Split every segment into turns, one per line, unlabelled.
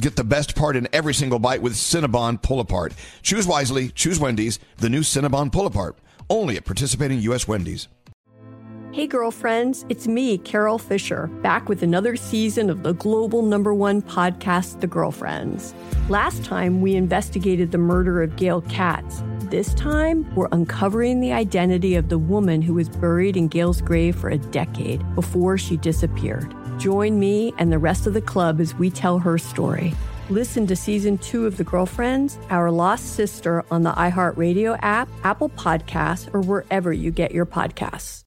Get the best part in every single bite with Cinnabon Pull Apart. Choose wisely, choose Wendy's, the new Cinnabon Pull Apart, only at participating U.S. Wendy's.
Hey, girlfriends, it's me, Carol Fisher, back with another season of the global number one podcast, The Girlfriends. Last time, we investigated the murder of Gail Katz. This time, we're uncovering the identity of the woman who was buried in Gail's grave for a decade before she disappeared. Join me and the rest of the club as we tell her story. Listen to season two of The Girlfriends, Our Lost Sister on the iHeartRadio app, Apple Podcasts, or wherever you get your podcasts.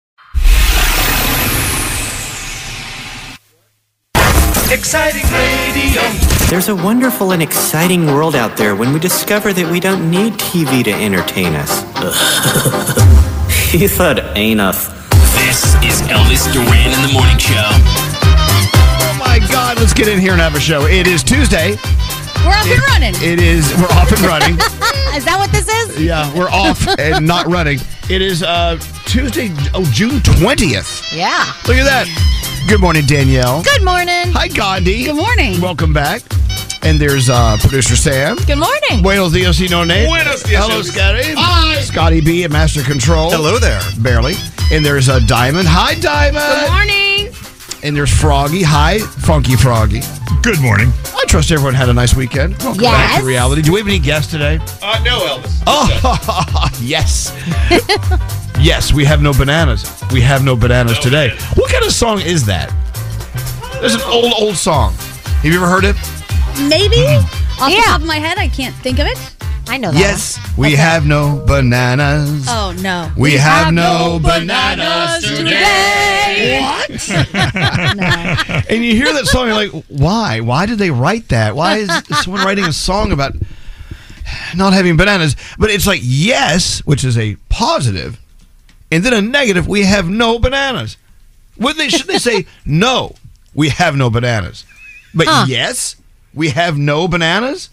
Exciting radio.
There's a wonderful and exciting world out there when we discover that we don't need TV to entertain us. he said anus.
This is Elvis Duran in the Morning Show.
Oh my God, let's get in here and have a show. It is Tuesday.
We're up and running.
It is, we're off and running.
Is that what this is?
yeah, we're off and not running. It is uh, Tuesday, oh, June 20th.
Yeah.
Look at that. Good morning, Danielle.
Good morning.
Hi, Gandhi.
Good morning.
Welcome back. And there's uh, producer Sam.
Good morning.
Buenos dias, y no name.
Buenos dias.
Hello, Scotty. Hi. Scotty B at Master Control. Hello there. Barely. And there's uh, Diamond. Hi, Diamond. Good
morning.
And there's Froggy. Hi, Funky Froggy.
Good morning.
I trust everyone had a nice weekend. Welcome back
Yes.
to reality. Do we have any guests today?
Uh, no, Elvis.
Oh, yes. yes, we have no bananas. We have no bananas
No
today.
bananas.
What kind of song is that? There's an old, old song. Have you ever heard it?
Maybe? Off
Yeah.
the top of my head, I can't think of it.
I know that.
Yes, we have no bananas.
Oh, no.
We, have, no bananas
bananas today.
today. What? And you hear that song, you're like, why? Why did they write that? Why is someone writing a song about not having bananas? But it's like, yes, which is a positive, and then a negative, we have no bananas. Would they should they say no, we have no bananas. But yes, we have no bananas?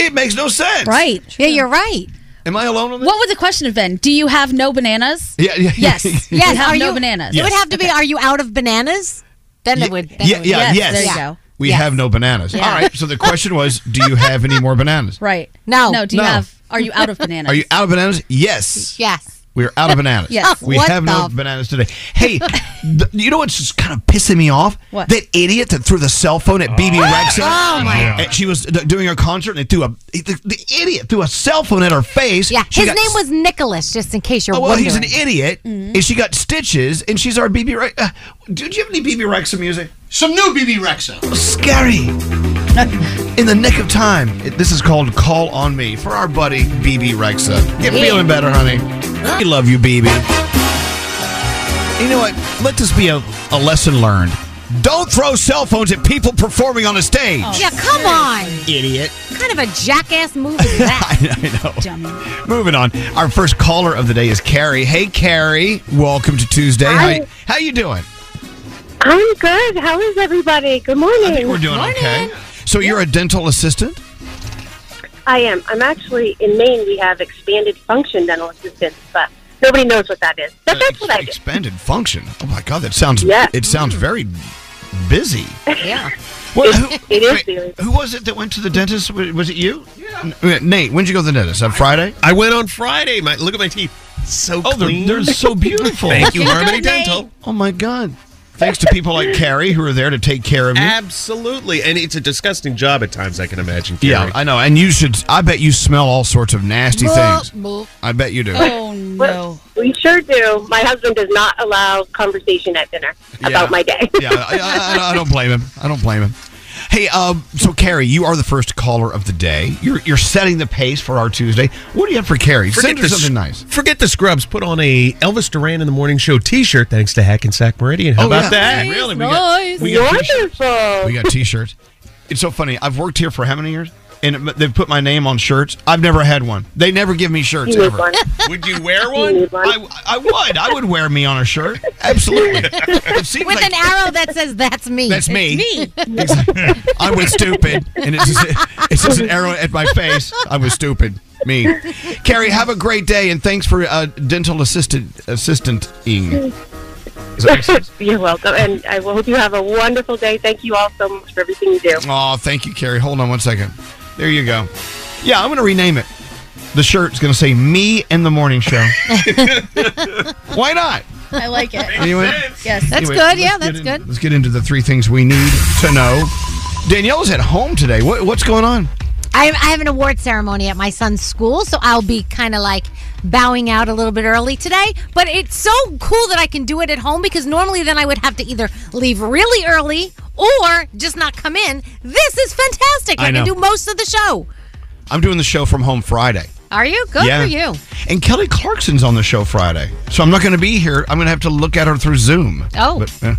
It makes no sense.
Right.
Yeah, you're right.
Am I alone on this?
What would the question have been? Do you have no bananas?
Yeah, yeah,
Yes.
yeah.
We have
are
no
you-
bananas.
It would have to be, are you out of bananas? Then
Ye-
it would. Then
yeah,
it would
yeah,
Yes,
yes.
there you go.
We
Yes.
have no bananas. All right. So the question was, do you have any more bananas?
Right.
No.
No. Do you
No.
have? Are you out of bananas?
Are you out of bananas? Yes.
Yes.
We're out of bananas.
Yes.
We
What
have no
the-
bananas today. Hey, th- you know what's just kind of pissing me off?
What?
That idiot that threw the cell phone at BB Rexa.
Oh, my
Yeah.
And she was d- doing her concert and it threw a the, the idiot threw a cell phone at her face.
Yeah.
She
His
got
name was Nicholas, just in case you're
Oh, well,
wondering. Mm-hmm.
he's an idiot, and she got stitches, and she's our BB Rex. Uh, dude, do you have any BB Rexa music? Oh,
Some new BB Rexa.
Scary. In the nick of time. It- This is called Call on Me for our buddy BB Rexa. Get feeling better, honey. We love you, BB. You know what? Let this be a, a lesson learned. Don't throw cell phones at people performing on a stage.
Oh, yeah, come on.
Idiot.
What kind of a jackass move is
I
that?
know. I know. Moving on. Our first caller of the day is Carrie. Hey, Carrie. Welcome to Tuesday. Hi. How you doing?
I'm good. How is everybody? Good morning.
I think we're doing okay. So you're a dental assistant?
I am. I'm actually in Maine. We have expanded function dental assistance, but nobody knows what that is. But that's what I do.
Expanded function. Oh my God, that sounds.
Yeah.
It sounds very busy.
Yeah.
What, who,
It is
wait,
serious.
who was it that went to the dentist? Was was it you? Yeah. Nate, when'd you go to the dentist? On Friday?
I went on Friday. My look at my teeth. So
Oh, they're,
clean.
they're so beautiful.
Thank you,
Good
Harmony
night.
Dental.
Oh my God. Thanks to people like Carrie who are there to take care of you.
Absolutely, and it's a disgusting job at times. I can imagine.
yeah,
Carrie.
I know. And you should. I bet you smell all sorts of nasty things.
Well,
I bet you do.
Oh no.
We sure do. My husband does not allow conversation at dinner
Yeah.
about my day.
yeah, I, I, I don't blame him. I don't blame him. Hey, um, so Carrie, you are the first caller of the day. You're you're setting the pace for our Tuesday. What do you have for Carrie? Send her
the
something
sc-
nice.
Forget the scrubs. Put on a Elvis Duran in the Morning Show T-shirt. Thanks to Hackensack Meridian. How
Oh,
about
yeah.
that?
Nice,
really? We got,
nice.
we got
Wonderful.
We got T-shirts. It's so funny. I've worked here for how many years? And it- they've put my name on shirts. I've never had one. They never give me shirts
You need
ever.
one.
Would you wear
You
one?
need one.
I, I would. I would wear me on a shirt. Absolutely. It seems
With
like-
an arrow that says, that's me.
That's me.
It's me.
I was stupid, and it's just, it's just an arrow at my face. I was stupid. Me, Carrie. Have a great day, and thanks for uh, dental assistant assistanting. Does that make sense?
You're welcome, and I will hope you have a wonderful day. Thank you all so much for everything you do.
Oh, thank you, Carrie. Hold on one second. There you go. Yeah, I'm going to rename it. The shirt's going to say "Me and the Morning Show." Why not?
I like it.
Anyway,
Yes.
That's
anyway,
good. Yeah,
let's get
that's
in-
Oh
good.
Let's get into the three things we need to know. Danielle's at home today. What, what's going on?
I, I have an award ceremony at my son's school, so I'll be kind of like bowing out a little bit early today. But it's so cool that I can do it at home because normally then I would have to either leave really early or just not come in. This is fantastic.
I
I,
know.
can do most of the show.
I'm doing the show from home Friday.
Are you? Good for you.
And Kelly Clarkson's on the show Friday, so I'm not going to be here. I'm going to have to look at her through Zoom.
Oh.
but, eh.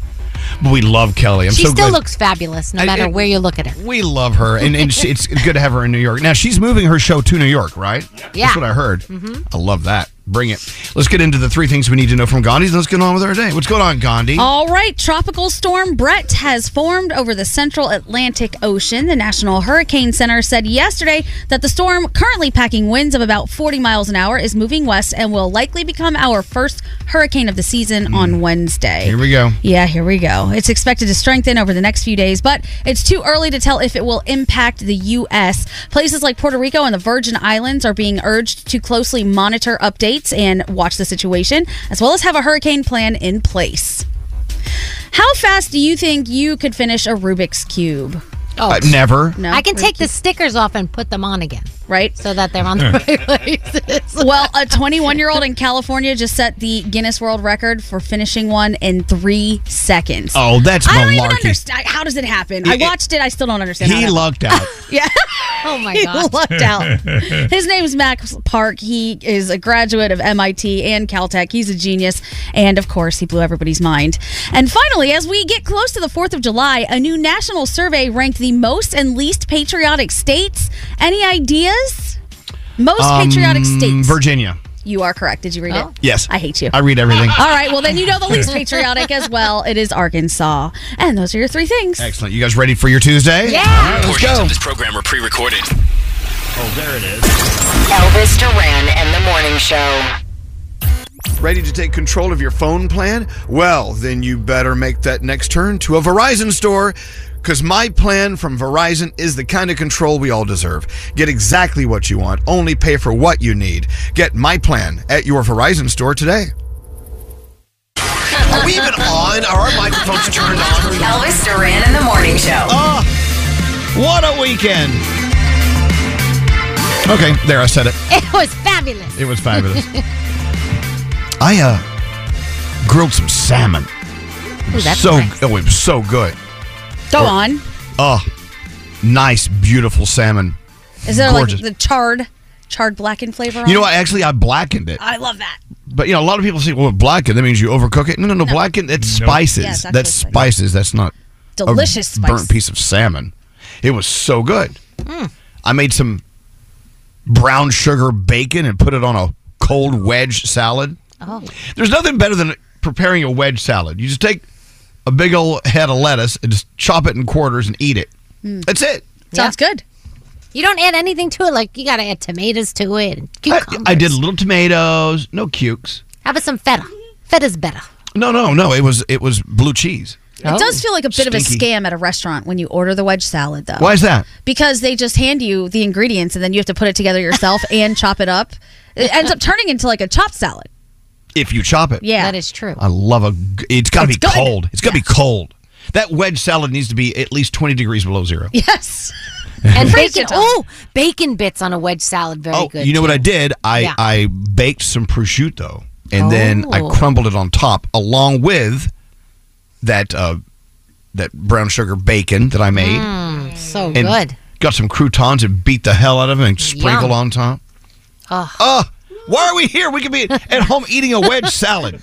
But we love Kelly. I'm
She
so
still
glad-
looks fabulous no
I-
matter
I-
where you look at her.
We love her, and, and she, it's good to have her in New York. Now she's moving her show to New York, right?
Yeah. Mm-hmm.
that's what I heard.
Mm-hmm.
I love that. Bring it. Let's get into the three things we need to know from Gandhi. Let's get on with our day. What's going on, Gandhi?
All right, Tropical Storm Brett has formed over the central Atlantic Ocean. The National Hurricane Center said yesterday that the storm, currently packing winds of about 40 miles an hour, is moving west and will likely become our first hurricane of the season on Wednesday.
Here we go.
Yeah, here we go. It's expected to strengthen over the next few days, but it's too early to tell if it will impact the U.S. Places like Puerto Rico and the Virgin Islands are being urged to closely monitor updates and watch the situation, as well as have a hurricane plan in place. How fast do you think you could finish a Rubik's Cube?
Oh,
Uh, never.
No,
I can take the stickers off and put them on again
right.
so that they're on the right places.
Well, a 21 year old in California just set the Guinness World Record for finishing one in three seconds.
Oh, that's
I don't even
malarkey.
understand. How does it happen? I
It-
watched it. I still don't understand. how
He
that
lucked out.
Yeah.
Oh my
he
God.
lucked out. His name's Max Park. He is a graduate of MIT and Caltech. He's a genius. And of course, he blew everybody's mind. And finally, as we get close to the 4th of July, a new national survey ranked the most and least patriotic states. Any ideas? Most
Um,
patriotic states.
Virginia.
you are correct. Did you read
Oh.
it?
Yes.
I hate you.
I read everything.
All right. Well, then you know the least patriotic as well. It is Arkansas. And those are your three things.
Excellent. You guys ready for your Tuesday?
Yeah.
Portions of this program are pre-recorded.
Elvis Duran and the Morning Show.
Ready to take control of your phone plan? Well, then you better make that next turn to a Verizon store. Because my plan from Verizon is the kind of control we all deserve. Get exactly what you want, only pay for what you need. Get my plan at your Verizon store today. Are we even on? Are our microphones turned on?
Elvis Duran and the Morning Show.
Ah.
What a weekend! Okay, there, I said it.
It was fabulous.
It was fabulous. I uh grilled some salmon. It was
that's
so
nice.
oh, it was so good.
Go on.
Oh, nice, beautiful salmon.
Is there
Gorgeous.
like the charred, charred blackened flavor? on
You know
it?
what? Actually, I blackened it.
I love that.
But you know, a lot of people say, "Well, blackened that means you overcook it." No, no, no, blackened that's spices.
Yeah, it's actual
that's
spice.
spices. That's not a
Delicious spice.
burnt piece of salmon. It was so good.
Mm.
I made some brown sugar bacon and put it on a cold wedge salad.
Oh.
There's nothing better than preparing a wedge salad. You just take a big old head of lettuce and just chop it in quarters and eat it. That's it.
Sounds good.
You don't add anything to it. Like you got to add tomatoes to it. and Cucumbers.
I did little tomatoes, no cukes.
How about some feta? Feta's better.
No, no, no. It was it was blue cheese.
It does feel like a bit of a
Oh. Stinky.
scam at a restaurant when you order the wedge salad, though.
Why is that?
Because they just hand you the ingredients and then you have to put it together yourself and chop it up. It ends up turning into like a chopped salad.
If you chop it,
Yeah.
That is true.
I love a. g- It's got to be
It's good.
cold. It's got to be cold. That wedge salad needs to be at least twenty degrees below zero.
Yes.
And bacon. Oh, bacon bits on a wedge salad. Very
oh,
good.
you know what I did? I
Yeah.
I baked some prosciutto and then I
Oh.
crumbled it on top along with that uh, that brown sugar bacon that I made.
Mm, so
Oh,
Oh,
and
good.
Got some croutons and beat the hell out of them and sprinkle
Yum.
on top.
Ah.
Oh.
Ah.
Uh, why are we here? We could be at home eating a wedge salad.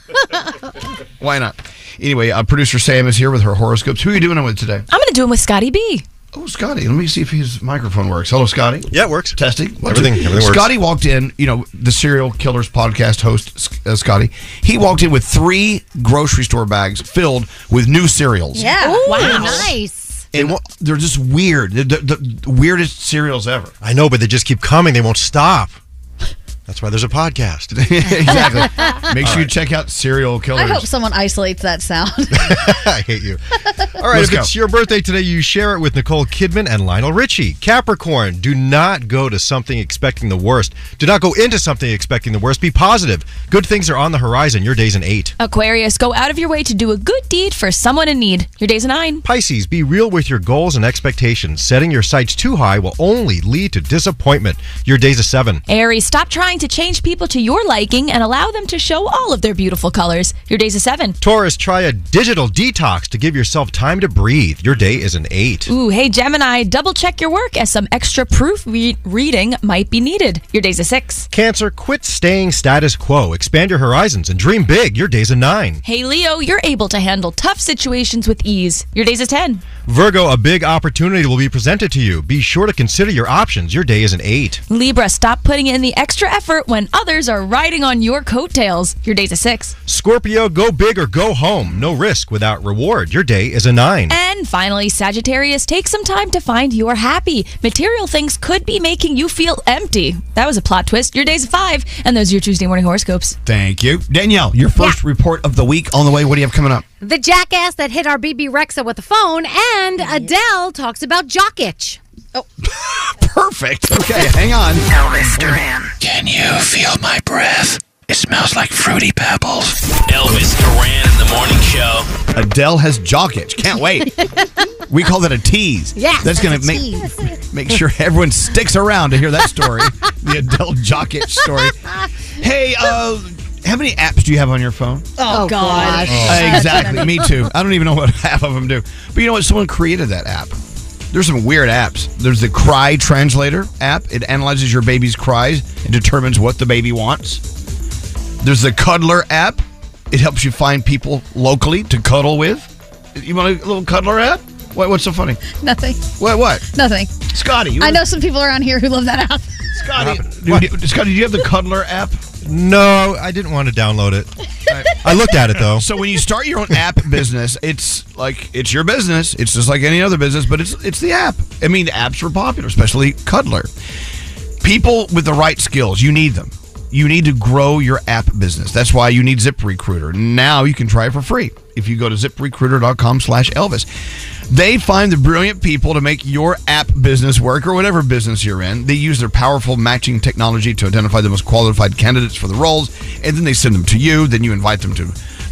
why not? Anyway, uh, producer Sam is here with her horoscopes. Who are you doing it with today?
I'm going to do them with Scotty B.
Oh, Scotty, let me see if his microphone works. Hello, Scotty.
Yeah, it works.
Testing. One,
Everything-
two.
everything works.
Scotty walked in, you know, the Serial Killers podcast host, S- uh, Scotty. He walked in with three grocery store bags filled with new cereals.
Yeah.
wow. Nice.
And wha- they're just weird. They're the, the weirdest cereals ever.
I know, but they just keep coming. They won't stop. That's why there's a podcast.
exactly. Make sure you check out Serial Killers.
I hope someone isolates that sound.
I hate you. All right,
Let's
if
go.
it's your birthday today, you share it with Nicole Kidman and Lionel Richie. Capricorn, do not go to something expecting the worst. Do not go into something expecting the worst. Be positive. Good things are on the horizon. Your day's an eight.
Aquarius, go out of your way to do a good deed for someone in need. Your day's a nine.
Pisces, be real with your goals and expectations. Setting your sights too high will only lead to disappointment. Your day's a seven.
Aries, stop trying to change people to your liking and allow them to show all of their beautiful colors. Your day's a seven.
Taurus, try a digital detox to give yourself time to breathe. Your day is an eight.
Ooh, hey Gemini, double check your work as some extra proof re- reading might be needed. Your day's a six.
Cancer, quit staying status quo. Expand your horizons and dream big. Your day's a nine.
Hey Leo, you're able to handle tough situations with ease. Your day's a 10.
Virgo, a big opportunity will be presented to you. Be sure to consider your options. Your day is an eight.
Libra, stop putting in the extra effort when others are riding on your coattails. Your day's a 6.
Scorpio, go big or go home. No risk without reward. Your day is a nine.
And finally, Sagittarius, take some time to find you're happy. Material things could be making you feel empty. That was a plot twist. Your day's a 5, and those are your Tuesday morning horoscopes.
Thank you. Danielle, your first report of the week on the way. What do you have coming up?
The jackass that hit our BB Rexa with a phone, and Adele talks about jock itch.
Perfect. Okay, hang on.
Elvis Duran.
Can you feel my breath? It smells like fruity pebbles. Elvis Duran in the morning show.
Adele has jock itch. Can't wait. we call that a tease.
Yes,
That's going
that's
to
a
make, make sure everyone sticks around to hear that story the Adele jock itch story. Hey, uh, how many apps do you have on your phone?
Oh, God.
Uh, exactly. Me too. I don't even know what half of them do. But you know what? Someone created that app. There's some weird apps. There's the Cry Translator app. It analyzes your baby's cries and determines what the baby wants. There's the Cuddler app. It helps you find people locally to cuddle with. You want a little cuddler app? What, what's so funny?
Nothing.
What? What?
Nothing.
Scotty. you-
I know some people around here who love that app.
Scotty. dude, Scotty, do you have the cuddler app?
No, I didn't want to download it. I looked at it though.
So when you start your own app business, it's like it's your business. It's just like any other business, but it's it's the app. I mean, apps are popular, especially Cuddler. People with the right skills, you need them. You need to grow your app business. That's why you need ZipRecruiter. Now you can try it for free if you go to ziprecruiter.com slash Elvis. They find the brilliant people to make your app business work or whatever business you're in. They use their powerful matching technology to identify the most qualified candidates for the roles, and then they send them to you. Then you invite them to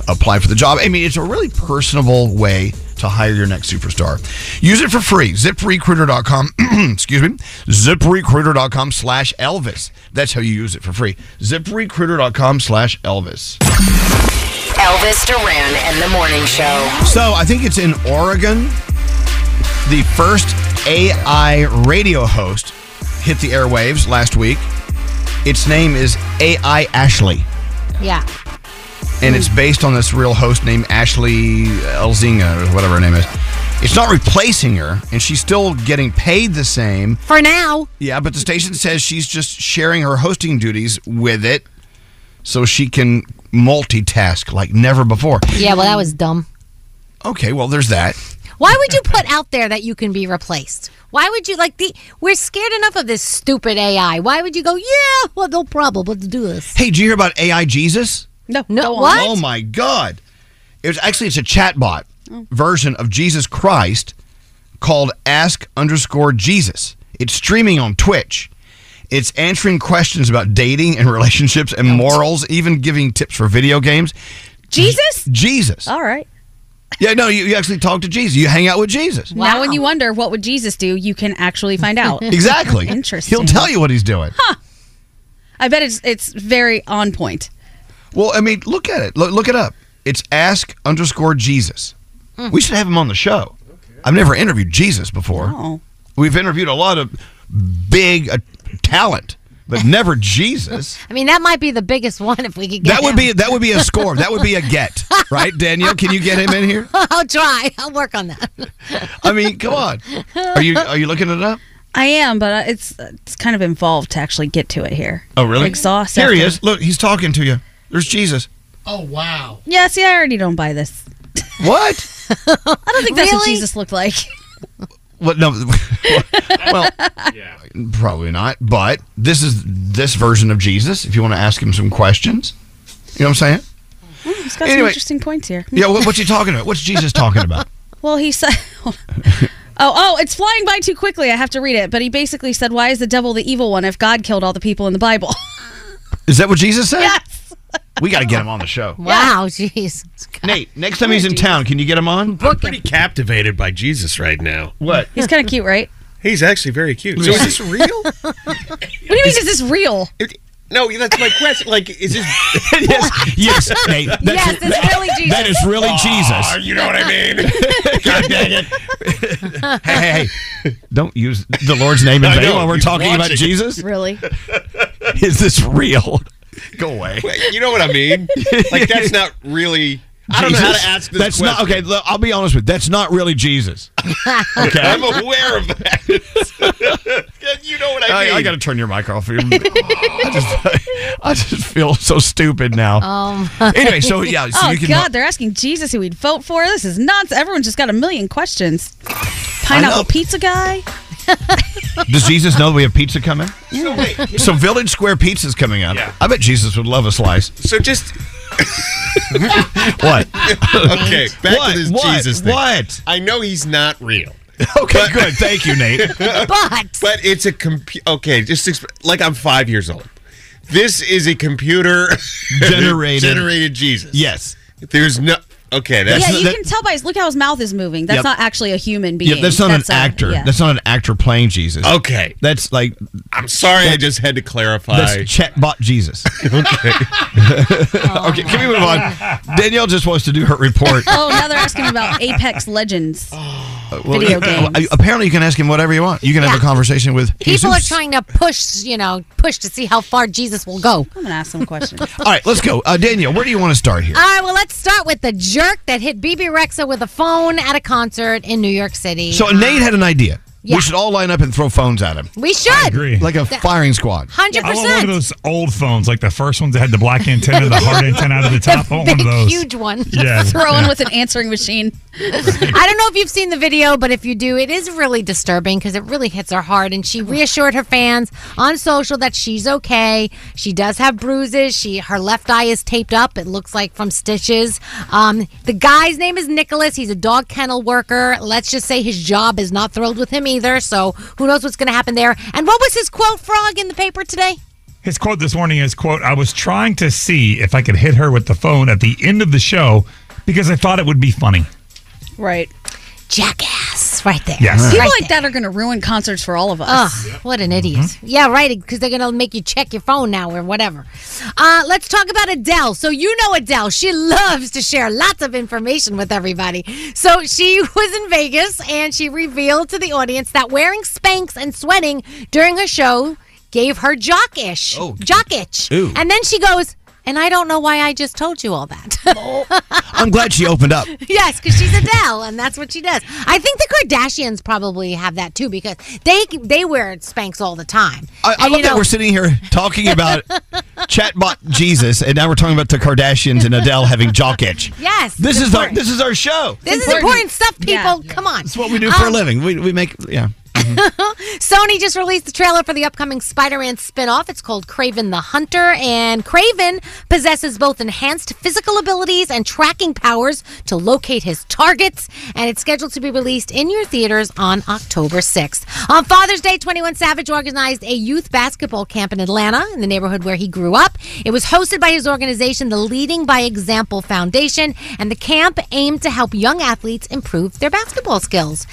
apply for the job. I mean, it's a really personable way to hire your next superstar. Use it for free. ZipRecruiter.com, excuse me, ZipRecruiter.com slash Elvis. That's how you use it for free. ZipRecruiter.com slash Elvis.
Elvis Duran and the morning show.
So I think it's in Oregon. The first AI radio host hit the airwaves last week. Its name is AI Ashley.
Yeah.
and it's based on this real host named Ashley Elzinga or whatever her name is. It's not replacing her, and she's still getting paid the same.
For now.
Yeah, but the station says she's just sharing her hosting duties with it so she can multitask like never before.
Yeah, well, that was dumb.
Okay, well, there's that.
Why would you put out there that you can be replaced? Why would you like the? We're scared enough of this stupid AI. Why would you go? Yeah, well, no problem. Let's do this.
Hey, did you hear about AI Jesus?
No, no. What?
Oh my God! It was actually it's a chatbot version of Jesus Christ called Ask underscore Jesus. It's streaming on Twitch. It's answering questions about dating and relationships and morals, even giving tips for video games.
Jesus?
Jesus.
All right.
Yeah, no, you, you actually talk to Jesus. You hang out with Jesus.
Now, when you wonder what would Jesus do, you can actually find out.
Exactly.
Interesting.
He'll tell you what he's doing.
I bet it's it's very on point.
Well, I mean, look at it. Look, look it up. It's ask underscore Jesus.
Hmm.
We should have him on the show. I've never interviewed Jesus before. We've interviewed a lot of big uh, talent, but never Jesus.
I mean, that might be the biggest one if we could get
That would
him.
be that would be a score. That would be a get, right, Danielle? Can you get him in here?
I'll try. I'll work on that.
I mean, come on. Are you are you looking it up?
I am, but uh, it's uh, it's kind of involved to actually get to it here.
Oh,
Exhausted.
Here he is. Look, he's talking to you. There's Jesus.
Oh wow. Yeah. See, I already don't buy this.
What?
I don't think that's what
Really?
Jesus looked like.
What? No. Well, probably not. But this is this version of Jesus. If you want to ask him some questions, you know what I'm saying?
Hmm, He's got some
Anyway.
interesting points here.
Yeah. What, what you talking about? What's Jesus talking about?
Well, he said, oh, oh, it's flying by too quickly. I have to read it. But he basically said, why is the devil the evil one if God killed all the people in the Bible?
Is that what Jesus said? Yes. We got to get him on the show.
Wow, jeez.
Nate, next time he's in town, can you get him on?
I'm pretty captivated by Jesus right now.
What?
He's kind of cute, right?
He's actually very cute. So is this real?
What do you mean, is this real?
No, that's my question. Like, is this?
yes, yes, Nate. That's
Yes, it's really Jesus.
That is really Jesus.
You know what I mean? God dang it!
Hey, hey, hey! Don't use the Lord's name in
I
vain
know,
while we're
you
talking
watch
about
it.
Jesus.
Really?
Is this real? Go away.
Wait, you know what I mean? Like, that's not really. I don't know how
Jesus.
to ask this
That's not okay.
question.
Look, I'll be honest with you. That's not really Jesus. Okay,
I'm aware of that. you know what I
I,
mean?
I got to turn your mic off. I just, I just feel so stupid now.
Oh.
Anyway, so, yeah, so
oh
you can-
God, they're asking Jesus who we'd vote for. This is nuts. Everyone's just got a million questions.
know.
Pineapple pizza guy.
Does Jesus know that we have pizza coming?
So wait.
So Village Square Pizza's coming up. I bet Jesus would love a slice.
So just
What?
okay. Back
What?
to this
What?
Jesus thing.
What?
I know he's not real.
Okay, good. Thank you, Nate.
but but it's a compu Okay, just exp- like I'm five years old. This is a computer
Generated.
generated Jesus.
Yes.
There's no. Okay, that's
yeah, you can tell by his look how his mouth is moving. That's
Yep.
not actually a human being.
Yeah, that's not
a-
an actor.
yeah.
That's not an actor playing Jesus.
Okay.
That's like
I'm sorry. I just had to clarify.
that's chatbot Jesus.
okay.
okay, can we move on? Danielle just wants to do her report.
oh, now they're asking about Apex Legends.
Oh,
Uh,
video
uh,
games.
Apparently, you can ask him whatever you want. You can have a conversation with
People are
Jesus.
trying to push, you know, push to see how far Jesus will go.
I'm gonna ask some questions.
All right, let's go. Uh, Danielle, where do you want to start here?
All right, well, let's start with the jerk that hit BB Rexa with a phone at a concert in New York City.
So Nate had an idea.
Yeah.
We should all line up and throw phones at him.
We should.
Like a
Th-
firing squad.
Hundred
I want one of
percent.
those old phones, like the first ones that had the black antenna, the hard antenna out of the top. I want one
Big,
of those.
huge one.
Yeah.
Throwing with an answering machine.
I don't know if you've seen the video, but if you do, it is really disturbing because it really hits her hard. And she reassured her fans on social that she's okay. She does have bruises. She her left eye is taped up. It looks like from stitches. Um, the guy's name is Nicholas. He's a dog kennel worker. Let's just say his job is not thrilled with him either. So who knows what's going to happen there? And what was his quote, Frog, in the paper today?
His quote this morning is quote, I was trying to see if I could hit her with the phone at the end of the show because I thought it would be funny.
Right.
Jackass, right there.
Yes.
People
Right
like that are going to ruin concerts for all of
Ugh,
us.
what an idiot. Yeah, right, because they're going to make you check your phone now or whatever. Uh, let's talk about Adele. So, you know Adele. She loves to share lots of information with everybody. So, she was in Vegas and she revealed to the audience that wearing Spanx and sweating during her show gave her jock ish. Oh, jock itch.
Ew.
And then she goes, and I don't know why I just told you all that.
Oh.
I'm glad she opened up.
Yes, because she's Adele, and that's what she does. I think the Kardashians probably have that too because they they wear Spanx all the time.
I, I
And,
love
you
that
know-
we're sitting here talking about chatbot Jesus, and now we're talking about the Kardashians and Adele having jock itch.
Yes,
This
it's
is our
important.
this is our show.
This is important stuff, people. Come on, it's
what we do for a living. We, we make yeah.
Sony just released the trailer for the upcoming Spider Man spin off. It's called Craven the Hunter, and Craven possesses both enhanced physical abilities and tracking powers to locate his targets, and it's scheduled to be released in your theaters on October 6th. On Father's Day, 21 Savage organized a youth basketball camp in Atlanta, in the neighborhood where he grew up. It was hosted by his organization, the Leading by Example Foundation, and the camp aimed to help young athletes improve their basketball skills.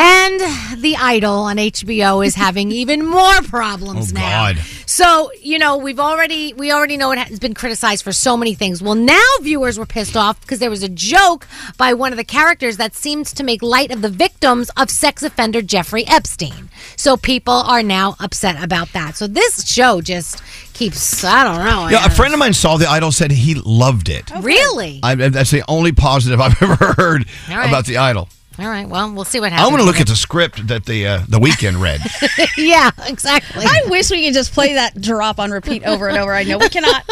And The Idol on HBO is having even more
Oh,
problems now. So you know we've already we already know it has been criticized for so many things. Well, now viewers were pissed off because there was a joke by one of the characters that seemed to make light of the victims of sex offender Jeffrey Epstein. So people are now upset about that. So this show just keeps I don't know.
Yeah, a friend of mine saw the idol, said he loved it.
Really?
I, that's the only positive I've ever heard
All right.
about the idol.
All right. Well, we'll see what
I
happens.
want to look at the script that the uh, the weekend read.
yeah, exactly.
I wish we could just play that drop on repeat over and over. I know we cannot.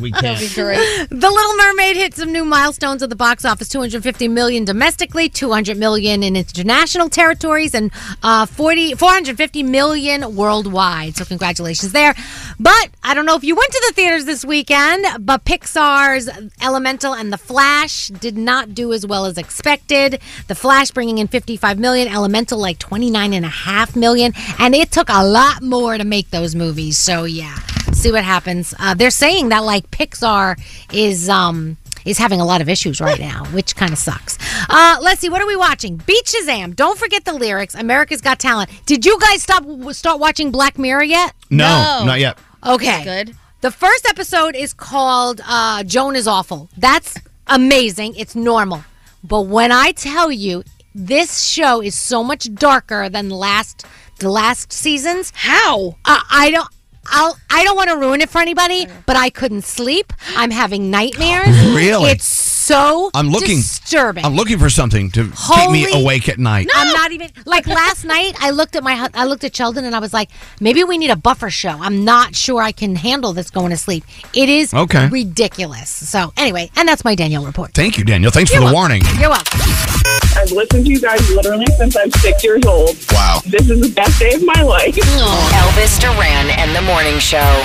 We
That'd be great.
The Little Mermaid hit some new milestones at the box office: 250 million domestically, 200 million in international territories, and uh, 40 450 million worldwide. So congratulations there. But I don't know if you went to the theaters this weekend, but Pixar's Elemental and The Flash did not do as well as expected. The Flash bringing in 55 million, Elemental like 29 and a half million, and it took a lot more to make those movies. So yeah see what happens. Uh, they're saying that like Pixar is um is having a lot of issues right now, which kind of sucks. Uh, let's see, what are we watching? Beat Shazam. Don't forget the lyrics. America's Got Talent. Did you guys stop start watching Black Mirror yet?
No, No. not yet.
Okay, good. The first episode is called uh, "Joan is Awful." That's amazing. It's normal, but when I tell you this show is so much darker than the last the last seasons, how? Uh, I don't. I'll, I don't want to ruin it for anybody, but I couldn't sleep. I'm having nightmares.
Really?
It's so
I'm looking
disturbing.
I'm looking for something to keep
Holy-
me awake at night.
I'm not even like last night. I looked at my hu- I looked at Sheldon and I was like, maybe we need a buffer show. I'm not sure I can handle this going to sleep. It is
Okay.
ridiculous. So anyway, and that's my Danielle report.
Thank you, Daniel. Thanks for the warning.
You're welcome.
I've listened to you guys literally since I'm six years old. Wow. This is the best day of my life.
Elvis Duran and the Morning Show.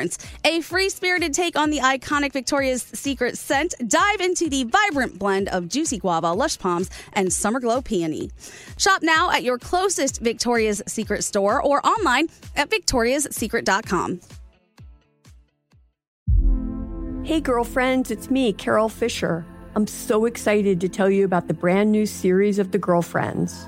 a free spirited take on the iconic Victoria's Secret scent. Dive into the vibrant blend of juicy guava, lush palms, and summer glow peony. Shop now at your closest Victoria's Secret store or online at victoriassecret.com.
Hey, girlfriends, it's me, Carol Fisher. I'm so excited to tell you about the brand new series of The Girlfriends.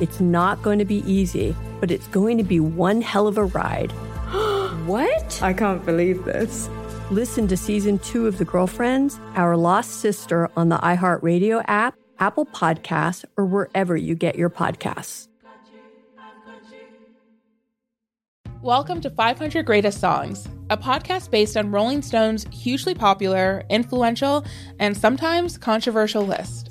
It's not going to be easy, but it's going to be one hell of a ride. what? I can't believe this. Listen to season two of The Girlfriends, Our Lost Sister on the iHeartRadio app, Apple Podcasts, or wherever you get your podcasts.
Welcome to 500 Greatest Songs, a podcast based on Rolling Stone's hugely popular, influential, and sometimes controversial list.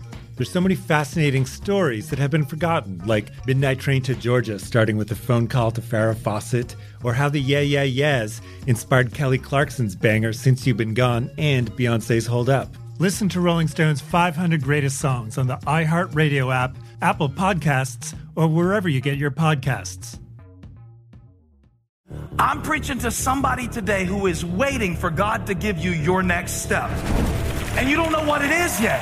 There's so many fascinating stories that have been forgotten, like Midnight Train to Georgia starting with a phone call to Farrah Fawcett, or how the Yeah Yeah Yeahs inspired Kelly Clarkson's banger Since You've Been Gone and Beyonce's Hold Up. Listen to Rolling Stone's 500 Greatest Songs on the iHeartRadio app, Apple Podcasts, or wherever you get your podcasts.
I'm preaching to somebody today who is waiting for God to give you your next step. And you don't know what it is yet.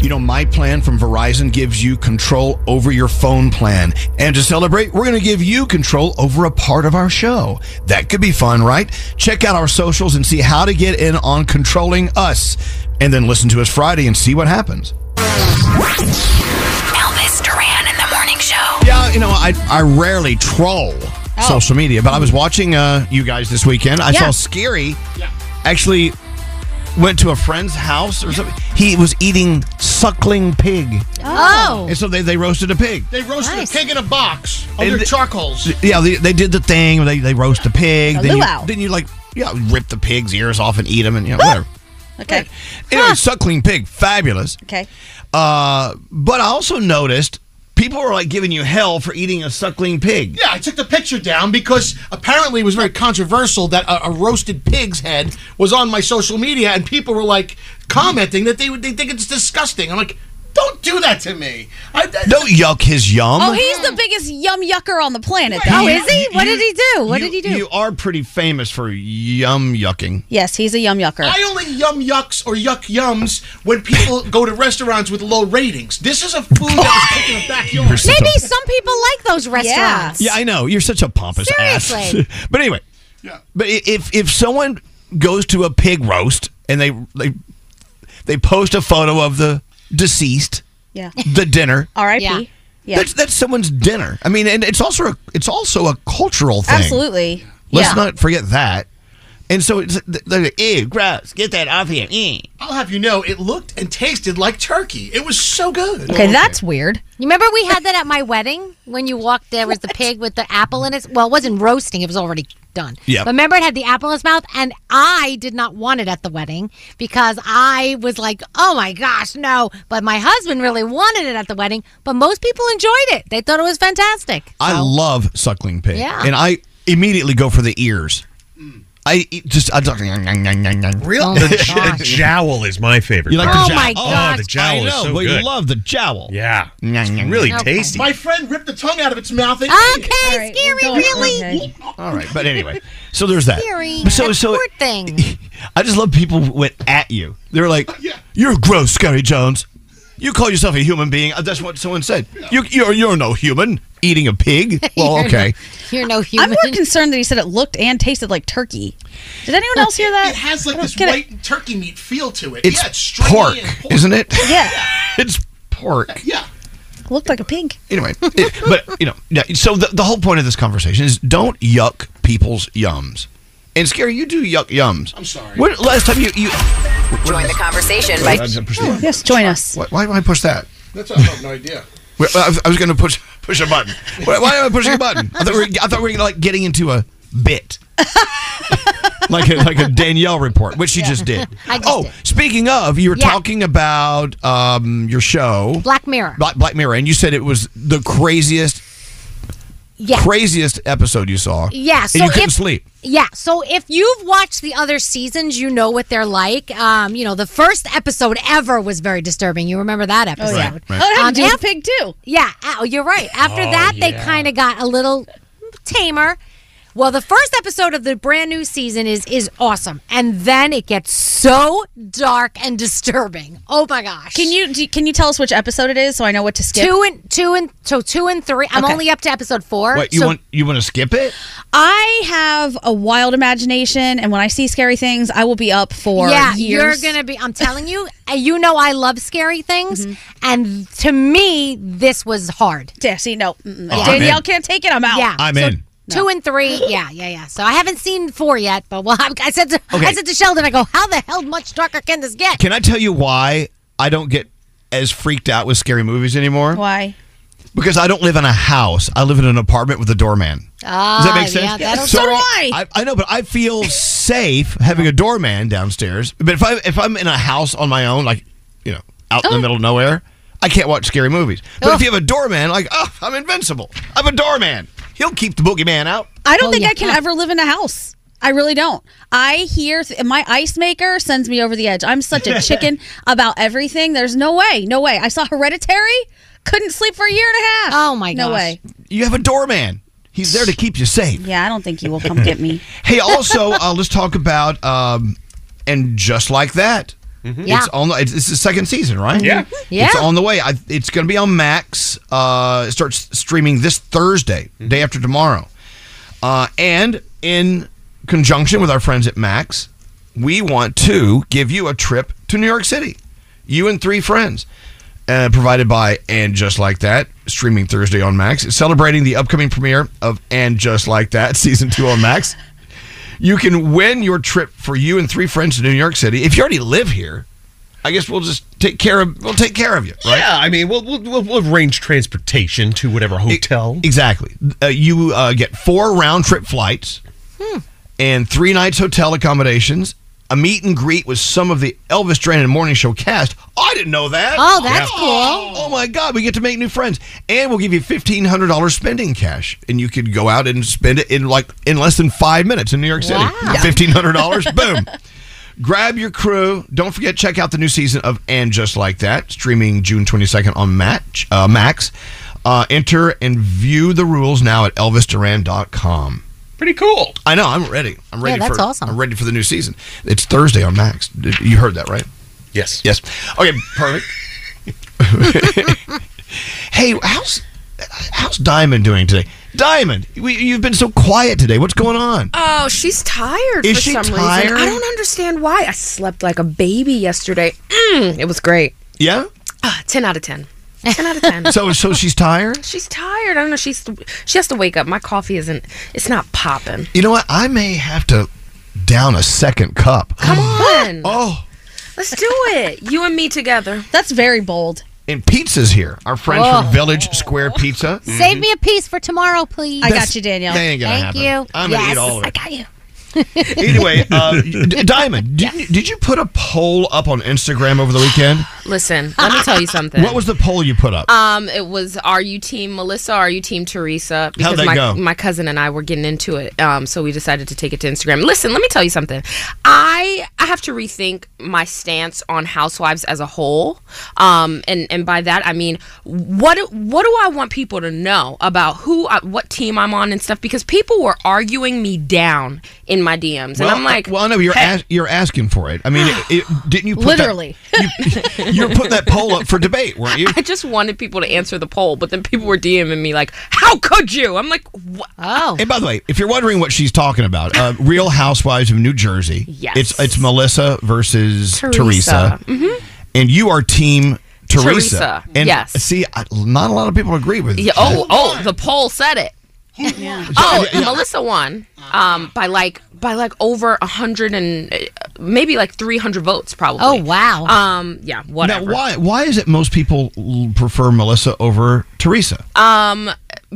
You know, my plan from Verizon gives you control over your phone plan. And to celebrate, we're going to give you control over a part of our show. That could be fun, right? Check out our socials and see how to get in on controlling us. And then listen to us Friday and see what happens.
Elvis Duran in the morning show.
Yeah, you know, I, I rarely troll
Oh.
social media, but I was watching uh, you guys this weekend. I
Yeah.
saw Scary actually went to a friend's house or something. He was eating suckling pig.
Oh.
And so they, they roasted a pig.
They roasted a pig in a box
And
under
the-
charcoals.
Yeah, they, they did the thing. where They they roast the pig.
A
then
luau.
you, then you like yeah rip the pig's ears off and eat them and you know whatever.
Okay.
Anyway, suckling pig, fabulous.
Okay.
Uh, but I also noticed people were like giving you hell for eating a suckling pig.
Yeah, I took the picture down because apparently it was very controversial that a, a roasted pig's head was on my social media, and people were like commenting that they would they think it's disgusting. I'm like, don't do that to me. I, I-
Don't yuck his yum.
Oh, he's the biggest yum yucker on the planet.
Oh,
though.
is he? What did
he do? What did he
You are pretty famous for yum yucking.
Yes, he's a yum yucker.
I only yum yucks or yuck yums when people go to restaurants with low ratings. This is a food that was taken in the backyard.
You're such
Maybe some people like those restaurants.
Yeah, I know. You're such a pompous
Seriously.
ass. but anyway, but i- if if someone goes to a pig roast and they they they post a photo of the deceased,
Yeah.
the dinner.
R.I.P. Yeah.
That's that's someone's dinner. I mean, and it's also a, it's also a cultural thing.
Absolutely.
Let's
yeah.
not forget that. And so it's they're like, ew, gross. Get that off here. Eh.
I'll have you know, it looked and tasted like turkey. It was so good.
that's weird.
You remember we had that at my wedding when you walked there was the pig with the apple in its well, it wasn't roasting, it was already done.
Yep.
But remember it had the apple in its mouth and I did not want it at the wedding because I was like, "Oh my gosh, no." But my husband really wanted it at the wedding, but most people enjoyed it. They thought it was fantastic.
I love suckling pig.
Yeah.
And I immediately go for the ears.
Mm.
I eat- just I just
Really? Oh my
the, the jowl is my favorite.
You like the Oh jowl? my
Oh,
gosh.
the jowl
I
is
know,
so
but you
good.
love the jowl.
Yeah, it's really tasty.
My friend ripped the tongue out of its mouth. And
Okay, scary, really?
All right, but anyway, so there's that.
Scary.
So
that
so
poor thing.
I just love people who went at you. They're like, "You're gross, Scary Jones. You call yourself a human being." Uh, That's what someone said. You, you're you're no human eating a pig. Well,
You're
okay.
You're no
human. I'm more concerned that he said it looked and tasted like turkey. Did anyone else hear that?
It has like this
Get it.
white turkey meat feel to it.
It's
yeah, it's stringy
pork,
and pork.
isn't it?
Yeah.
it's pork.
Yeah.
Looked like a pig.
Anyway, it- but you know, yeah, so the, the whole point of this conversation is don't yuck people's yums. And Scary, you do yuck yums. I'm
sorry.
When, last time you you
Join the conversation
Sorry,
by.
I just pushed the button.
Oh, Yes, join us.
Why, why did I push that?
That's I have no idea.
Well, I was- I was going to push push a button. Why, why am I pushing a button? I thought we were, I thought we were like getting into a bit, like a, like a Danielle report, which she just did.
I just
oh,
did.
speaking of, you were
Yeah.
talking about um, your show,
Black Mirror.
Black, Black Mirror, and you said it was the craziest,
Yeah.
craziest episode you saw.
Yeah,
and
so
you couldn't
if-
sleep.
Yeah. So if you've watched the other seasons, you know what they're like. Um, you know, the first episode ever was very disturbing. You remember that episode? Um,
yeah. Right, right. Oh, it had to do with the pig too.
Yeah. Oh, you're right. After
Oh,
that, they
yeah.
kind of got a little tamer. Well, the first episode of the brand new season is is awesome, and then it gets so dark and disturbing. Oh my gosh!
Can you do, can you tell us which episode it is so I know what to skip?
Two and two and so two and three. I'm
Okay.
only up to episode four.
What you
so
want? You want to skip it?
I have a wild imagination, and when I see scary things, I will be up for
yeah,
years.
you're gonna be. I'm telling you, uh, you know I love scary things, and to me, this was hard.
Mm-hmm. Yeah, see, no, mm-mm.
Oh,
Yeah.
If Danielle can't take it. I'm out.
Yeah,
I'm
Uh, so
in.
Two and three, yeah, yeah, yeah. So I haven't seen four yet, but well, I, I said to I
Okay.
said to Sheldon, I go, how the hell much darker can this get?
Can I tell you why I don't get as freaked out with scary movies anymore?
Why?
Because I don't live in a house. I live in an apartment with a doorman.
Oh. Uh,
Does
Ah,
that make sense? I. I know, but I feel safe having a doorman downstairs. But if I if I'm in a house on my own, like you know, out
Oh.
in the middle of nowhere, I can't watch scary movies. But if you have a doorman, like oh, I'm invincible. I'm a doorman. He'll keep the boogeyman out.
I don't think I can ever live in a house. I really don't. I hear th- my ice maker sends me over the edge. I'm such a chicken about everything. There's no way, no way. I saw Hereditary, couldn't sleep for a year and a half. Oh my no
gosh.
way.
You have a doorman. He's there to keep you safe.
Yeah, I don't think you will come get me.
Hey, also, uh, let's talk about um, and just like that.
Mm-hmm. Yeah.
It's on. The, it's, it's the second season, right?
Yeah. Yeah.
It's on the way. I, it's going to be on Max. Uh, it starts streaming this Thursday, day after tomorrow, uh, and in conjunction with our friends at Max, we want to give you a trip to New York City. You and three friends. Uh, provided by And Just Like That, streaming Thursday on Max. It's celebrating the upcoming premiere of And Just Like That, season two on Max. You can win your trip for you and three friends to New York City. If you already live here, I guess we'll just take care of we'll take care of you. Right?
Yeah, I mean, we'll, we'll, we'll, we'll arrange transportation to whatever hotel.
exactly. Uh, you uh, get four round trip flights and three nights hotel accommodations. A meet and greet with some of the Elvis Duran and Morning Show cast. I didn't know that.
Oh, that's Yeah.
cool. Oh my God, we get to make new friends, and we'll give you fifteen hundred dollars spending cash, and you could go out and spend it in like in less than five minutes in New York City.
Wow.
Fifteen hundred dollars, boom. Grab your crew. Don't forget, check out the new season of And Just Like That, streaming June 22nd on Match, uh, Max. Uh, enter and view the rules now at elvisduran.com.
Pretty cool.
I know, I'm ready. I'm ready
Yeah, that's
for
awesome.
I'm ready for the new season. It's Thursday on Max. Did- You heard that, right?
Yes.
Yes. Okay, perfect. hey, how's how's Diamond doing today? Diamond, we, you've been so quiet today. What's going on?
Oh, she's tired
Is
for
she
some
tired?
reason. I don't understand why. I slept like a baby yesterday. Mm, it was great.
Yeah?
Ah, 10 out of 10. 10 out of 10.
So so she's tired?
she's tired. I don't know. She's she has to wake up. My coffee isn't it's not popping.
You know what? I may have to down a second cup.
Come on.
Oh.
Let's do it. You and me together.
That's very bold.
And pizza's here. Our friends
Oh.
from Village Square Pizza.
Save me a piece for tomorrow, please.
I got That's- you, Danielle. that ain't gonna
Thank
happen.
you.
I'm gonna eat
Yes,
all of it.
I got you.
Anyway, uh, D- Diamond, did, you, did you put a poll up on Instagram over the weekend?
Listen, let me tell you something.
What was the poll you put up?
Um, it was are you team Melissa? Are you team Teresa? Because
that
my
go?
my cousin and I were getting into it, um, so we decided to take it to Instagram. Listen, let me tell you something. I I have to rethink my stance on housewives as a whole, um, and and by that I mean what do- what do I want people to know about who I, what team I'm on and stuff? Because people were arguing me down in my DMs, and
well,
I'm like,
uh, well, no, you're
hey.
ask, you're asking for it. I mean, it, it- didn't you put
literally.
That, you put that poll up for debate, weren't you?
I just wanted people to answer the poll, but then people were DMing me like, "How could you?" I'm like, "What?"
Oh,
And by the way, if you're wondering what she's talking about, uh, Real Housewives of New Jersey.
Yes.
It's it's Melissa versus Teresa.
Teresa. Mhm.
And you are team Teresa.
Teresa,
And
yes.
see, I, not a lot of people agree with
Yeah,
that.
oh, oh, the poll said it. Yeah. oh, Melissa won um, by like by like over a hundred and uh, maybe like three hundred votes, probably.
Oh,
wow. Um, yeah, whatever.
Now, why why is it most people l- prefer Melissa over Teresa?
Um,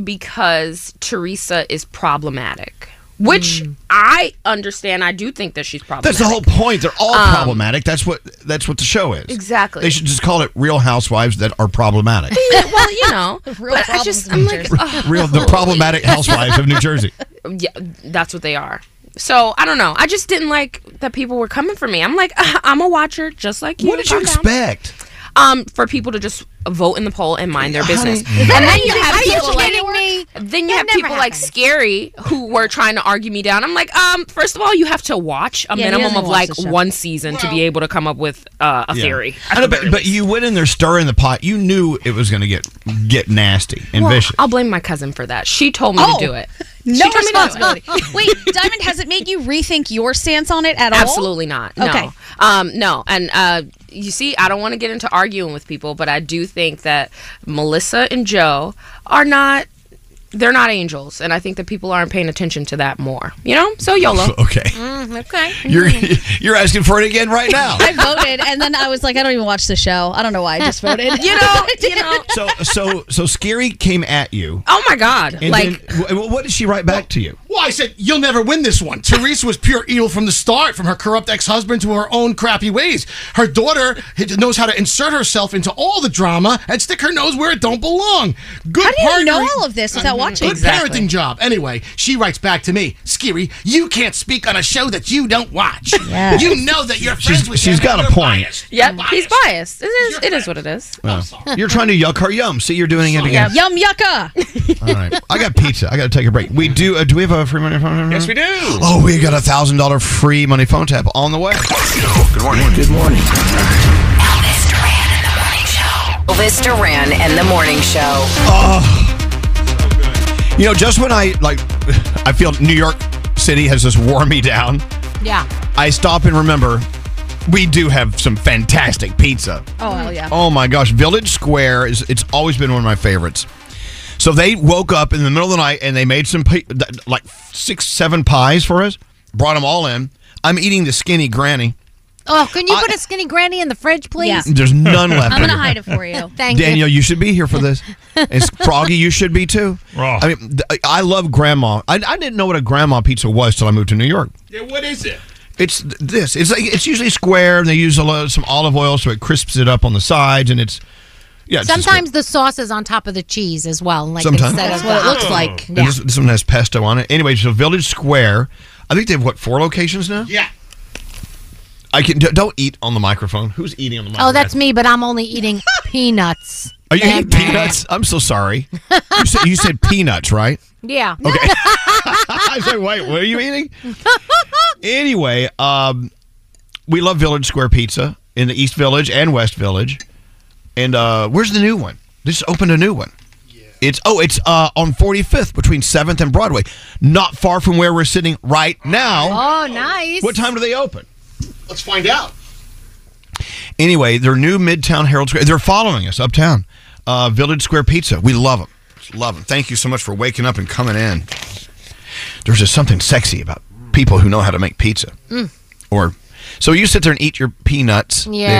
because Teresa is problematic, which I understand. I do think that she's problematic.
That's the whole point. They're all
Um,
problematic. That's what that's what the show is.
Exactly.
They should just call it Real Housewives that are problematic.
Yeah, well, you know, but I just I'm like ugh.
Real the problematic housewives of New Jersey.
yeah, that's what they are. So I don't know. I just didn't like that people were coming for me. I'm like, I'm a watcher, just like you.
What did you
Calm down.
expect?
Um, for people to just vote in the poll and mind their business,
Honey.
and then you
Are
have
you
people like
kidding me?
then you
That
have
never
people like Scary who were trying to argue me down. I'm like, um, first of all, you have to watch a
Yeah, he
minimum
doesn't
of
watch
like
the show.
one season to be able to come up with uh, a
Yeah.
theory.
I know, but, but you went in there stirring the pot. You knew it was going to get get nasty and
Well,
vicious.
I'll blame my cousin for that. She told me
Oh.
to do it.
No
she told me to do it.
responsibility. Wait, Diamond, has it made you rethink your stance on it at all?
Absolutely not. No.
Okay.
Um, no. And uh, you see, I don't want to get into arguing with people, but I do think that Melissa and Joe are not. They're not angels, and I think that people aren't paying attention to that more. You know, so YOLO. Mm.
Okay.
okay.
You're you're asking for it again right now.
I voted, and then I was like, I don't even watch the show. I don't know why I just voted.
You know, you know.
So so so Scary came at you.
Oh my God!
And
like
then, wh- wh- what did she write back to you?
Well, I said, you'll never win this one. Teresa was pure evil from the start, from her corrupt ex husband to her own crappy ways. Her daughter h- knows how to insert herself into all the drama and stick her nose where it don't belong. Good
How do you know
partnering-
all of this without
Mhm.
watching?
Good
Exactly.
parenting job. Anyway, she writes back to me, Skiri, you can't speak on a show that you don't watch.
Yes.
You know that you're friends
She's
with
she's
him
got
and
a
you're
point.
Yep, he's biased. It is, it is what it is.
Oh.
Well, you're trying to yuck her yum. See, you're doing it again.
Yum yucca.
All right. I got pizza. I got to take a break. We do. Uh, do we have a free money phone tap?
Yes, we do.
Oh, we got a thousand dollar free money phone tap on the way. Good morning. Good morning.
Elvis Duran and the Morning Show.
You know, just when I like, I feel New York City has just worn me down.
Yeah.
I stop and remember, we do have some fantastic pizza.
Oh, hell yeah.
Oh my gosh, Village Square is it's always been one of my favorites. So they woke up in the middle of the night and they made some pi- th- like six, seven pies for us. Brought them all in. I'm eating the skinny granny.
Oh, can you put a skinny granny in the fridge, please?
There's none left.
I'm gonna
here.
hide it for you. Thank
Daniel, you. should be here for this. And Froggy, you should be too. I mean, th- I love grandma. I, I didn't know what a grandma pizza was till I moved to New York.
Yeah, what is it?
It's th- this. It's like it's usually square, and they use a lot, some olive oil, so it crisps it up on the sides, and it's yeah. It's just
Sometimes the sauce is on top of the cheese as well. Like
Sometimes.
instead
That's
of
what
the
it looks
option.
like.
Yeah.
And This, this one has pesto on it. Anyway, so Village Square. I think they have what four locations now.
Yeah.
I can d- don't eat on the microphone. Who's eating on the microphone?
Oh, that's me, but I'm only eating peanuts.
Are you eating peanuts? I'm so sorry. You said, you said peanuts, right?
Yeah.
Okay. I said, wait, what are you eating? anyway, um, we love Village Square Pizza in the East Village and West Village. And uh, where's the new one? They just opened a new one. It's oh, it's uh, on 45th between 7th and Broadway, not far from where we're sitting right now.
Oh, nice.
What time do they open?
Let's find out.
Anyway, their new Midtown Herald Square. They're following us uptown. Uh, Village Square Pizza. We love them. Love them. Thank you so much for waking up and coming in. There's just something sexy about people who know how to make pizza.
Mm.
Or so you sit there and eat your peanuts. didn't you?
They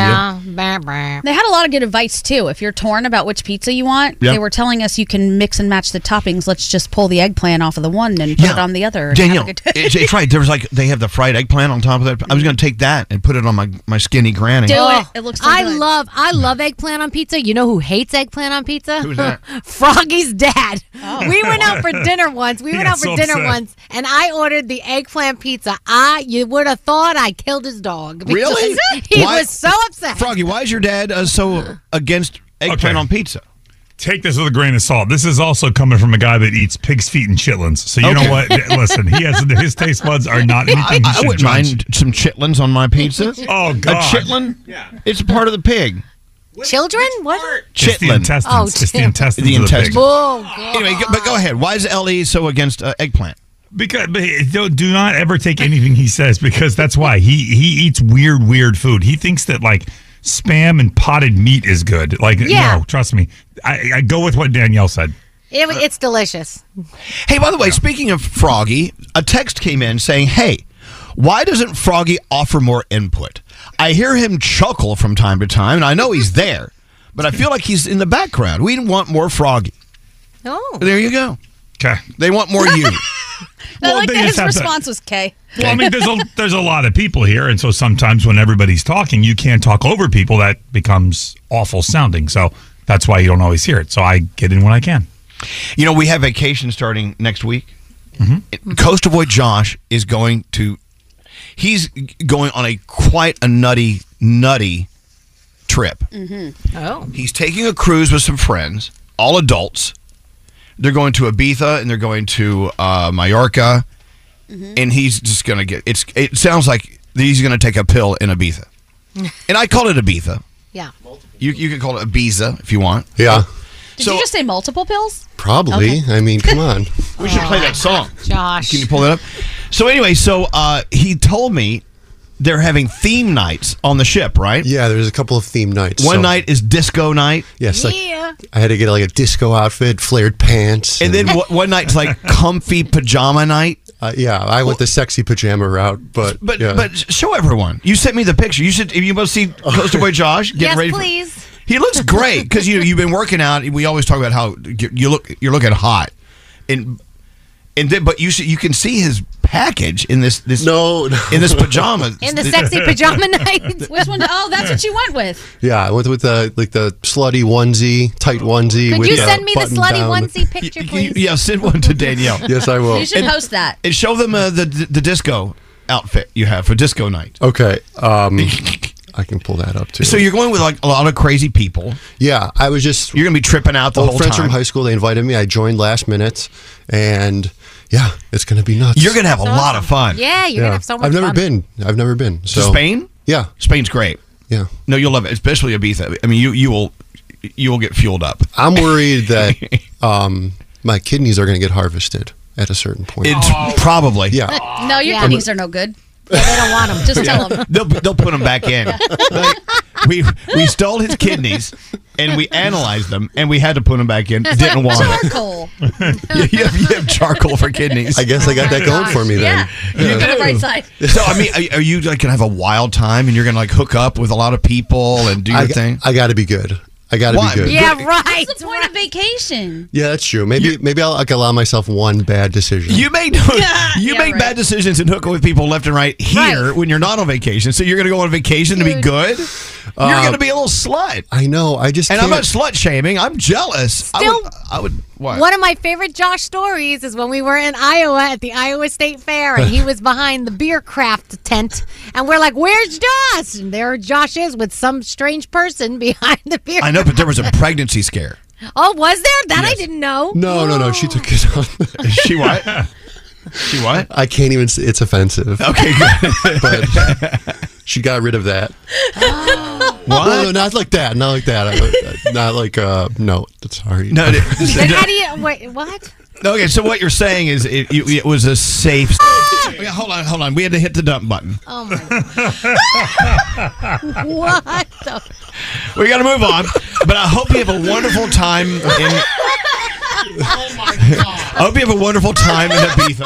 had a lot of good advice too. If you're torn about which pizza you want,
Yeah.
they were telling us you can mix and match the toppings. Let's just pull the eggplant off of the one and put it on the other. and have a
Danielle,
good-
it's, it's right. There was like they have the fried eggplant on top of that. I was going to take that and put it on my my skinny granny.
it. looks. Oh, I love. I love eggplant on pizza. You know who hates eggplant on pizza?
Who's that?
Froggy's dad.
Oh.
We went out for
What?
dinner once. We
He
went
got
out for
so
dinner
upset.
once, and I ordered the eggplant pizza. I you would have thought I killed his dog. because
Really?
He
Why-
was so upset.
Froggy, why is your dad uh, so against eggplant on pizza?
Take this with a grain of salt. This is also coming from a guy that eats pig's feet and chitlins. So you
Okay.
know what? Listen, he has his taste buds are not
I,
anything. you
I
should
wouldn't
judge.
mind some chitlins on my pizza.
Oh
a
God,
chitlin? Yeah, it's part of the pig.
Children? What?
It's the
Chitlin.
intestines.
Oh,
it's the
chitlin.
intestines.
The
of pig.
intestine.
Oh,
Anyway, go, but go ahead. Why is Le so against uh, eggplant?
Because but do, do not ever take anything he says because that's why he he eats weird weird food. He thinks that like spam and potted meat is good. Like
Yeah.
no, trust me. I, I go with what Danielle said.
It,
Uh,
it's delicious.
Hey, by the way, speaking of Froggy, a text came in saying, "Hey, why doesn't Froggy offer more input? I hear him chuckle from time to time, and I know he's there, but I feel like he's in the background. We want more Froggy.
Oh.
There you go.
Okay,
they want more you.
I
Well,
like
they
that
just
his
have to-
response was K.
Well, I mean, there's a there's a lot of people here, and so sometimes when everybody's talking, you can't talk over people. That becomes awful sounding. So that's why you don't always hear it. So I get in when I can.
You know, we have vacation starting next week. Coastal Boy Josh is going to, he's going on a quite a nutty, nutty trip.
Mm-hmm. Oh.
He's taking a cruise with some friends, all adults. They're going to Ibiza and they're going to uh, Mallorca,
Mm-hmm.
and he's just gonna get. It's. It sounds like he's gonna take a pill in Ibiza, and I call it Ibiza.
Yeah.
You you can call it Ibiza if you want.
Yeah,
Did you just say multiple pills?
probably. I mean, come on.
We should play that song.
Josh.
Can you pull that up? So anyway, so uh, he told me they're having theme nights on the ship, right?
Yeah, there's a couple of theme nights.
One
so-
night is disco night.
Yes, like I had to get like a disco outfit, flared pants,
and then one- one night's like comfy pajama night.
Uh, yeah, I went the sexy pajama route, but
But
yeah.
but show everyone. You sent me the picture. You should. You must see Coaster Boy Josh getting
yes,
ready. for-
please.
He looks great because you know, you've been working out. We always talk about how you you look. You're looking hot, and and then, but you should, you can see his package in this this
no,
in this pajama
In the sexy pajama night.
Which one? Oh, that's what you went with.
yeah, I went with the like the slutty onesie, tight onesie.
Could
with
you
the
send me the
button
slutty
down.
onesie picture, please?
Yeah, send one to Danielle.
Yes, I will.
You should
And-
host that.
And show them uh, the the disco outfit you have for disco night.
Okay, um, I can pull that up too.
So you're going with like a lot of crazy people.
Yeah, I was just
you're gonna be tripping out the
old
whole
friends
time.
from high school. They invited me. I joined last minute, and yeah, it's gonna be nuts.
You're gonna have a lot of fun.
Yeah, you're gonna have so much
I've never
fun.
been. I've never been.
To
So
Spain?
Yeah,
Spain's great.
Yeah.
No, you'll love it, especially Ibiza. I mean, you you will you will get fueled up.
I'm worried that um, my kidneys are gonna get harvested at a certain point.
It's probably
yeah.
No, your
Yeah.
kidneys are no good.
they don't want them.
Just tell them.
They'll they'll put them back in. Like, we we stole his kidneys and we analyzed them and we had to put them back in. Didn't want it.
Charcoal.
you, have, you have charcoal for kidneys.
I guess I got that going for me then.
You
On the
do.
bright side.
So I mean, are, are you like gonna have a wild time and you're gonna like hook up with a lot of people and do your
I,
thing?
I got to be good. I got
Why?
to be good.
Yeah, right.
What's the point of vacation?
Yeah, that's true. Maybe maybe I'll like, allow myself one bad decision.
You make you
Yeah,
make
right.
bad decisions and hook up with people left and right here when you're not on vacation. So you're gonna go on vacation to be good. you're
Uh,
gonna be a little slut.
I know. I just
And I'm
can't.
not slut shaming. I'm jealous. I would.
Still-
I would what?
One of my favorite Josh stories is when we were in Iowa at the Iowa State Fair, and he was behind the beer craft tent, and we're like, "Where's Josh?" And there Josh is with some strange person behind the beer.
I know, but there was a pregnancy scare.
Oh, was there? That I didn't know.
no, no, no. She took it on.
She what? she what?
I can't even. s- It's offensive.
Okay, good.
But she got rid of that.
What?
No, no, not like that. Not like that. I- not like. uh No, sorry.
No, it-
Then how do you wait? What?
okay. So what you're saying is it, you- it was a safe. Okay, hold on, hold on. We had to hit the dump button.
Oh my! what? The?
We got to move on. But I hope you have a wonderful time. In, I hope you have a wonderful time in Ibiza.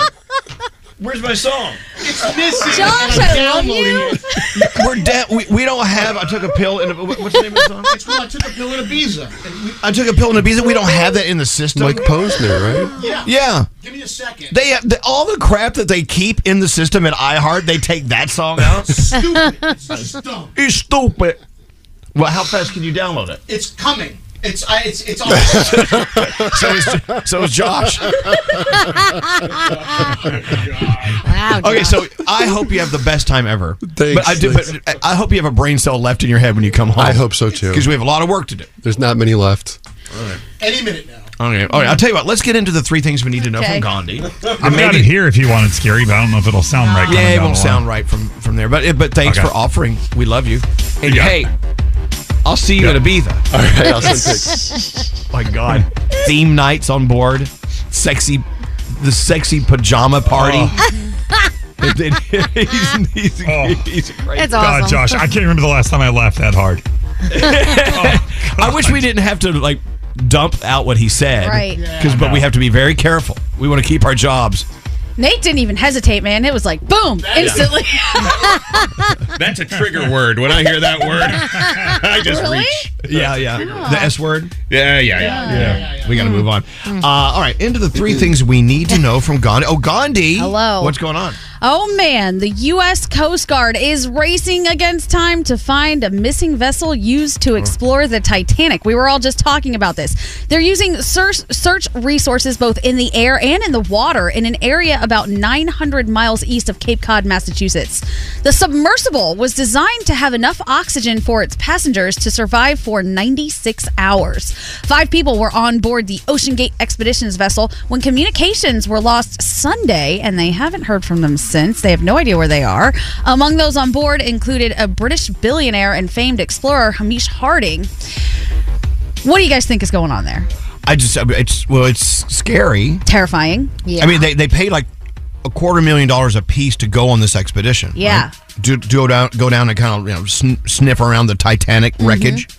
Where's my song?
It's missing.
Josh,
And I'm
I love
downloading
you.
it.
We're dead. We, we don't have. I took a pill in. What's the name of the song?
It's from I took a pill in Ibiza. And we-
I took a pill in Ibiza. We don't have that in the system.
Mike Posner, right?
yeah.
Yeah.
Give me a second.
They have the, all the crap that they keep in the system at iHeart. They take that song out.
Stupid. It's just dumb.
it's stupid. Well, how fast can you download it?
It's coming. It's I, it's it's awesome.
So is, so is Josh.
Wow.
Okay,
Josh.
so I hope you have the best time ever.
Thanks,
but I do.
thanks.
But I hope you have a brain cell left in your head when you come home.
I hope so too.
because we have a lot of work to do.
There's not many left.
Any minute now.
Okay, all right. I'll tell you what. Let's get into the three things we need to know
Okay.
from Gandhi.
I got it here if you want it scary, but I don't know if it'll sound right. coming
Yeah, it
down
won't
the line.
sound right from from there. But but thanks
Okay.
for offering. We love you. And
Yeah.
hey, I'll see you at Ibiza.
All right, I'll send pics.
My God, theme nights on board, sexy, the sexy pajama party.
Oh.
And then he's, he's, he's a great
It's
Oh. God,
awesome.
Josh, I can't remember the last time I laughed that hard.
I wish we didn't have to like dump out what he said.
Right. Yeah.
Because, but we have to be very careful. We want to keep our jobs.
Nate didn't even hesitate, man. It was like boom, instantly.
That's a trigger word. When I hear that word, I just
Really?
reach.
Yeah, yeah. The S word.
Yeah, yeah, yeah. Mm.
We
Mm.
got to move on. Uh, all right, into the three things we need to know from Gandhi. Oh, Gandhi.
Hello.
What's going on?
Oh man, the U.S. Coast Guard is racing against time to find a missing vessel used
Oh.
to explore the Titanic. We were all just talking about this. They're using search, search resources both in the air and in the water in an area about 900 miles east of Cape Cod, Massachusetts. The submersible was designed to have enough oxygen for its passengers to survive for 96 hours. Five people were on board the Ocean Gate Expeditions vessel when communications were lost Sunday, and they haven't heard from them since. They have no idea where they are. Among those on board included a British billionaire and famed explorer, Hamish Harding. What do you guys think is going on there?
I just, I mean, it's, well, it's scary.
Terrifying. Yeah.
I mean, they, they pay like a quarter million dollars a piece to go on this expedition.
Yeah.
right? Do, do go down, go down and kind of you know sn- sniff around the Titanic
Mm-hmm.
wreckage.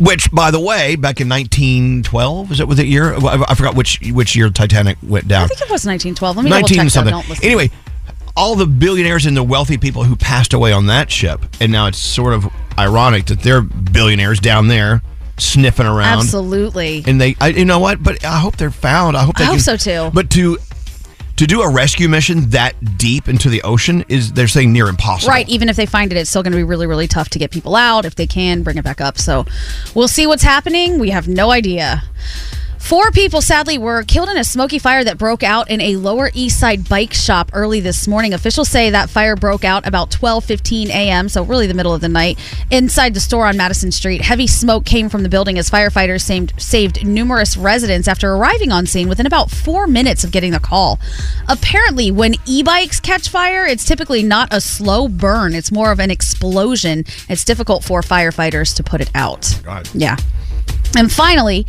Which, by the way, back in 1912, was that was the year? I I forgot which which year Titanic went down.
I think it was 1912. Let me double
19
check.
something.
Though. Don't listen.
Anyway, all the billionaires and the wealthy people who passed away on that ship, and now it's sort of ironic that they're billionaires down there sniffing around.
Absolutely.
And they, I, you know what? But I hope they're found. I hope they
I hope
can-
so, too.
But to to do a rescue mission that deep into the ocean is they're saying near impossible.
Right, even if they find it, it's still going to be really, really tough to get people out. If they can, bring it back up. So we'll see what's happening. We have no idea. Four people sadly were killed in a smoky fire that broke out in a Lower East Side bike shop early this morning. Officials say that fire broke out about 12:15 a.m., so really the middle of the night, inside the store on Madison Street. Heavy smoke came from the building as firefighters saved, saved numerous residents after arriving on scene within about 4 minutes of getting the call. Apparently, when e-bikes catch fire, it's typically not a slow burn, it's more of an explosion. It's difficult for firefighters to put it out.
God.
Yeah. And finally,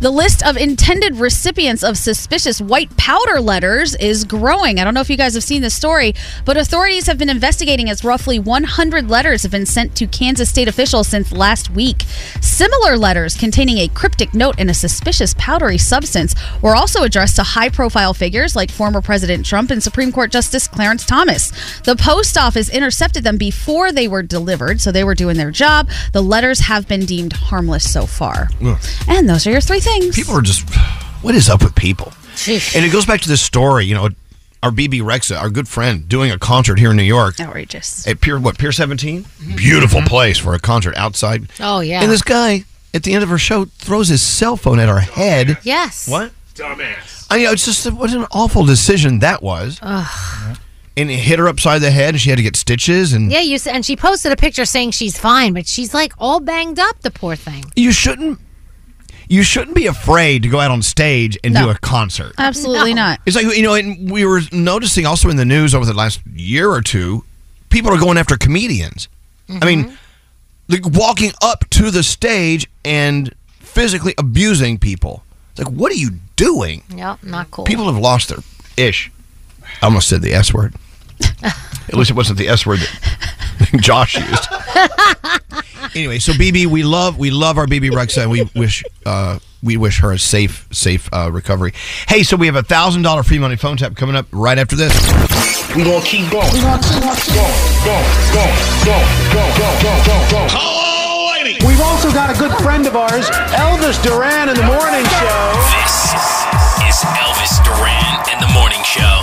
the list of intended recipients of suspicious white powder letters is growing. I don't know if you guys have seen this story, but authorities have been investigating as roughly 100 letters have been sent to Kansas state officials since last week. Similar letters containing a cryptic note and a suspicious powdery substance were also addressed to high profile figures like former President Trump and Supreme Court Justice Clarence Thomas. The post office intercepted them before they were delivered, so they were doing their job. The letters have been deemed harmless so far.
Ugh.
And those are your three things.
People are just, what is up with people? And it goes back to this story, you know, our BB Rexa, our good friend, doing a concert here in New York.
Outrageous.
At Pier, what, Pier 17? Beautiful place for a concert outside.
Mm-hmm. Oh, yeah.
And this guy, at the end of her show, throws his cell phone at our head.
Yes.
What? I know, it's just, what an awful decision that was. And it hit her upside the head, and she had to get stitches. And
Yeah, you s- and she posted a picture saying she's fine, but she's like all banged up. The poor thing.
you shouldn't. You shouldn't be afraid to go out on stage and
No. Um,
do a concert.
Absolutely not.
It's like you know, and we were noticing also in the news over the last year or two, people are going after comedians.
Mm-hmm.
I mean, like walking up to the stage and physically abusing people. It's like, what are you doing?
Yep, not cool.
People have lost their ish. I almost said the S word. At least it wasn't the S word that Josh used. anyway, so BB, we love we love our BB Rexa, and we wish uh, we wish her a safe safe uh, recovery. Hey, so we have a thousand dollar free money phone tap coming up right after this.
We gonna keep going. We gonna keep going, going, going, going, going, going, going, going, going.
We've also got a good friend of ours, Elvis Duran, in the morning show.
This is Elvis Duran and the Morning Show.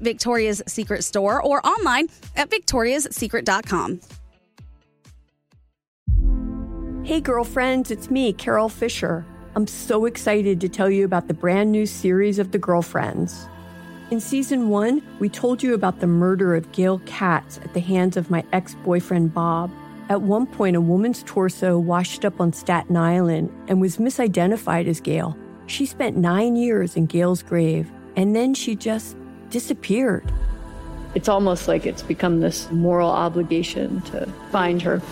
Victoria's Secret store or online at victoriassecret.com.
Hey, girlfriends, it's me, Carol Fisher. I'm so excited to tell you about the brand new series of The Girlfriends. In season one, we told you about the murder of Gail Katz at the hands of my ex boyfriend Bob. At one point, a woman's torso washed up on Staten Island and was misidentified as Gail. She spent nine years in Gail's grave, and then she just disappeared.
It's almost like it's become this moral obligation to find her.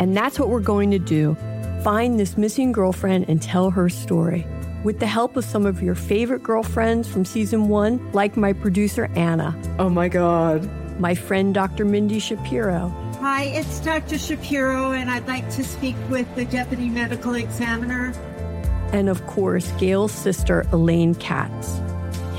And that's what we're going to do find this missing girlfriend and tell her story. With the help of some of your favorite girlfriends from season one, like my producer, Anna. Oh my God. My friend, Dr. Mindy Shapiro.
Hi, it's Dr. Shapiro, and I'd like to speak with the deputy medical examiner.
And of course, Gail's sister, Elaine Katz.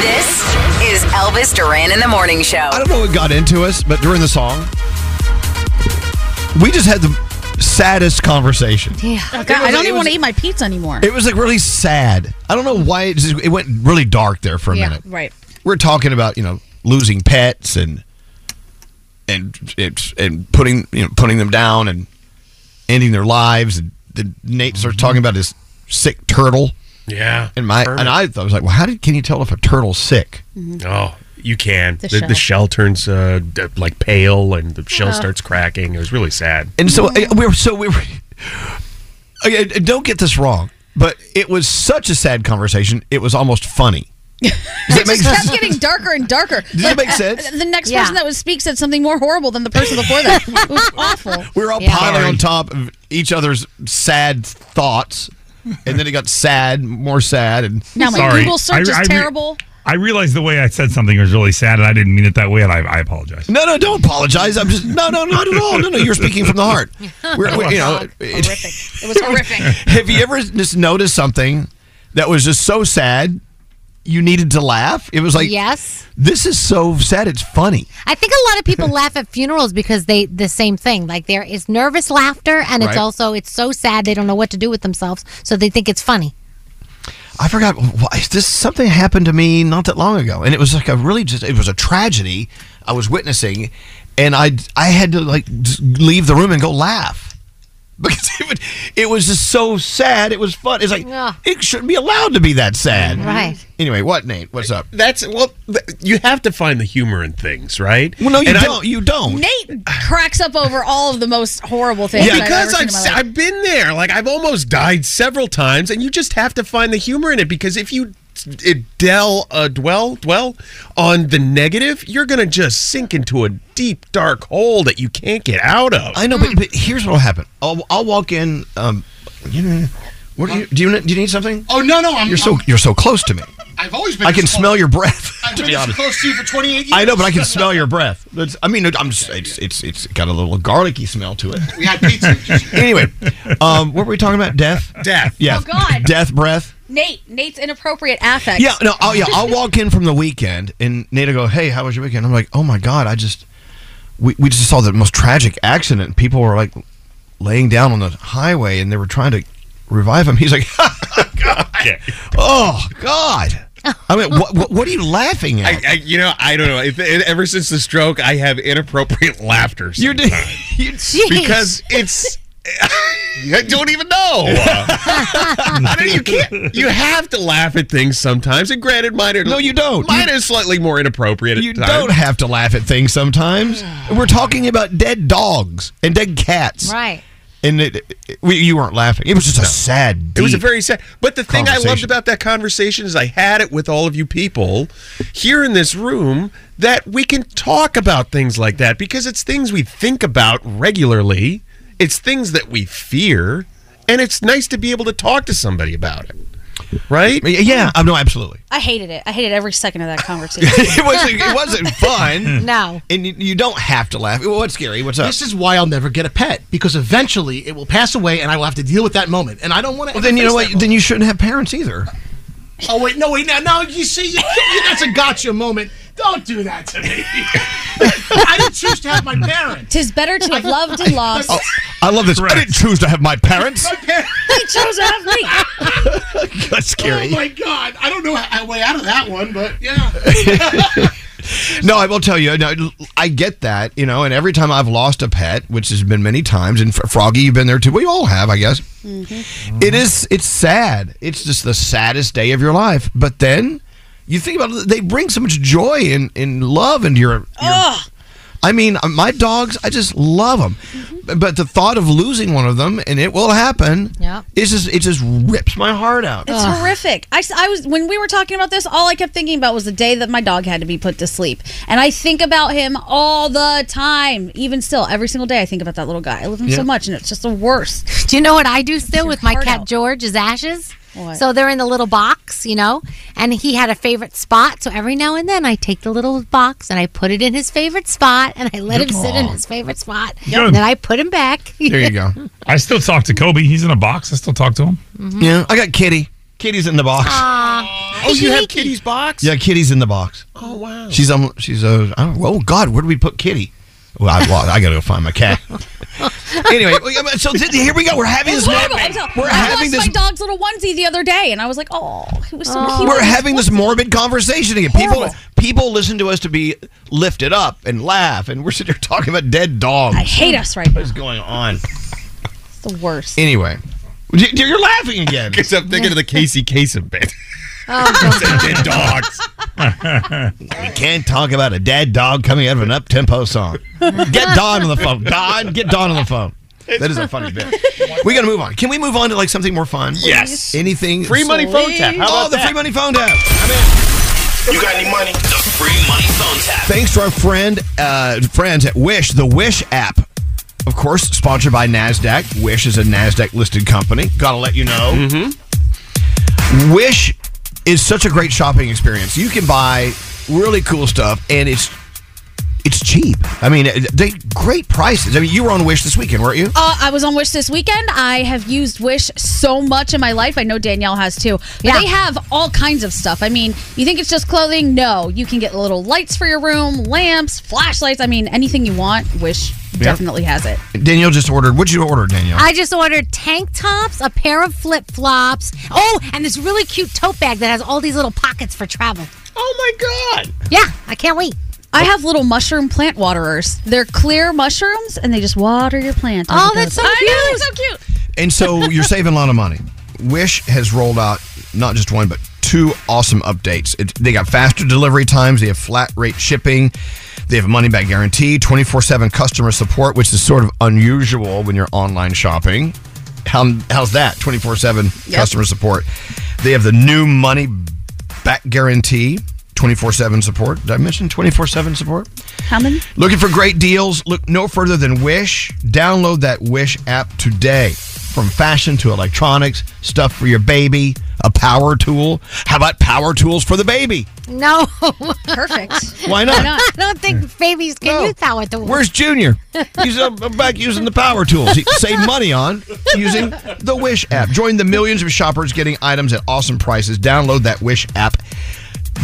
This is Elvis Duran in the morning show.
I don't know what got into us, but during the song, we just had the saddest conversation.
Yeah.
It was-
I don't
it
even
was-
want to eat my pizza anymore.
It was like really sad. I don't know why it, just, it went really dark there for a minute.
Right.
We're talking about you know losing pets and and it's and putting you know putting them down and ending their lives. And then Nate starts talking about his sick turtle.
Mm-hmm. Yeah.
And my and I, I was like, well, how did can you tell if a turtle's sick?
Oh, you can.
Mm-hmm. The
The, the,
shell.
shell turns uh, d- like pale and the shell
Oh.
starts cracking. It was really sad.
And so uh, we were so we were. Okay, uh, don't get this wrong, but it was such a sad conversation. It was almost funny.
it just kept getting darker and darker.
Does that make sense?
The next
Yeah.
person that was speak said something more horrible than the person before that. It was awful.
We were all piling on top of each other's sad thoughts, and then it got sad, more sad, and
Now my Sorry. Google search I- is I re- terrible.
I realized the way I said something was really sad, and I didn't mean it that way, and I, I apologize.
No, no, don't apologize. I'm just no, no, not at all. Oh, No, no, you're speaking from the heart. We're,
Oh,
we- you know, it-
horrific. It was horrific.
have you ever just noticed something that was just so sad you needed to laugh? It was like,
Yes.
this is so sad it's funny.
I think a lot of people laugh at funerals because they the same thing. Like there is nervous laughter, and it's
Right.
also it's so sad they don't know what to do with themselves, so they think it's funny.
I forgot why this something happened to me not that long ago, and it was like a really just it was a tragedy I was witnessing, and I I had to like just leave the room and go laugh because it, would, it was just so sad. It was fun. It's like it shouldn't be allowed to be that sad,
Right.
Anyway, what Nate? What's up?
That's well, th- you have to find the humor in things, right? Well,
no, you don't. you don't.
Nate cracks up over all of the most horrible things.
Well,
I've
because
ever
I've,
seen in
se-
my life.
I've been there. Like I've almost died several times, and you just have to find the humor in it. Because if you it dell uh, dwell dwell on the negative, you're gonna just sink into a deep dark hole that you can't get out of.
I know, but, but here's what'll happen. Oh, I'll, I'll walk in. Um, you know, what do you do? You, do you need something?
Oh no, no, I'm.
you're so
I'm-
you're so close to me.
I've always been.
I can
this
smell
close.
your breath.
I've
to
been
be
this
honest.
close to you for 28 years.
I know, but I can smell your breath. That's, I mean, I'm just, it's, it's it's got a little garlicky smell to it.
We had pizza.
anyway, um, what were we talking about? Death. Death. Yeah.
Oh, God.
Death breath.
Nate, Nate's inappropriate affect.
Yeah. No. Oh, yeah. I'll walk in from the weekend, and Nate will go, "Hey, how was your weekend?" I'm like, "Oh my God, I just we we just saw the most tragic accident. People were like laying down on the highway, and they were trying to revive him. He's like, "Oh God." I mean, what, what, what are you laughing at?
I, I, you know, I don't know. If, ever since the stroke, I have inappropriate laughter.
You're doing
Jeez.
because it's. I don't even know. I don't, you can't. Oh, uh, You have to laugh at things sometimes. And granted, mine are
No, you don't.
Mine is slightly more inappropriate. At
You
times.
don't have to laugh at things sometimes. We're talking about dead dogs and dead cats.
Right.
And it, it- we, you weren't laughing. It was just a sad.
It was a
deep-
very sad. But the thing I loved
conversation.
about that conversation is I had it with all of you people here in this room that we can talk about things like that because it's things we think about regularly, it's things that we fear, and it's nice to be able to talk to somebody about it. Right?
Yeah, no, absolutely.
I hated it. I hated every second of that conversation.
it wasn't. It wasn't fun.
No.
And you, you don't have to laugh. Well, What's scary? What's up?
This is why I'll never get a pet because eventually it will pass away and I will have to deal with that moment. And I don't want to.
well, then you know what? Then you shouldn't have parents either.
Oh wait, no wait, now, now you see, you, you, that's a gotcha moment. Don't do that to me. I didn't choose to have my parents.
Tis better to have loved and lost.
Oh, I love this. I didn't choose to have my parents.
My parents.
They chose to have me.
That's
Oh
scary.
my god, I don't know how, way out of that one, but yeah.
no, I will tell you. No, I get that, you know. And every time I've lost a pet, which has been many times, and Fr- Froggy, you've been there too. We all have, I guess. It is. It's sad. It's just the saddest day of your life. But then you think about it, they bring so much joy and, and love into your. your I mean, uh, my dogs. I just love them.
Mm-hmm.
But the thought of losing one of them, and it will happen.
Yeah.
It's just it just rips my heart out.
It's horrific. I, s- I was when we were talking about this, all I kept thinking about was the day that my dog had to be put to sleep, and I think about him all the time. Even still, every single day, I think about that little guy. I love him
Yeah.
so much, and it's just the worst.
Do you know what I do still with my cat George is ashes? So they're in the little box, you know, and he had a favorite spot. So every now and then I take the little box and I put it in his favorite spot and I let
Good
him sit in
dog.
his favorite spot.
Good.
And then I put him back.
I still talk to Kobe. He's in a box. I still talk to him.
Mhm.
Yeah, I got Kitty. Kitty's in the box.
Aw.
Oh, you have
Sneaky.
Kitty's box?
Yeah, Kitty's in the box.
Oh, wow.
She's um, she's uh, I don't, oh God, where do we put Kitty? Well, I, well, I gotta go find my cat. anyway, we- so th- here we go. We're having
It's
this.
horrible. I'm
Morbid,
tell-
we're
I
having
lost
this.
my dog's little onesie the other day, and I was like, oh, he was so cute.
We're having this morbid conversation again. People,
Horrible.
people listen to us to be lifted up and laugh, and we're sitting here talking about dead dogs.
I hate us right now.
What's going on?
It's the worst.
Anyway, Y- you're laughing again.
Because I'm thinking of the Casey Kasem bit.
Oh,
dead dogs. we can't talk about a dead dog coming out of an up-tempo song. Get Don on the phone. Don, get Don on the phone. That is a funny bit. We got to move on. Can we move on to like something more fun?
Yes.
Anything?
Free money phone tap. How
oh,
about
the
that?
free money phone tap.
You got any money? The free money phone tap.
Thanks to our friend, uh, friends at Wish, the Wish app. Of course, sponsored by NASDAQ. Wish is a NASDAQ listed company. Gotta let you know. Mm-hmm. Wish is such a great shopping experience. You can buy really cool stuff, and it's it's cheap. I mean, they great prices. I mean, you were on Wish this weekend, weren't you?
Uh, I was on Wish this weekend. I have used Wish so much in my life. I know Danielle has too. But They have all kinds of stuff. I mean, you think it's just clothing? No. You can get little lights for your room, lamps, flashlights. I mean, anything you want, Wish
Yeah.
definitely has it.
Danielle just ordered. What'd you order, Danielle?
I just ordered tank tops, a pair of flip flops. Oh, and this really cute tote bag that has all these little pockets for travel.
Oh my God.
Yeah, I can't wait.
I have little mushroom plant waterers. They're clear mushrooms and they just water your plant.
Oh, that's so
I know,
cute.
it's so cute.
And so you're saving a lot of money. Wish has rolled out not just one, but two awesome updates. It, they got faster delivery times, they have flat rate shipping, they have a money back guarantee, 24 7 customer support, which is sort of unusual when you're online shopping. How, how's that? 24 7
Yep.
customer support. They have the new money back guarantee, 24 7 support. Did I mention 24 7 support?
How many?
Looking for great deals? Look no further than Wish. Download that Wish app today. From fashion to electronics, stuff for your baby, a power tool. How about power tools for the baby?
No. Perfect.
Why not? Hmm.
I don't think babies can use power tools.
Where's Junior? He's up up back using the power tools. He saved money on using the Wish app. Join the millions of shoppers getting items at awesome prices. Download that Wish app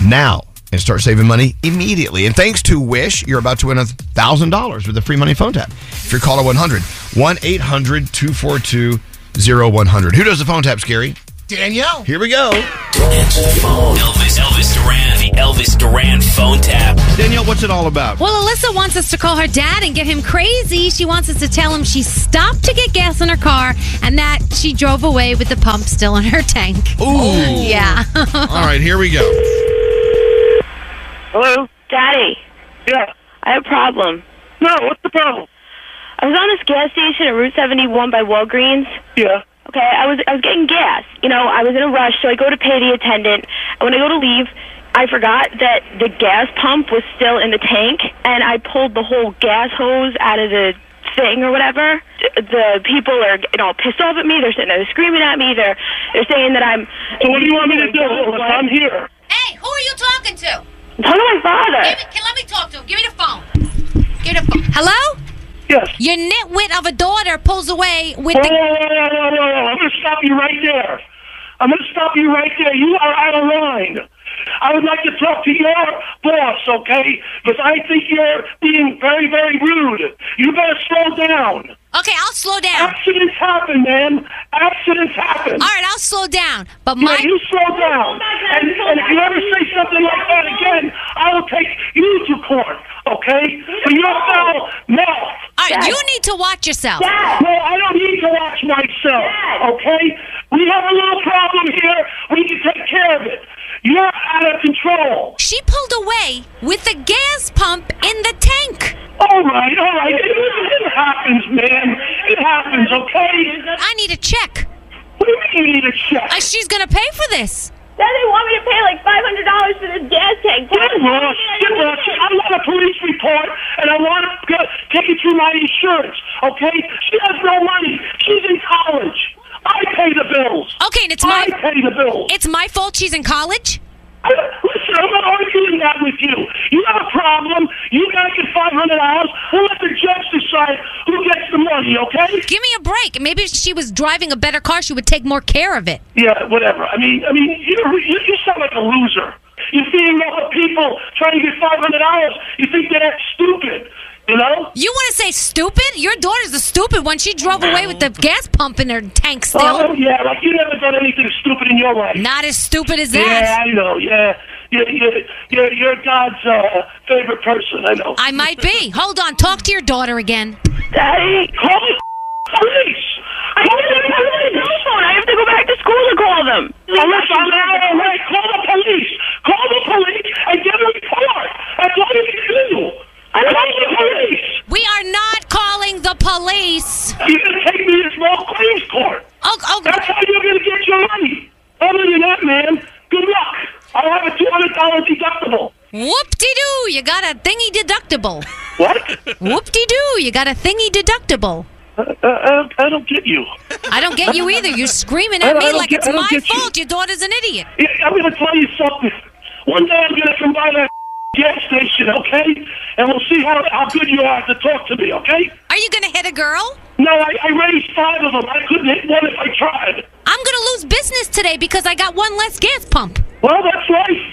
now and start saving money immediately. And thanks to Wish, you're about to win $1,000 with a free money phone tap. If you're caller 100, 1 800 242 0100. Who does the phone tap, Scary?
Danielle.
Here we go.
Answer the phone. Elvis, Elvis Duran, the Elvis Duran phone tap.
Danielle, what's it all about?
Well, Alyssa wants us to call her dad and get him crazy. She wants us to tell him she stopped to get gas in her car and that she drove away with the pump still in her tank.
Ooh.
Yeah.
All right, here we go.
Hello? Daddy. Yeah. I have a problem. No, what's the problem? I was on this gas station at Route 71 by Walgreens. Yeah. Okay, I was I was getting gas. You know, I was in a rush, so I go to pay the attendant. And when I go to leave, I forgot that the gas pump was still in the tank, and I pulled the whole gas hose out of the thing or whatever. The people are getting all pissed off at me. They're sitting there screaming at me. They're they're saying that I'm.
So what do you want me to do? I'm here.
Hey, who are you talking to?
Tell my father.
Give me, can, let me talk to him. Give me the phone. Give me the phone. Hello?
Yes.
Your nitwit of a daughter pulls away with
Whoa,
the.
whoa, whoa, whoa, whoa, whoa, whoa. I'm going to stop you right there. I'm going to stop you right there. You are out of line. I would like to talk to your boss, okay? Because I think you're being very, very rude. You better slow down.
Okay, I'll slow down.
Accidents happen, man. Accidents happen. All
right, I'll slow down. But
my you slow down. And, and if you ever say something like that again, I will take you to court, okay? For your foul mouth.
All right, you need to watch yourself.
No, I don't need to watch myself. Okay? We have a little problem here. We need to take care of it. You're out of control.
She pulled away with the gas pump in the tank.
All right, Oh, all right. It, it happens, man. It happens, okay?
I need a check.
What do you mean you need a check?
Uh, she's going to pay for this.
Dad, they want me to pay like five hundred dollars for this gas tank.
Get lost. Get lost. I want a police report, and I want to go, take it through my insurance, okay? She has no money. She's in college. I pay the bills.
Okay, and it's my
I pay the bills.
It's my fault she's in college.
Listen, I'm not arguing that with you. You have a problem. You guys get five hundred dollars. We'll let the judge decide who gets the money. Okay?
Give me a break. Maybe if she was driving a better car, she would take more care of it.
Yeah, whatever. I mean, I mean, you you, you sound like a loser. You're feeding other people trying to get five hundred dollars. You think they're that stupid? You know?
You want to say stupid? Your daughter's a stupid one. She drove away with the gas pump in her tank still.
Oh yeah, like you never done anything stupid in your life.
Not as stupid as
Yeah,
that.
I know. Yeah, you're you're you're, you're God's uh, favorite person. I know.
I might be. Hold on. Talk to your daughter again.
Daddy, call the police. I call the police.
I have to go back to school to call them.
Unless I'm out of way, call the police. Call the police and get a report. That's all you can do. Call the police.
We are not calling the police.
You're going to take me to small claims court.
Oh, oh.
That's how you're going to get your money. Other than that, man, good luck. I have a $200 deductible.
Whoop de doo. You got a thingy deductible.
What?
Whoop de doo. You got a thingy deductible.
Uh, uh, I don't get you.
I don't get you either. You're screaming
I
at
don't- I
me
don't
like
get-
it's
I don't
my
get you.
fault. Your daughter's an idiot.
Yeah, I'm going to tell you something. One day I'm going to come by that gas station, okay? And we'll see how, how good you are to talk to me, okay?
Are you going to hit a girl?
No, I, I raised five of them. I couldn't hit one if I tried.
I'm going to lose business today because I got one less gas pump.
Well, that's life.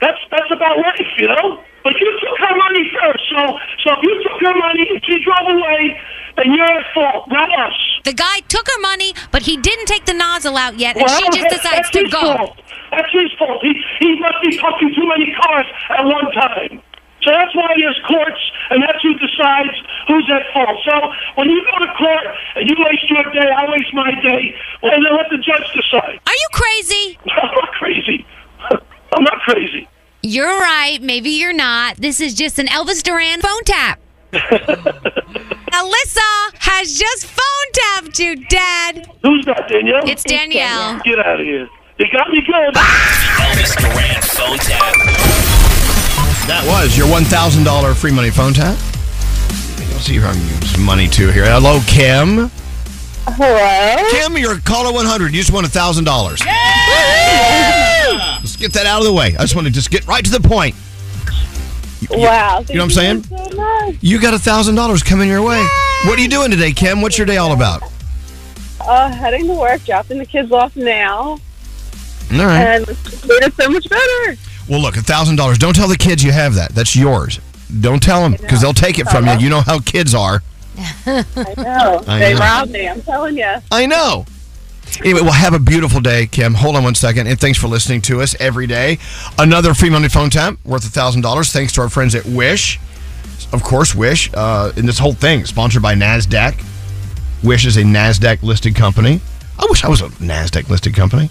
That's that's about life, you know. But you took her money first, so so if you took her money and she drove away, then you're at fault, not us.
The guy took her money, but he didn't take the nozzle out yet, and she just
that's-
decides
that's
to
his
go.
Fault. That's his fault. He he must be fucking too many cars at one time. So that's why there's courts, and that's who decides who's at fault. So when you go to court and you waste your day, I waste my day. Well, then let the judge decide.
Are you crazy?
I'm not crazy. I'm not crazy.
You're right. Maybe you're not. This is just an Elvis Duran phone tap. Alyssa has just phone tapped you, Dad.
Who's that, Danielle?
It's Danielle.
Get out of here. You got me good.
Elvis Duran phone tap.
That was your $1,000 free money phone tap. Let's see if I can give some money too here. Hello, Kim.
Hello.
Kim, you're caller 100. You just won $1,000. Let's get that out of the way. I just want to just get right to the point.
Wow.
You know what I'm saying? You got $1,000 coming your way. What are you doing today, Kim? What's your day all about?
Uh, heading to work, dropping the kids off now,
All right.
and it's made it Um, so much better.
Well, look, thousand dollars. Don't tell the kids you have that. That's yours. Don't tell them because they'll take it
Uh-huh.
from you. You know how kids are.
I know.
I
they
know.
robbed me. I'm telling you.
I know. Anyway, well, have a beautiful day, Kim. Hold on one second, and thanks for listening to us every day. Another free money phone tap worth thousand dollars, thanks to our friends at Wish. Of course, Wish. Uh, and this whole thing sponsored by Nasdaq. Wish is a Nasdaq listed company. I wish I was a Nasdaq listed company.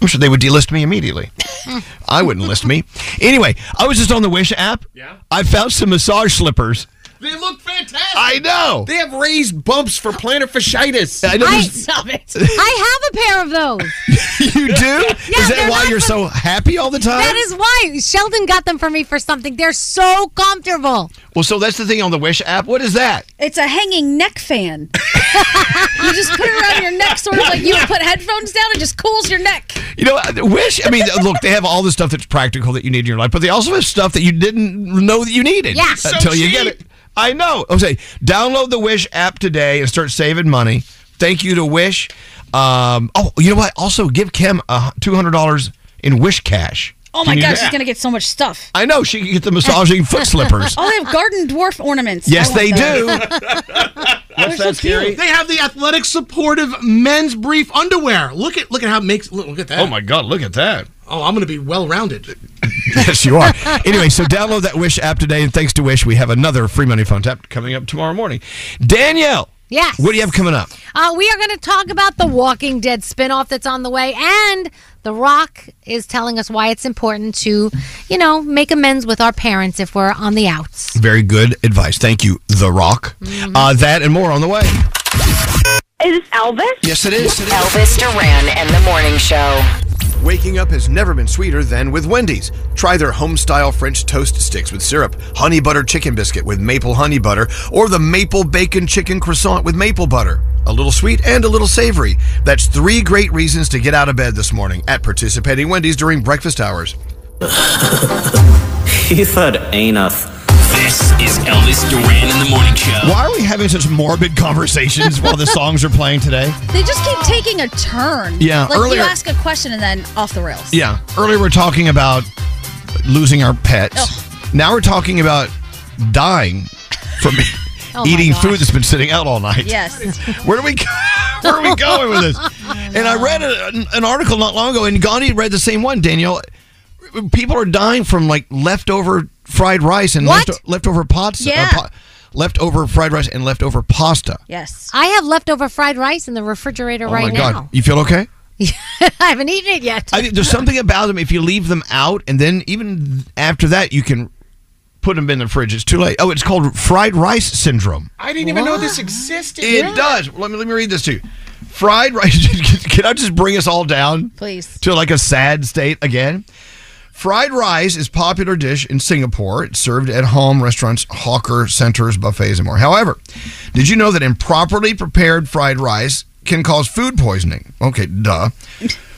I'm sure they would delist me immediately. I wouldn't list me. Anyway, I was just on the Wish app. Yeah. I found some massage slippers.
They look fantastic.
I know.
They have raised bumps for plantar fasciitis.
I know there's-
Stop it. I have a pair of those.
You do? is that
they're
why
not
you're
for-
so happy all the time?
That is why Sheldon got them for me for something. They're so comfortable.
Well, so that's the thing on the Wish app. What is that?
It's a hanging neck fan. you just put it around your neck, sort of like you would put headphones down. It just cools your neck.
You know, uh, Wish. I mean, look, they have all the stuff that's practical that you need in your life, but they also have stuff that you didn't know that you needed
Yeah. So
until you get it. I know. I say, download the Wish app today and start saving money. Thank you to Wish. Um, oh, you know what? Also, give Kim uh, two hundred dollars in Wish cash.
Oh my
Can you
God,
do
she's
that?
gonna get so much stuff.
I know she can get the massaging foot slippers.
Oh, they have garden dwarf ornaments.
Yes,
I want
they
those.
What's that, Gary?
They have the athletic supportive men's brief underwear. Look at look at how it makes look, look at that.
Oh my God! Look at that.
Oh, I'm gonna be well rounded.
yes, you are. Anyway, so download that Wish app today, and thanks to Wish, we have another free money phone tap coming up tomorrow morning. Danielle,
Yes.
what do you have coming up?
Uh, we are going to talk about the Walking Dead spinoff that's on the way, and The Rock is telling us why it's important to, you know, make amends with our parents if we're on the outs.
Very good advice. Thank you, The Rock.
Mm-hmm.
Uh, that and more on the way.
Is this Elvis?
Yes, it is. It is.
Elvis Duran and the Morning Show.
Waking up has never been sweeter than with Wendy's. Try their home style French toast sticks with syrup, honey butter chicken biscuit with maple honey butter, or the maple bacon chicken croissant with maple butter. A little sweet and a little savory. That's three great reasons to get out of bed this morning at participating Wendy's during breakfast hours.
He said anus. This is Elvis Duran in the Morning Show.
Why are we having such morbid conversations while the songs are playing today?
They just keep taking a turn.
Yeah,
like
earlier-
you ask a question and then off the rails.
Yeah. Earlier we are talking about losing our pets. Now we're talking about dying from
Oh my
eating
gosh.
food that's been sitting out all night.
Yes.
Where do we go? Where are we going with this? And I read a, an- an article not long ago, and Gandhi read the same one. Daniel, people are dying from like leftover fried rice and
What?
lefto- leftover pots, uh,
Yeah.
po- leftover fried rice and leftover pasta.
Yes.
I have leftover fried rice in the refrigerator
oh
right
my god,
now.
you feel okay?
I haven't eaten it yet.
I, there's something about them. If you leave them out, and then even after that, you can put them in the fridge. It's too late. Oh, it's called fried rice syndrome.
I didn't even know this existed.
It does. Let me let me read this to you. Fried rice. Can I just bring us all down,
please,
to like a sad state again? Fried rice is popular dish in Singapore. It's served at home restaurants, hawker centers, buffets, and more. However, did you know that improperly prepared fried rice can cause food poisoning. Okay, duh.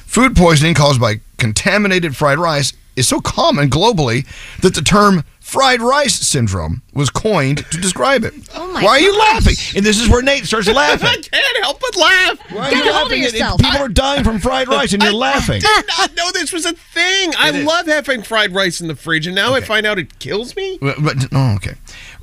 food poisoning caused by contaminated fried rice is so common globally that the term fried rice syndrome was coined to describe it.
Oh my
Why are you
gosh.
laughing? And this is where Nate starts laughing.
can't help but laugh.
Why are you laughing? It- it- people are dying from fried rice, and you're laughing.
I did not know this was a thing. I
It is.
love having fried rice in the fridge, and now I find out it kills me.
But, but- oh, okay.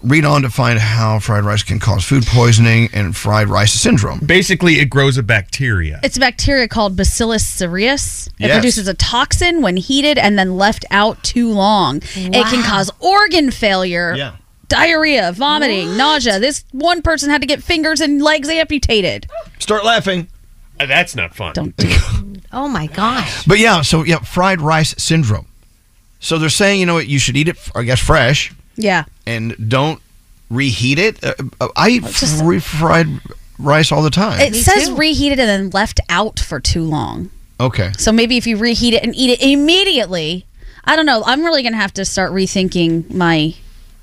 Read on to find how fried rice can cause food poisoning and fried rice syndrome.
Basically, it grows a bacteria.
It's a bacteria called Bacillus cereus. It
Yes.
produces a toxin when heated and then left out too long. It can
Wow.
cause organ failure. Diarrhea, vomiting, nausea. This one person had to get fingers and legs amputated.
Start laughing.
Uh, that's not fun.
Don't do
Oh my gosh.
But yeah, so yeah, fried rice syndrome. So they're saying, you know what, you should eat it, I guess, fresh
Yeah.
and don't reheat it. Uh, uh, I eat fr- fried rice all the time.
It says reheated and then left out for too long.
okay.
So maybe if you reheat it and eat it immediately, I don't know. I'm really going to have to start rethinking my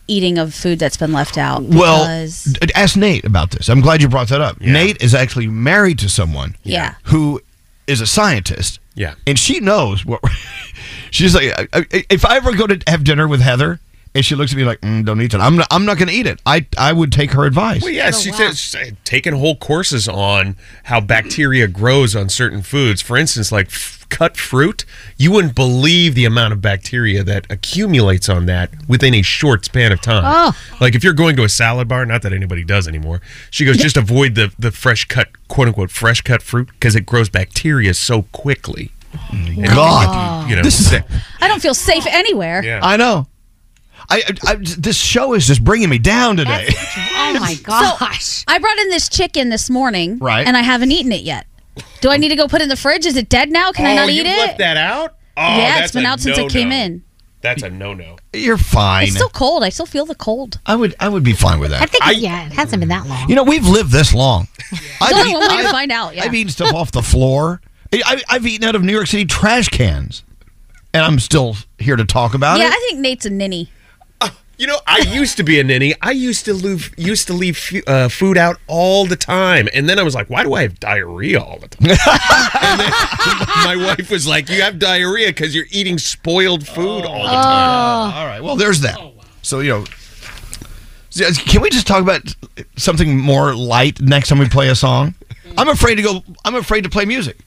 eating of food that's been left out.
Well,
because-
d- ask Nate about this. I'm glad you brought that up. Nate is actually married to someone
Yeah.
who is a scientist.
Yeah.
And she knows what. she's like, I- I- if I ever go to have dinner with Heather and she looks at me like, mm, don't eat that, I'm not, I'm not going to eat it. I, I would take her advice.
Well, yes, she's she's taken whole courses on how bacteria grows on certain foods. For instance, like f- cut fruit, you wouldn't believe the amount of bacteria that accumulates on that within a short span of time.
Oh.
Like if you're going to a salad bar, not that anybody does anymore. She goes, just avoid the the fresh cut, quote unquote, fresh cut fruit because it grows bacteria so quickly. And
Oh God.
you know,
This is-
I don't feel safe anywhere.
I know. I, I, I- this show is just bringing me down today.
Oh
my
gosh. I brought in this chicken this morning.
Right.
And I haven't eaten it yet. Do I need to go put it in the fridge? Is it dead now? Can I
Oh,
not
you
eat it?
left that out? Oh,
yeah,
that's
it's been
a
out since it came
no-no.
in.
That's a no no.
You're fine.
It's still cold. I still feel the cold.
I would I would be fine with that.
I think, yeah, it hasn't been that long.
You know, we've lived this long.
It's
I've,
only
eat-
one way to
I've-
find out. Yeah.
I've eaten stuff off the floor. I, I, I've eaten out of New York City trash cans, and I'm still here to talk about
yeah,
it.
I think Nate's a ninny.
You know, I used to be a ninny. I used to leave used to leave fu- uh, food out all the time, and then I was like, "Why do I have diarrhea all the time?" and then my wife was like, "You have diarrhea because you're eating spoiled food all the time."
Oh. All right. Well, there's that. So you know, s- can we just talk about something more light next time we play a song? I'm afraid to go. I'm afraid to play music.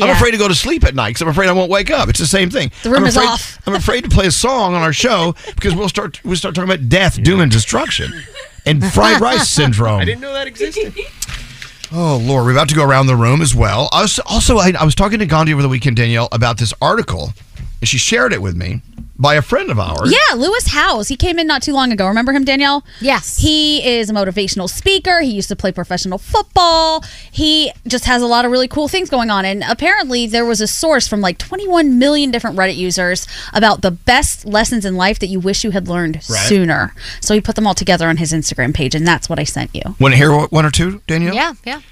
I'm
Yeah.
afraid to go to sleep at night because I'm afraid I won't wake up. It's the same thing.
The room
I'm
is
afraid-
off.
I'm afraid to play a song on our show because we'll start we will start talking about death, doom, and destruction, and fried rice syndrome.
I didn't know that existed.
Oh Lord, we're about to go around the room as well. I was, also, I, I was talking to Gandhi over the weekend, Danielle, about this article, and she shared it with me by a friend of ours.
Yeah, Lewis Howes. He came in not too long ago. Remember him, Danielle? Yes. He is a motivational speaker. He used to play professional football. He just has a lot of really cool things going on. And apparently, there was a source from like 21 million different Reddit users about the best lessons in life that you wish you had learned
Right.
sooner. So he put them all together on his Instagram page, and that's what I sent you.
Want to hear one or two, Danielle?
Yeah, yeah.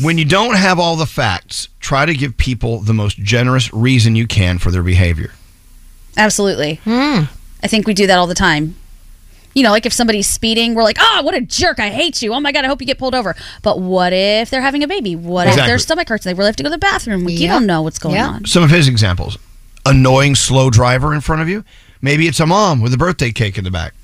When you don't have all the facts, try to give people the most generous reason you can for their behavior.
Absolutely.
Hmm.
I think we do that all the time. You know, like if somebody's speeding, we're like, oh, what a jerk. I hate you. Oh my God, I hope you get pulled over. But what if they're having a baby? What if
Exactly.
their stomach hurts and they really have to go to the bathroom? Like, You
Yep.
don't know what's going
Yep.
on.
Some of his examples annoying slow driver in front of you. Maybe it's a mom with a birthday cake in the back.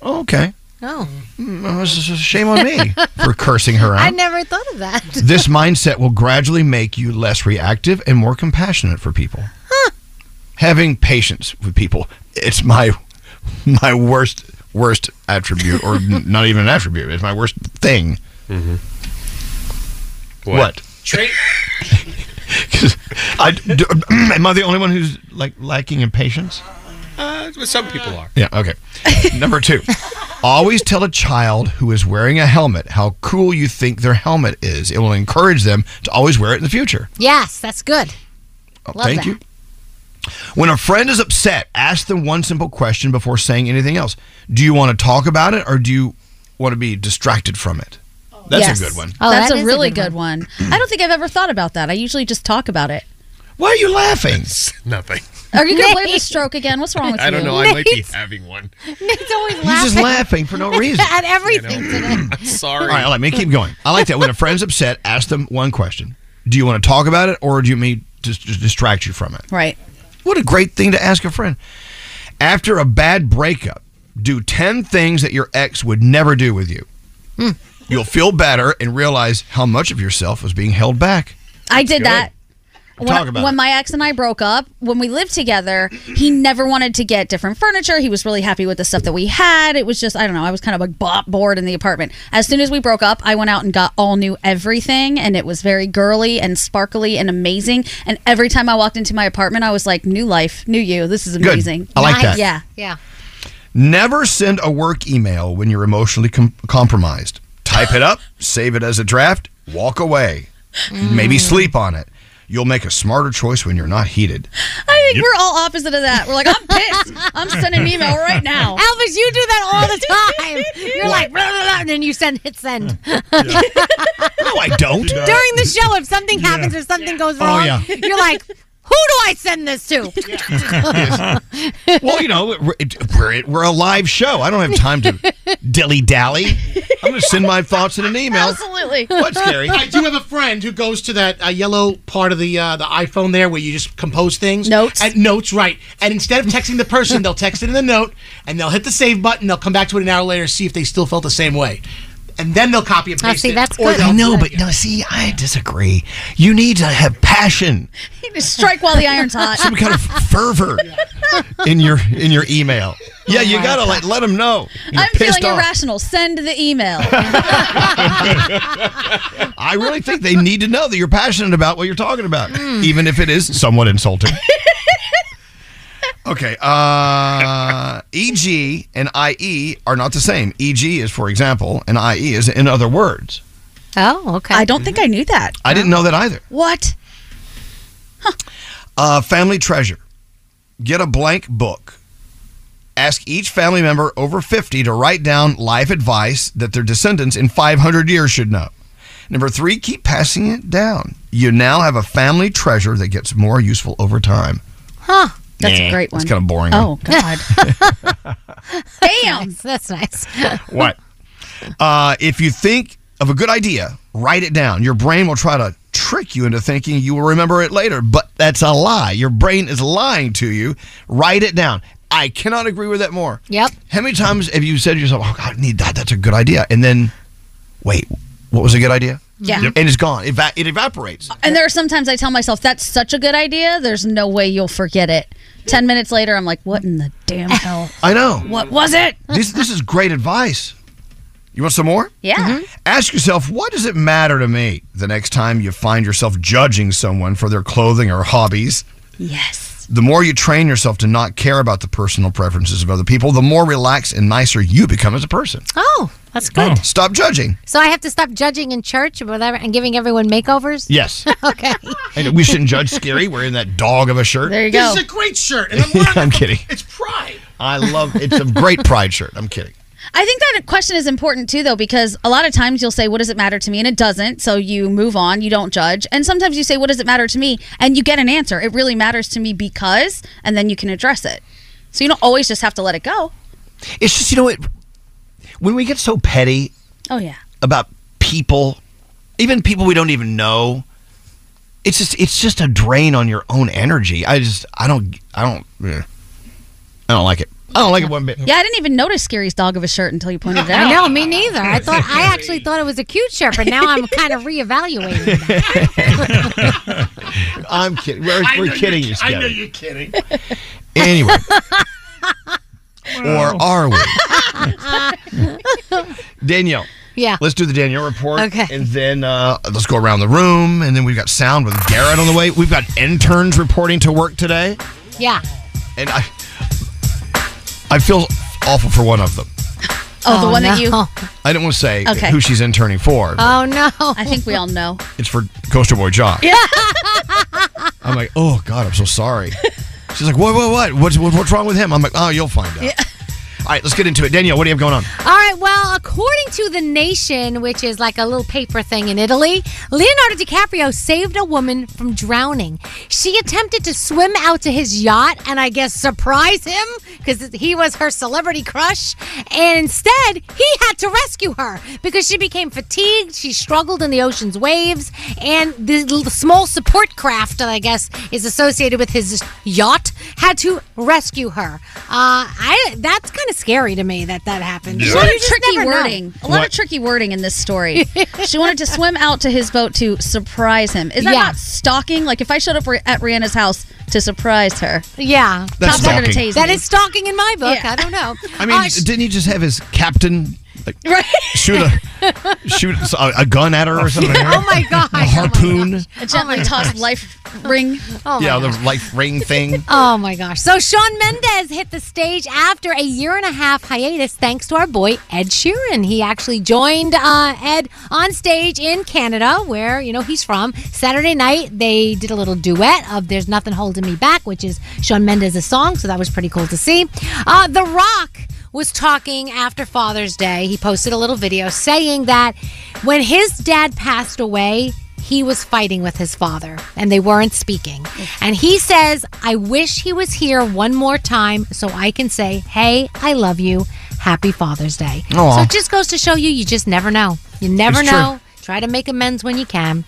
Oh, okay. Mm,
Oh.
Well, this is a shame on me for cursing her out.
I never thought of that.
this mindset will gradually make you less reactive and more compassionate for people. Having patience with people, it's my my worst worst attribute or n- not even an attribute, it's my worst thing. What?
Trait.
'Cause I do, am I the only one who's like lacking in patience?
Uh, some people are.
Yeah, okay. Number 2. Always tell a child who is wearing a helmet how cool you think their helmet is. It will encourage them to always wear it in the future.
Yes, that's good. Love
Oh, Thank
that.
you. When a friend is upset, ask them one simple question before saying anything else. Do you want to talk about it or do you want to be distracted from it? That's
Yes.
a good one.
That's
Oh, that
a
is a
really
good
good one. I don't think I've ever thought about that. I usually just talk about it.
Why are you laughing?
Nothing.
Are you going to live a stroke again? What's wrong with you?
I don't know. I might be having one.
Nate's always
He's just laughing for no reason.
at everything today.
I'm sorry.
All right, let me keep going. I like that. When a friend's upset, ask them one question: Do you want to talk about it, or do you mean just, just distract you from it?
Right.
What a great thing to ask a friend. After a bad breakup, do ten things that your ex would never do with you. Hmm. You'll feel better and realize how much of yourself was being held back.
I did that. When,
Talk about
when
it.
my ex and I broke up, when we lived together, he never wanted to get different furniture. He was really happy with the stuff that we had. It was just, I don't know, I was kind of like bo- bored in the apartment. As soon as we broke up, I went out and got all new everything, and it was very girly and sparkly and amazing. And every time I walked into my apartment, I was like, new life, new you. This is
Good.
amazing.
I like Nice. that.
Yeah. Yeah.
Never send a work email when you're emotionally com- compromised. Type it up, save it as a draft, walk away.
Mm.
Maybe sleep on it. You'll make a smarter choice when you're not heated.
I think
Yep.
we're all opposite of that. We're like, I'm pissed. I'm sending an email right now.
Elvis, you do that all the time. You're like, blah, blah, blah, and then you send hit send.
No, I don't.
During the show, if something happens or something goes
Oh,
wrong,
yeah.
you're like, who do I send this to?
well, you know, we're, it- we're, we're a live show. I don't have time to dilly dally. I'm going to send my thoughts in an email.
Oh,
Absolutely.
What's scary?
I do have a friend who goes to that uh, yellow part of the uh, the iPhone there where you just compose things. Notes. And notes, right. And instead of texting the person, they'll text it in the note and they'll hit the save button. They'll come back to it an hour later, see if they still felt the same way. And then they'll copy and
Oh,
Ah,
paste
see,
it.
that's
or
good.
they'll-
No, but no, see, I disagree. You need to have passion,
Strike while the iron's hot.
some kind of fervor in your in your email. Yeah, you
Oh,
my
got to like let them know. You're
I'm
pissed
feeling
off.
irrational. Send the email.
I really think they need to know that you're passionate about what you're talking about, even if it is somewhat insulting. okay. Uh, EG and IE are not the same. EG is, for example, and IE is in other words.
Oh, okay.
I don't think I knew that.
I didn't know that either.
What?
Uh, family treasure. Get a blank book. Ask each family member over 50 to write down life advice that their descendants in 500 years should know. Number three, keep passing it down. You now have a family treasure that gets more useful over time.
Huh.
That's a Nah, great that's one. kinda boring. Oh,
God.
Damn.
That's nice.
What? Uh, if you think of a good idea, write it down. Your brain will try to trick you into thinking you will remember it later, but that's a lie. Your brain is lying to you. Write it down. I cannot agree with that more.
Yep.
How many times have you said to yourself, "Oh God, I need that. That's a good idea," and then, wait, what was a good idea?
Yeah. Yep.
and it's gone. Eva- it evaporates.
And there are sometimes I tell myself that's such a good idea. There's no way you'll forget it. Ten minutes later, I'm like, what in the damn hell?
I know.
What was it?
This this is great advice. You want some more?
Yeah.
Ask yourself, what does it matter to me the next time you find yourself judging someone for their clothing or hobbies?
Yes.
The more you train yourself to not care about the personal preferences of other people, the more relaxed and nicer you become as a person.
Oh, that's good.
Stop judging.
So I have to stop judging in church or whatever and giving everyone makeovers?
Yes.
okay.
and we shouldn't judge Scary wearing that dog of a shirt.
There you
This is a great shirt. And I'm
I'm kidding. It's
pride.
I love it's a great pride shirt. I'm kidding.
I think that question is important too, though, because a lot of times you'll say, What does it matter to me? And it doesn't. So you move on, you don't judge. And sometimes you say, What does it matter to me? And you get an answer. It really matters to me because, and then you can address it. So you don't always just have to let it go.
It's just you know it when we get so petty
Oh, yeah.
about people, even people we don't even know. It's just it's just a drain on your own energy. I just I don't I don't yeah. I don't like it. I don't like it one bit.
Yeah, I didn't even notice Scary's dog of a shirt until you pointed it out.
I know, me neither. I thought I actually thought it was a cute shirt, but now I'm kind of reevaluating.
I'm kidding. We're,
I
we're
know
kidding you,
you're- I know
Scotty.
you're kidding.
Anyway. Or are we? Danielle.
Yeah.
Let's do the Danielle report.
Okay.
And then uh, let's go around the room. And then we've got sound with Garrett on the way. We've got interns reporting to work today.
Yeah.
And I I feel awful for one of them.
Oh, the
Oh,
one that you.
no.
I didn't want to say
Okay.
who she's interning for. but
Oh no.
I think we all know.
it's for Coaster Boy Jock.
Yeah.
I'm like, oh God, I'm so sorry. She's like, what, what, what? What's, what's wrong with him? I'm like, oh, you'll find out. All right, let's get into it. Danielle, what do you have going on?
All right, well, according to The Nation, which is like a little paper thing in Italy, Leonardo DiCaprio saved a woman from drowning. She attempted to swim out to his yacht and I guess surprise him because he was her celebrity crush. And instead, he had to rescue her because she became fatigued. She struggled in the ocean's waves. And the l- small support craft that I guess is associated with his yacht had to rescue her. Uh, I That's kind of scary to me that that happened.
There's
You
A lot of
just
tricky
never know.
wording. A lot of tricky wording in this story. she wanted to swim out to his boat to surprise him. Is that
Yeah.
not stalking? Like if I showed up for, at Rihanna's house to surprise her.
Yeah.
That's
Cops are gonna
stalking.
tase
That
me.
is stalking in my book. I don't know.
I mean,
Uh, sh-
didn't he just have his captain like,
Right.
shoot a shoot a, a gun at her or something?
oh my gosh.
a harpoon?
A gently tossed life ring.
Oh my
yeah, the life ring thing.
Oh my gosh. So Sean Mendez hit the stage after a year and a half hiatus thanks to our boy Ed Sheeran. He actually joined uh, Ed on stage in Canada, where, you know, he's from. Saturday night, they did a little duet of There's Nothing Holding Me Back, which is Sean Mendez's song. So that was pretty cool to see. Uh, the Rock was talking after Father's Day. He posted a little video saying that when his dad passed away, he was fighting with his father and they weren't speaking. And he says, I wish he was here one more time so I can say, Hey, I love you. Happy Father's Day.
Aw.
So it just goes to show you, you just never know. You never
It's true.
know. Try to make amends when you can.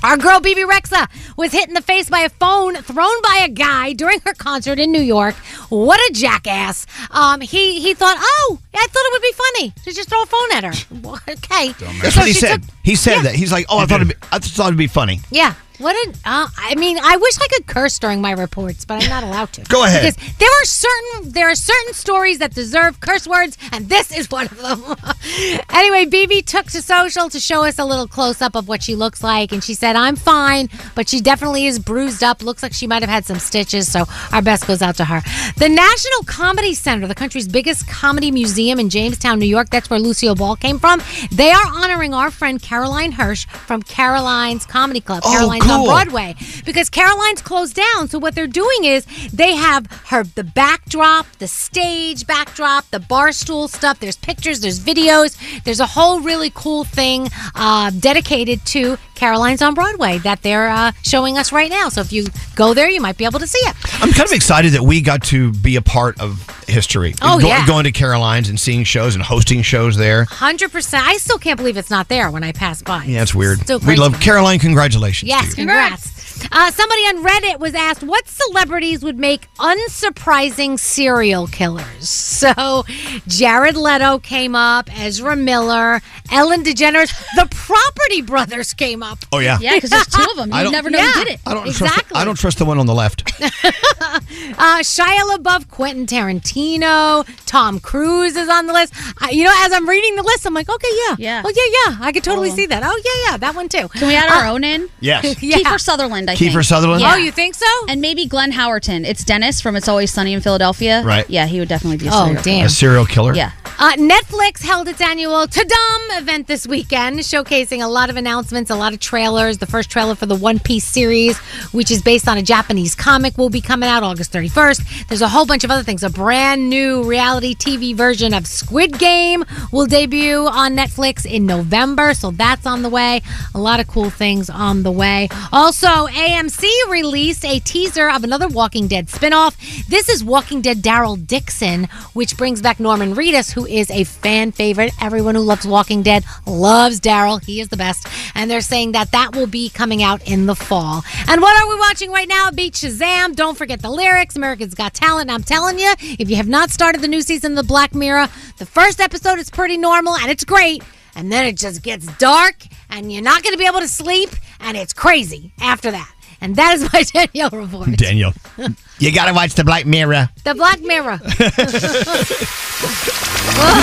Our girl BB Rexa was hit in the face by a phone thrown by a guy during her concert in New York. What a jackass! Um, he he thought, oh, I thought it would be funny to just throw a phone at her. Well, okay,
That's
So
what he
she
said.
took-
he said
Yeah.
that. He's like, oh, I thought it'd be, I just thought it'd be funny.
yeah. What an, uh, I mean, I wish I could curse during my reports, but I'm not allowed to.
Go ahead.
Because there are certain there are certain stories that deserve curse words, and this is one of them. anyway, BB took to social to show us a little close up of what she looks like, and she said, "I'm fine, but she definitely is bruised up. Looks like she might have had some stitches." So our best goes out to her. The National Comedy Center, the country's biggest comedy museum in Jamestown, New York. That's where Lucille Ball came from. They are honoring our friend Caroline Hirsch from Caroline's Comedy Club.
Oh,
Caroline's on
cool.
Broadway way, because Caroline's closed down. So what they're doing is they have her the backdrop, the stage backdrop, the bar stool stuff. There's pictures, there's videos, there's a whole really cool thing uh, dedicated to Caroline's on Broadway that they're uh, showing us right now. So if you go there, you might be able to see it.
I'm kind of excited that we got to be a part of history.
Oh, yeah.
Going to Caroline's and seeing shows and hosting shows there.
Hundred percent. I still can't believe it's not there when I pass by.
Yeah, it's weird.
Still
we
crazy.
love Caroline. Congratulations.
Yes, congrats. Uh, somebody on Reddit was asked what celebrities would make unsurprising serial killers. So Jared Leto came up, Ezra Miller, Ellen DeGeneres, the Property Brothers came up.
Oh, yeah. Yeah,
'cause there's two of 'em. You
I don't-
never know who
Yeah,
did it.
I don't trust.
exactly.
The, I don't trust the one on the left.
Uh, Shia LaBeouf, Quentin Tarantino, Tom Cruise is on the list. I, you know, as I'm reading the list, I'm like, okay, yeah, yeah, oh yeah, yeah, I could totally see that. Oh yeah, yeah, that one too. Uh,
Can we add our own in?
Yes.
Kiefer Sutherland, I think.
Kiefer Sutherland?
Oh, you think so?
And maybe Glenn Howerton. It's Dennis from It's Always Sunny in Philadelphia.
Right.
Yeah, he would definitely be a
Oh,
serial killer.
damn.
A serial killer.
Yeah.
Uh, Netflix held its annual Tadam event this weekend, showcasing a lot of announcements, a lot of trailers. The first trailer for the One Piece series, which is based on a Japanese comic, will be coming out August 31st. There's a whole bunch of other things. A brand new reality TV version of Squid Game will debut on Netflix in November, so that's on the way. A lot of cool things on the way. Also, AMC released a teaser of another Walking Dead spinoff. This is Walking Dead Daryl Dixon, which brings back Norman Reedus, who is a fan favorite. Everyone who loves Walking Dead loves Daryl. He is the best. And they're saying that that will be coming out in the fall. And what are we watching right now? Beat Shazam. Don't forget the lyrics. America's Got Talent. And I'm telling you, if you have not started the new season of The Black Mirror, the first episode is pretty normal and it's great. And then it just gets dark and you're not going to be able to sleep. And it's crazy after that. And that is my Danielle report.
Daniel, you gotta watch the Black Mirror.
The Black Mirror.
You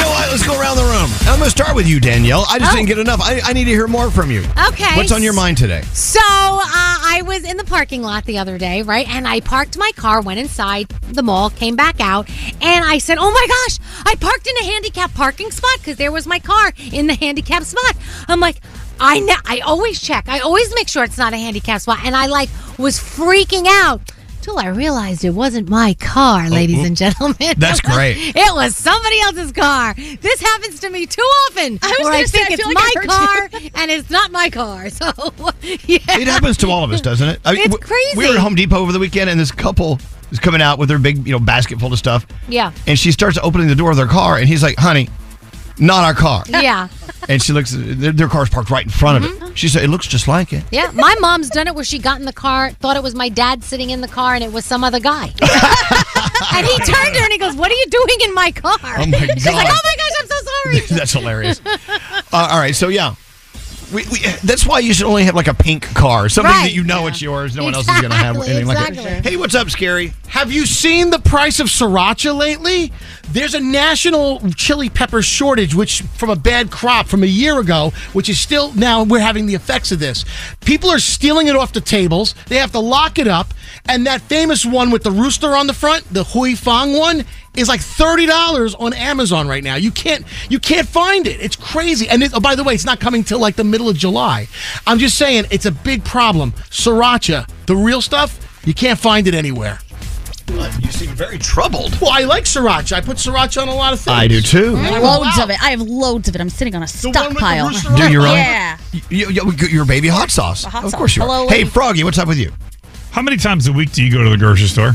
know what? Let's go around the room. I'm gonna start with you, Danielle. I just
Oh.
didn't get enough. I, I need to hear more from you.
Okay.
What's on your mind today?
So uh, I was in the parking lot the other day, right? And I parked my car, went inside the mall, came back out, and I said, "Oh my gosh, I parked in a handicap parking spot because there was my car in the handicap spot." I'm like, I ne- I always check, I always make sure it's not a handicap spot, and I like was freaking out. Till I realized it wasn't my car, ladies and gentlemen.
Oh, That's great.
it was somebody else's car. This happens to me too often.
I was
where
gonna
I
say,
think
I
it's
feel like
my
I've
car
heard
and it's not my car. So yeah.
It happens to all of us, doesn't it? I mean,
It's
we- We were
crazy.
at Home Depot over the weekend, and this couple is coming out with their big, you know, basket full of stuff,
Yeah.
and she starts opening the door of their car, and he's like, "Honey, not our car."
Yeah.
And she looks; their, their car's parked right in front
Mm-hmm.
of it. She said, "It looks just like it."
Yeah, my mom's done it where she got in the car, thought it was my dad sitting in the car, and it was some other guy. and he turned to her and he goes, "What are you doing in my car?"
Oh, my
She's like,
God.
"Oh my gosh, I'm so sorry."
that's hilarious. Uh, all right, so yeah, we, we, that's why you should only have like a pink car, something
Right.
that you know it's yours. No one else is going to have
Exactly,
anything like that.
exactly.
Hey, what's up, Scary?
Have you seen the price of sriracha lately? There's a national chili pepper shortage, which from a bad crop from a year ago, which is still now we're having the effects of this. People are stealing it off the tables. They have to lock it up, and that famous one with the rooster on the front, the Hui Fang one, is like thirty dollars on Amazon right now. You can't you can't find it. It's crazy. And it, oh, by the way, it's not coming till like the middle of July. I'm just saying it's a big problem. Sriracha, the real stuff. You can't find it anywhere.
Uh, You seem very troubled.
Well, I like sriracha. I put sriracha on a lot of things.
I do too.
I have loads of it. I have loads of it. I'm sitting on a stockpile.
Do you really?
Yeah.
You, you, your baby hot sauce.
The hot
of
sauce.
course you are.
Hello,
hey,
lady.
Froggy, what's up with you?
How many times a week do you go to the grocery store?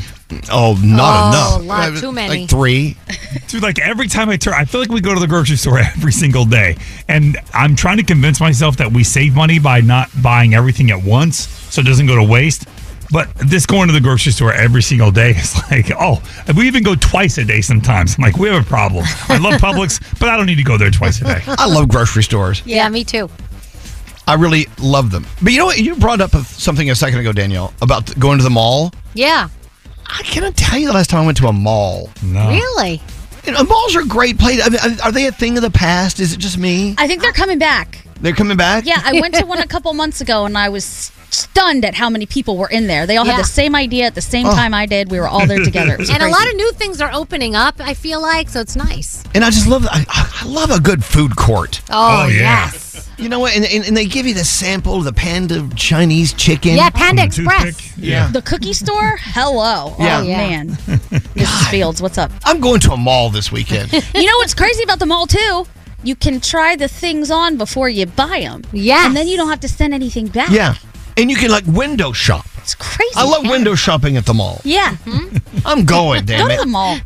Oh,
not Oh, enough. a lot, too many.
Like
three.
Dude, like every time I turn, I feel like we go to the grocery store every single day. And I'm trying to convince myself that we save money by not buying everything at once so it doesn't go to waste. But this going to the grocery store every single day is like, oh, we even go twice a day sometimes. I'm like, we have a problem. I love Publix, but I don't need to go there twice a day.
I love grocery stores.
Yeah, me too.
I really love them. But you know what? You brought up a- something a second ago, Danielle, about th- going to the mall.
Yeah,
I cannot tell you the last time I went to a mall.
No.
really.
uh, You know, malls are great places. I mean, are they a thing of the past? Is it just me?
I think they're coming back.
They're coming back?
Yeah, I went to one a couple months ago and I was stunned at how many people were in there. They all had
Yeah.
the same idea at the same
Oh.
time I did. We were all there together.
And
It was
a
crazy.
lot of new things are opening up. I feel like so it's nice.
And I just love, I, I love a good food court.
Oh, Oh, yeah. yes.
You know what? And, and, and they give you the sample of the panda Chinese chicken.
Yeah, Panda
Mm,
Express.
toothpick. Yeah.
The cookie store? Hello.
Yeah.
Oh,
Yeah.
man. Mrs. Fields, what's up?
I'm going to a mall this weekend.
you know what's crazy about the mall, too? You can try the things on before you buy them. Yeah. And then you don't have to send anything back.
yeah. And you can like window shop.
It's crazy.
I love window shopping at the mall.
Yeah.
Mm-hmm.
I'm going, damn
Go
it.
to the mall.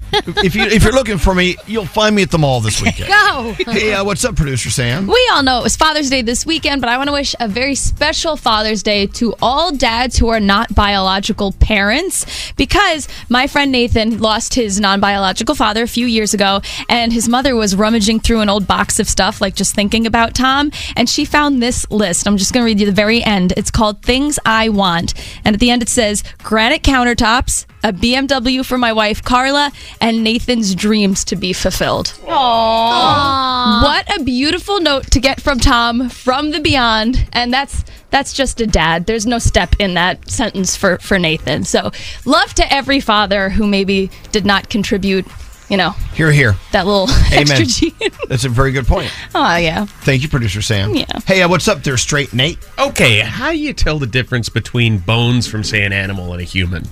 if you if you're looking for me, you'll find me at the mall this weekend.
Go.
Hey, uh, what's up, producer Sam?
We all know it was Father's Day this weekend, but I want to wish a very special Father's Day to all dads who are not biological parents because my friend Nathan lost his non biological father a few years ago, and his mother was rummaging through an old box of stuff, like just thinking about Tom, and she found this list. I'm just going to read you the very end. It's called Things I Want. And at the end, it says granite countertops, a BMW for my wife Carla, and Nathan's dreams to be fulfilled.
Aww.
What a beautiful note to get from Tom from the beyond, and that's that's just a dad. There's no step in that sentence for for Nathan. So love to every father who maybe did not contribute, you know,
Here, here.
that little
Amen.
extra G.
That's a very good point.
Oh yeah.
Thank you, producer Sam.
Yeah.
Hey, uh, what's up there, straight Nate?
Okay, how do you tell the difference between bones from, say, an animal and a human?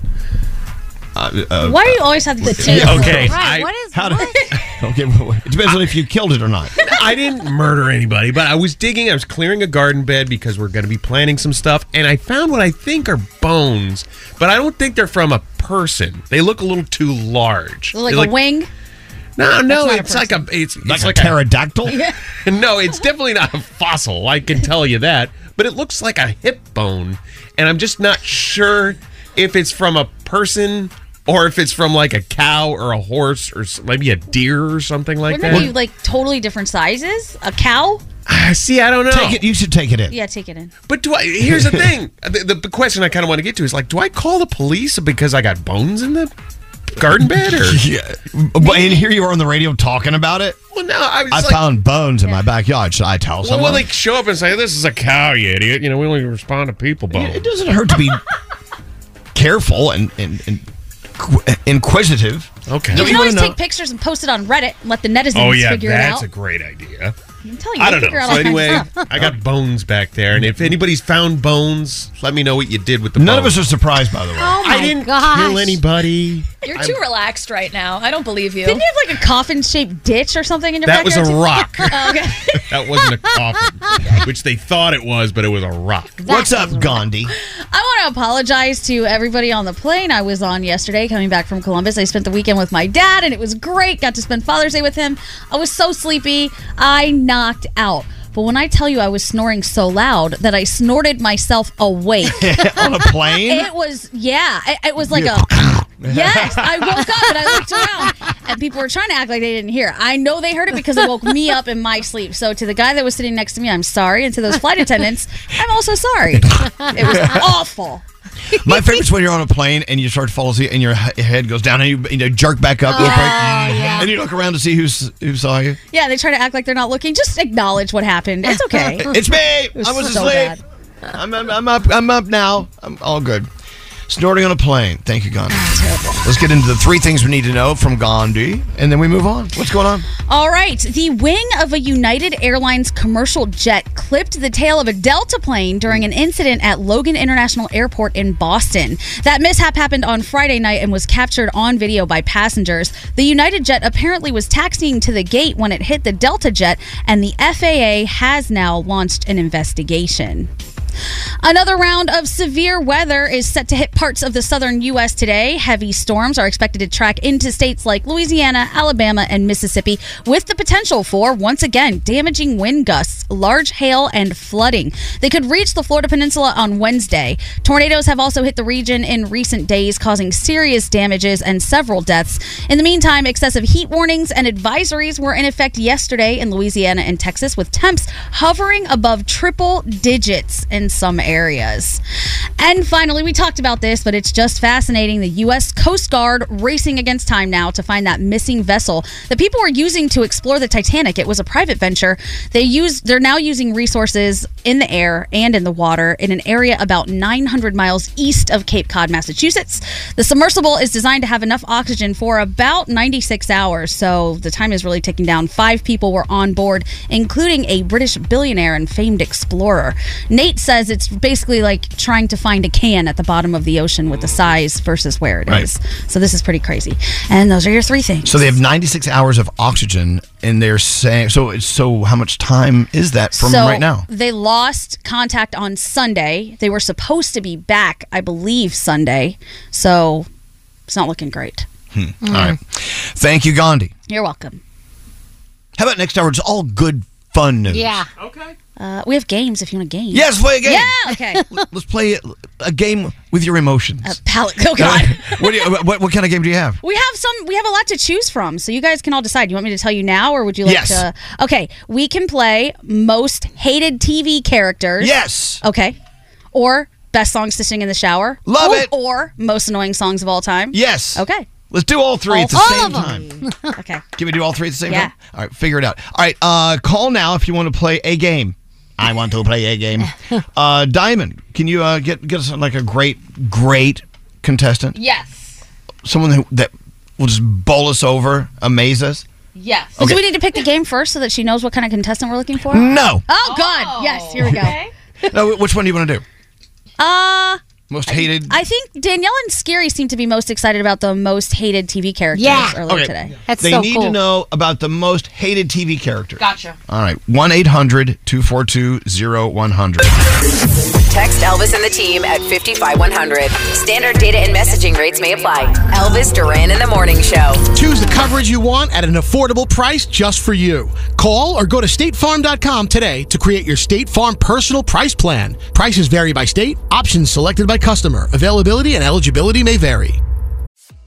Uh, uh,
Why do you always have the two?
Okay, I-
how do, okay, well, it depends on if you killed it or not.
I didn't murder anybody, but I was digging. I was clearing a garden bed because we're going to be planting some stuff, and I found what I think are bones, but I don't think they're from a person. They look a little too large.
Like
They
a wing?
No, no,
That's not a
it's like a it's
Like
it's
a pterodactyl.
no, it's definitely not a fossil. I can tell you that, but it looks like a hip bone, and I'm just not sure if it's from a person or if it's from like a cow or a horse or s- maybe a deer or something like
Wouldn't it be
that.
like totally different sizes? A cow?
Ah, See, I don't know.
Take it. You should take it in.
Yeah, take it in.
But do I? Here's the thing. the, the question I kind of want to get to is like, do I call the police because I got bones in the garden bed? Or
yeah. But, and here you are on the radio talking about it.
well, no, I was
I
like,
found bones in my backyard. Should I tell
well,
someone?
well, like show up and say, "This is a cow, you idiot." You know, we only respond to people bones.
it doesn't hurt to be careful and and, and qu- inquisitive.
Okay.
You
Don't
can
wanna
always
know-
take pictures and post it on Reddit and let the netizens
Oh yeah,
figure it
that's
out.
a great idea.
I'm telling you,
I
they
don't know.
figure out
So
all kinds of
anyway,
stuff.
I got bones back there, and if anybody's found bones, let me know what you did with the.
None of
bones.
us are surprised, by the way.
Oh my
I didn't
gosh.
kill anybody.
You're too relaxed right now. I don't believe you.
Didn't you have like a coffin shaped ditch or something in your
That was
backyard?
a
too?
rock.
Oh, okay.
That wasn't a coffin, which they thought it was, but it was a rock.
What's
up, Gandhi?
I want to apologize to everybody on the plane I was on yesterday coming back from Columbus. I spent the weekend with my dad and it was great. Got to spend Father's Day with him. I was so sleepy. I knocked out. But when I tell you I was snoring so loud that I snorted myself awake.
On a plane?
It was, yeah. It, it was like
You-
a. Yes, I woke up and I looked around, and people were trying to act like they didn't hear. I know they heard it because it woke me up in my sleep. So to the guy that was sitting next to me, I'm sorry, and to those flight attendants, I'm also sorry. It was awful.
My favorite is when you're on a plane and you start to fall asleep and your he- head goes down and you, you know, jerk back up real quick. And you look around to see who's, who saw you.
Yeah, they try to act like they're not looking. Just acknowledge what happened. It's okay.
It's me.
It
I was
so
asleep.
bad.
I'm, I'm, I'm up. I'm up now. I'm all good. Snorting on a plane. Thank you, Gandhi. Let's get into the three things we need to know from Gandhi, and then we move on. What's going on?
All right. The wing of a United Airlines commercial jet clipped the tail of a Delta plane during an incident at Logan International Airport in Boston. That mishap happened on Friday night and was captured on video by passengers. The United jet apparently was taxiing to the gate when it hit the Delta jet, and the FAA has now launched an investigation. Another round of severe weather is set to hit parts of the southern U.S. today. Heavy storms are expected to track into states like Louisiana, Alabama, and Mississippi, with the potential for, once again, damaging wind gusts, large hail, and flooding. They could reach the Florida Peninsula on Wednesday. Tornadoes have also hit the region in recent days, causing serious damages and several deaths. In the meantime, excessive heat warnings and advisories were in effect yesterday in Louisiana and Texas, with temps hovering above triple digits in some areas. And finally, we talked about this, but it's just fascinating. The U.S. Coast Guard racing against time now to find that missing vessel that people were using to explore the Titanic. It was a private venture. They use they're now using resources in the air and in the water in an area about 900 miles east of Cape Cod, Massachusetts. The submersible is designed to have enough oxygen for about 96 hours, so the time is really ticking down. Five people were on board, including a British billionaire and famed explorer. Nate says it's basically like trying to find a can at the bottom of the ocean with the size versus where it is.
Right.
So this is pretty crazy. And those are your three things.
So they have 96 hours of oxygen, and they're saying so. it's- So how much time is that from
so
right now?
They lost contact on Sunday. They were supposed to be back, I believe, Sunday. So it's not looking great.
Hmm. All right. Thank you, Gandhi.
You're welcome.
How about next hour? It's all good fun news.
Okay. Uh, we have games if you want a game.
Yes, play a game.
Yeah, okay.
Let's play a game with your emotions.
a palette. Oh, God.
what, do you, what, what kind of game do you have?
We have some. We have a lot to choose from, so you guys can all decide. You want me to tell you now, or would you like
Yes.
to? Okay, we can play most hated TV characters.
Yes.
Okay. Or best songs to sing in the shower.
Love
or,
it.
Or most annoying songs of all time.
Yes.
Okay.
Let's do all three at the
All
same
of 'em.
time.
okay.
Can we do all three at the same
Yeah.
time? All right, figure it out. All right, uh, call now if you want to play a game. I want to play a game. Uh, Diamond, can you uh, get get us like a great, great contestant?
Yes.
Someone who, that will just bowl us over, amaze us.
Yes.
So
Okay.
do we need to pick the game first so that she knows what kind of contestant we're looking for?
No.
Oh, God. Yes. Here we go.
No, which one do you want to do?
Uh.
Most hated.
I think Danielle and Scary seem to be most excited about the most hated TV characters earlier
okay.
today.
they need to know about the most hated TV character.
Gotcha.
All right, 1 800 242 0100.
Text Elvis and the team at 55100. Standard data and messaging rates may apply. Elvis Duran in the Morning Show.
Choose the coverage you want at an affordable price just for you. Call or go to statefarm.com today to create your State Farm personal price plan. Prices vary by state, options selected by customer. Availability and eligibility may vary.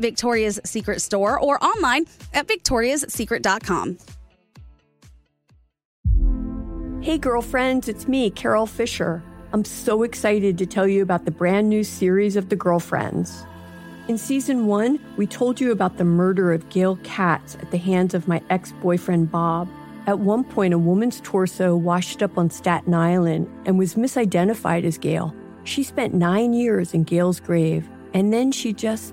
Victoria's Secret store or online at victoriassecret.com.
Hey, girlfriends, it's me, Carol Fisher. I'm so excited to tell you about the brand new series of The Girlfriends. In season one, we told you about the murder of Gail Katz at the hands of my ex boyfriend, Bob. At one point, a woman's torso washed up on Staten Island and was misidentified as Gail. She spent nine years in Gail's grave, and then she just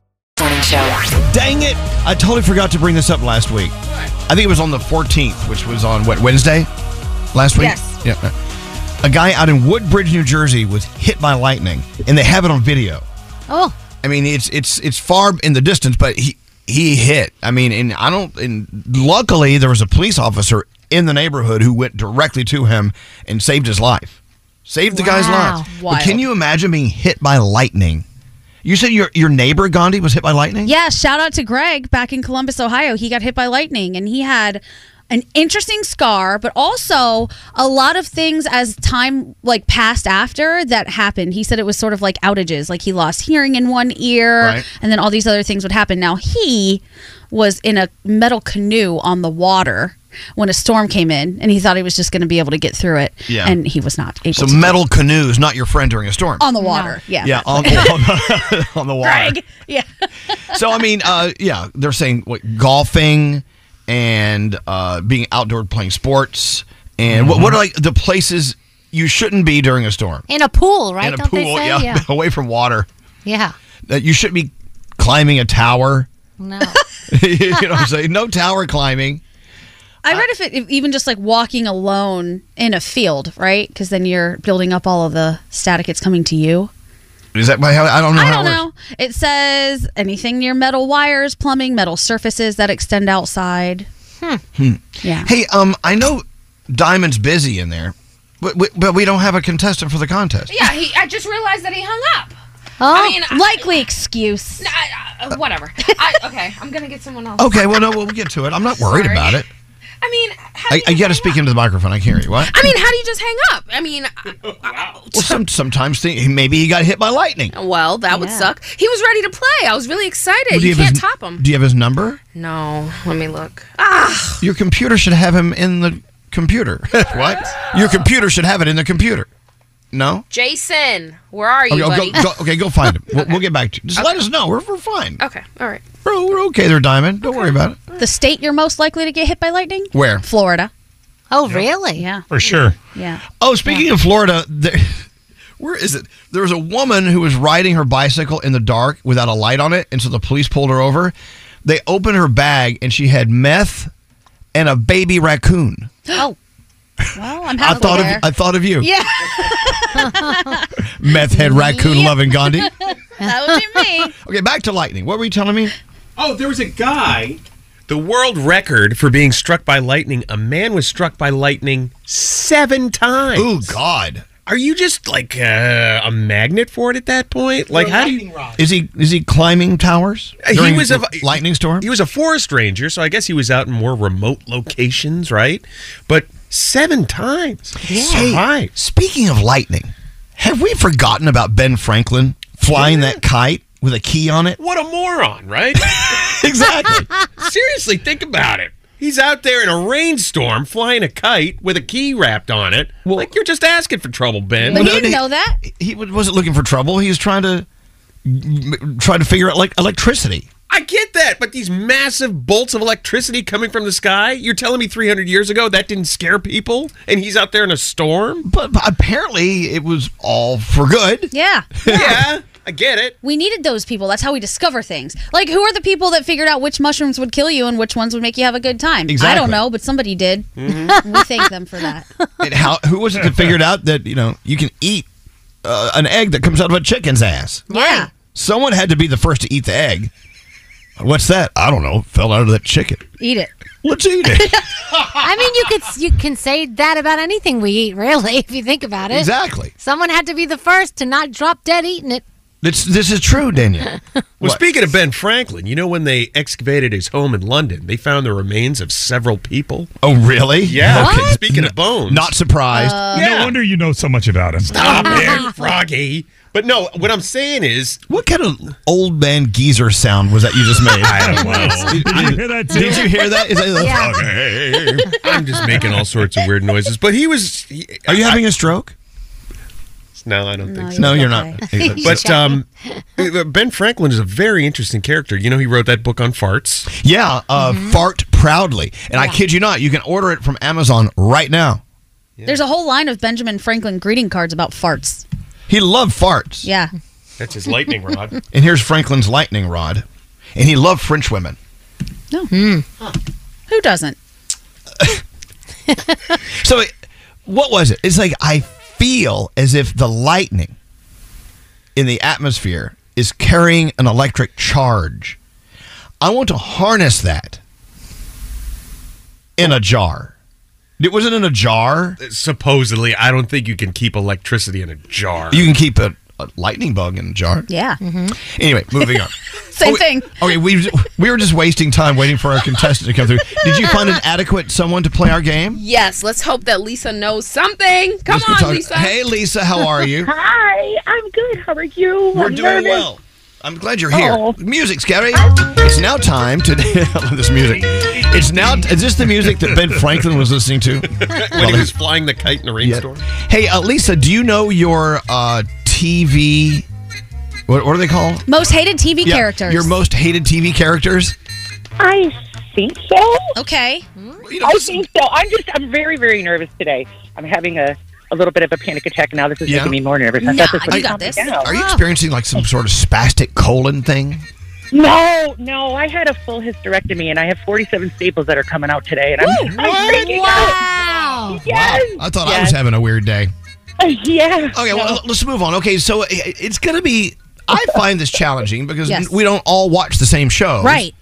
Morning show.
Dang it! I totally forgot to bring this up last week. I think it was on the 14th, which was on what Wednesday last week.
Yes.
Yeah. A guy out in Woodbridge, New Jersey, was hit by lightning, and they have it on video.
Oh.
I mean, it's it's it's far in the distance, but he he hit. I mean, and I don't. And luckily, there was a police officer in the neighborhood who went directly to him and saved his life. Saved the guy's
Wow.
life.
Wild.
But can you imagine being hit by lightning? You said your your neighbor Gandhi was hit by lightning.
Yeah, shout out to Greg back in Columbus, Ohio. He got hit by lightning and he had an interesting scar, but also a lot of things as time like passed after that happened. He said it was sort of like outages, like he lost hearing in one ear
Right.
and then all these other things would happen. Now he was in a metal canoe on the water when a storm came in, and he thought he was just going to be able to get through it.
Yeah.
And he was not able
So
to. do
metal canoes, not your friend during a storm.
it. on the water. Yeah.
Yeah, on, on, on the water.
Greg. Yeah.
So I mean, uh, yeah, they're saying what, golfing and uh, being outdoor playing sports and what, what are like the places you shouldn't be during a storm?
In a pool, right?
In a
Don't
pool,
they say?
yeah,
Yeah.
away from water.
Yeah.
That you shouldn't be climbing a tower.
No.
you know what I'm saying? No tower climbing.
I read if it if even just like walking alone in a field, right? Because then you're building up all of the static. It's coming to you.
Is that my? I don't know.
I
how
don't
it works.
know. It says anything near metal wires, plumbing, metal surfaces that extend outside.
Hmm.
Yeah.
Hey, um, I know Diamond's busy in there, but we, but we don't have a contestant for the contest.
Yeah, he, I just realized that he hung up.
Oh,
I mean, I-
likely excuse.
No, I- I- uh, whatever. I, okay, I'm gonna get someone else.
Okay, well, no, we'll get to it. I'm not worried
Sorry.
about it.
I mean,
I, I got to speak into the microphone. I can't hear you. What?
I mean, how do you just hang up? I mean, I- I-
Well, some, sometimes thi- maybe he got hit by lightning.
well, that would suck. He was ready to play. I was really excited.
Do
you
have
can't
his-
top him.
Do you have his number?
No, let me look.
Your computer should have him in the computer. what? Your computer should have it in the computer. No.
Jason, where are you,
okay, oh,
buddy?
go, go, okay, go find him. We'll, we'll get back to you. Just let us know. We're, we're fine.
Okay, all right.
Bro, we're okay there, Diamond. Don't worry about it.
The state you're most likely to get hit by lightning?
Where?
Florida.
Oh, really?
Yeah.
For sure.
Yeah.
Oh, speaking of Florida, there, where is it? There was a woman who was riding her bicycle in the dark without a light on it, and so the police pulled her over. They opened her bag, and she had meth and a baby raccoon.
Oh. Well, I'm
I
happy
thought
there.
of I thought of you,
Yeah.
meth head raccoon loving Gandhi.
that would be me.
Okay, back to lightning. What were you telling me?
Oh, there was a guy. The world record for being struck by lightning. A man was struck by lightning seven times. Oh
God!
Are you just like uh, a magnet for it at that point? Like, how do you? Uh,
Is he is he climbing towers?
He
during
was a
lightning storm.
He was a forest ranger, so I guess he was out in more remote locations, right? But seven times.
Hey, speaking of lightning, have we forgotten about Ben Franklin flying that kite with a key on it?
What a moron, right? exactly. Seriously, think about it. He's out there in a rainstorm flying a kite with a key wrapped on it. like you're just asking for trouble, Ben.
But he didn't know that.
He wa- wasn't looking for trouble. He was trying to trying to figure out like electricity.
I get that, but these massive bolts of electricity coming from the sky, you're telling me 300 years ago that didn't scare people and he's out there in a storm?
But, but apparently it was all for good.
Yeah.
Yeah, I get it.
We needed those people. That's how we discover things. Like, who are the people that figured out which mushrooms would kill you and which ones would make you have a good time? I
Exactly. Mm-hmm.
don't know, but somebody did. We thank them for that.
And how who was it that figured out that you know you can eat uh, an egg that comes out of a chicken's ass?
Yeah.
Someone had to be the first to eat the egg. What's that? I don't know. Fell out of that chicken.
Eat it.
Let's eat it.
I mean, you could you can say that about anything we eat, really, if you think about it.
Exactly.
Someone had to be the first to not drop dead eating it.
This this is true, Daniel.
Well, speaking of Ben Franklin, you know when they excavated his home in London, they found the remains of several people.
Oh, really?
Yeah.
What?
Okay, Speaking of bones,
not surprised.
Uh,
No wonder you know so much about him.
Stop it, Froggy. But no, what I'm saying is,
What kind of old man geezer sound was that you just made?
I don't know.
Did, did you hear that? Is that
Yeah. I'm just making all sorts of weird noises. But he was. He,
Are you having a stroke?
No, I don't think so.
No, you're not.
but um, Ben Franklin is a very interesting character. You know, he wrote that book on farts.
yeah, uh, fart proudly, and I kid you not, you can order it from Amazon right now.
There's a whole line of Benjamin Franklin greeting cards about farts.
He loved farts,
Yeah.
That's his lightning rod.
and here's Franklin's lightning rod, and he loved French women.
No.
Hmm.
Who doesn't?
So, it- what was it? It's like I feel as if the lightning in the atmosphere is carrying an electric charge. I want to harness that in a jar. It wasn't in a jar.
Uh, Supposedly, I don't think you can keep electricity in a jar.
You can keep a, a lightning bug in a jar.
Yeah.
Anyway, moving on.
Same thing.
Okay, we we were just wasting time waiting for our contestant to come through. Did you find an adequate someone to play our game?
Yes, let's hope that Lisa knows something. Come
Let's go
on,
talk-
Lisa.
Hey, Lisa, how are you?
Hi, I'm good. How are you?
We're doing well.
Oh.
I'm glad you're here. Music, Scary. It's now time to I love this music. It's now. Is this the music that Ben Franklin was listening to
when he was flying the kite in a rainstorm.
Hey, uh, Lisa, do you know your uh, TV? What, what are they called?
Most hated TV
Yeah,
characters.
Your most hated TV characters.
I think so.
Okay.
I think so. I'm just, I'm very, very nervous today. I'm having a, a little bit of a panic attack now. This is making me more nervous. I thought this was calming down.
Ah.
Are you experiencing like some sort of spastic colon thing?
No, no. I had a full hysterectomy, and I have 47 staples that are coming out today, and I'm, I'm freaking
Wow.
out. Yes.
I thought I was having a weird day.
yeah.
Okay, well, let's move on. Okay, so i- it's going to be. I find this challenging because
Yes.
we don't all watch the same shows.
Right.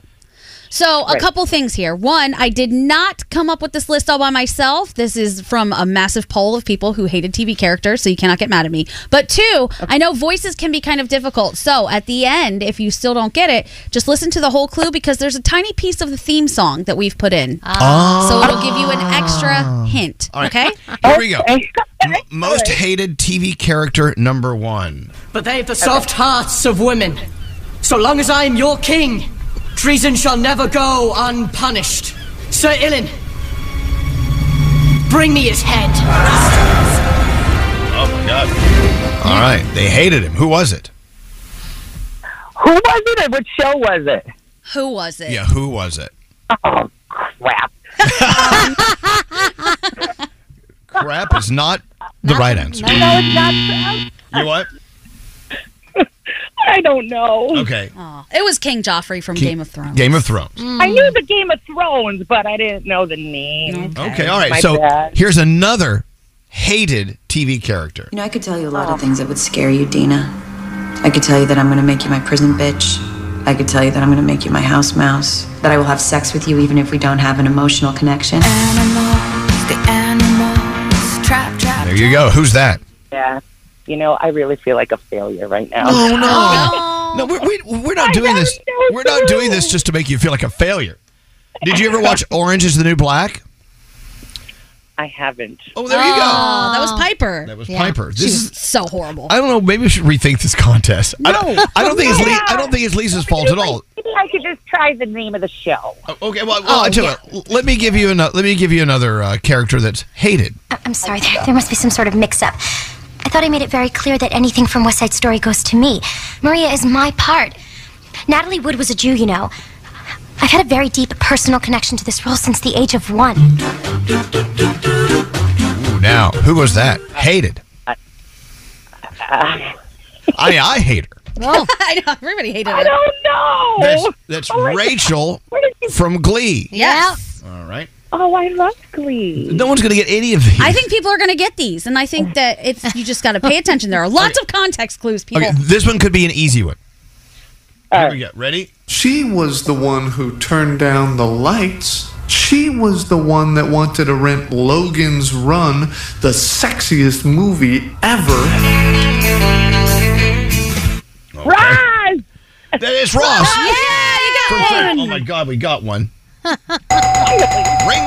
So, a
Right.
couple things here. One, I did not come up with this list all by myself. This is from a massive poll of people who hated TV characters, so you cannot get mad at me. But two, I know voices can be kind of difficult. So, at the end, if you still don't get it, just listen to the whole clue because there's a tiny piece of the theme song that we've put in.
Ah.
So, it'll give you an extra hint.
All right.
Okay?
Here we go. M- most hated TV character number one.
But they have the soft hearts of women. So long as I'm your king, treason shall never go unpunished. Sir Ilin, bring me his head.
Oh my god.
All right, they hated him. Who was it?
Who was it, and what show was it?
Who was it?
Yeah, who was it?
Oh, crap.
Crap is not the right answer.
No, it's not.
You what?
I don't know.
Okay.
Aw. It was King Joffrey from Game of Thrones.
Game of Thrones.
I knew the Game of Thrones, but I didn't know the name.
Okay, all right.
My
so
bad.
here's another hated TV character.
You know, I could tell you a lot
Oh,
of things that would scare you, Dina. I could tell you that I'm gonna make you my prison bitch. I could tell you that I'm gonna make you my house mouse. That I will have sex with you even if we don't have an emotional connection.
There you go. Who's that?
Yeah. You know, I really feel like a failure right now.
Oh, no. No, we're, we, we're not doing this. We're not doing this just to make you feel like a failure. Did you ever watch Orange is the New Black?
I haven't.
Oh, there you go.
Oh, that was Piper. That
was Piper.
She
This
was
is-
so horrible.
I don't know. Maybe we should rethink this contest. I
No.
don't, I don't think it's Lee, I don't think it's Lisa's fault at all.
Maybe I could just try the name of the show.
Okay,
Oh,
well,
Oh,
Well, I tell you what, let me give you another. Let me give you another uh, character that's hated.
I'm sorry, there, there must be some sort of mix up. I thought I made it very clear that anything from West Side Story goes to me. Maria is my part. Natalie Wood was a Jew, you know. I've had a very deep personal connection to this role since the age of one.
Ooh, now, who was that? Hated.
I
I hate her.
I know. Everybody hated
I
it.
don't know.
That's, that's
Oh my
Rachel from Glee. All right.
Oh, I love Glee.
No one's going to get any of these.
I think people are going to get these, and I think that it's you just got to pay attention. There are lots of context clues, people.
Okay, this one could be an easy one.
Here
we go. Ready?
She was the one who turned down the lights. She was the one that wanted to rent Logan's Run, the sexiest movie ever.
Roz!
That is Ross.
Yeah,
For sure. Oh my God, we got one.
Ring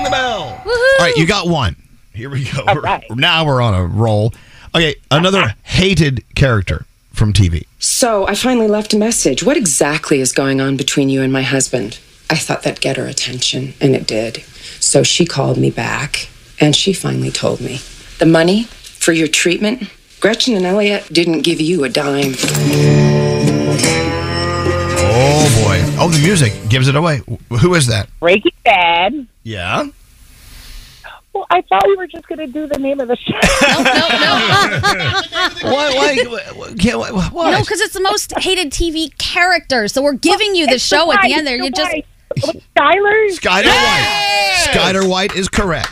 the bell. All right, you got one. Here we go. We're- Now we're on a roll. Okay, another hated character from TV.
So I finally left a message. What exactly is going on between you and my husband? I thought that'd get her attention, and it did. So she called me back, and she finally told me the money for your treatment. Gretchen and Elliot didn't give you a dime.
Oh boy. Oh, the music gives it away. Wh- Who is that?
Breaking Bad.
Yeah.
Well, I thought we were just going to do the name of the show.
Why? Why? Can't, why, why?
No, because it's the most hated TV character. So we're giving you the
It's
show at
wife,
the end. There,
the
you just
wife. Skyler?
Skyler White. Skyler White is correct.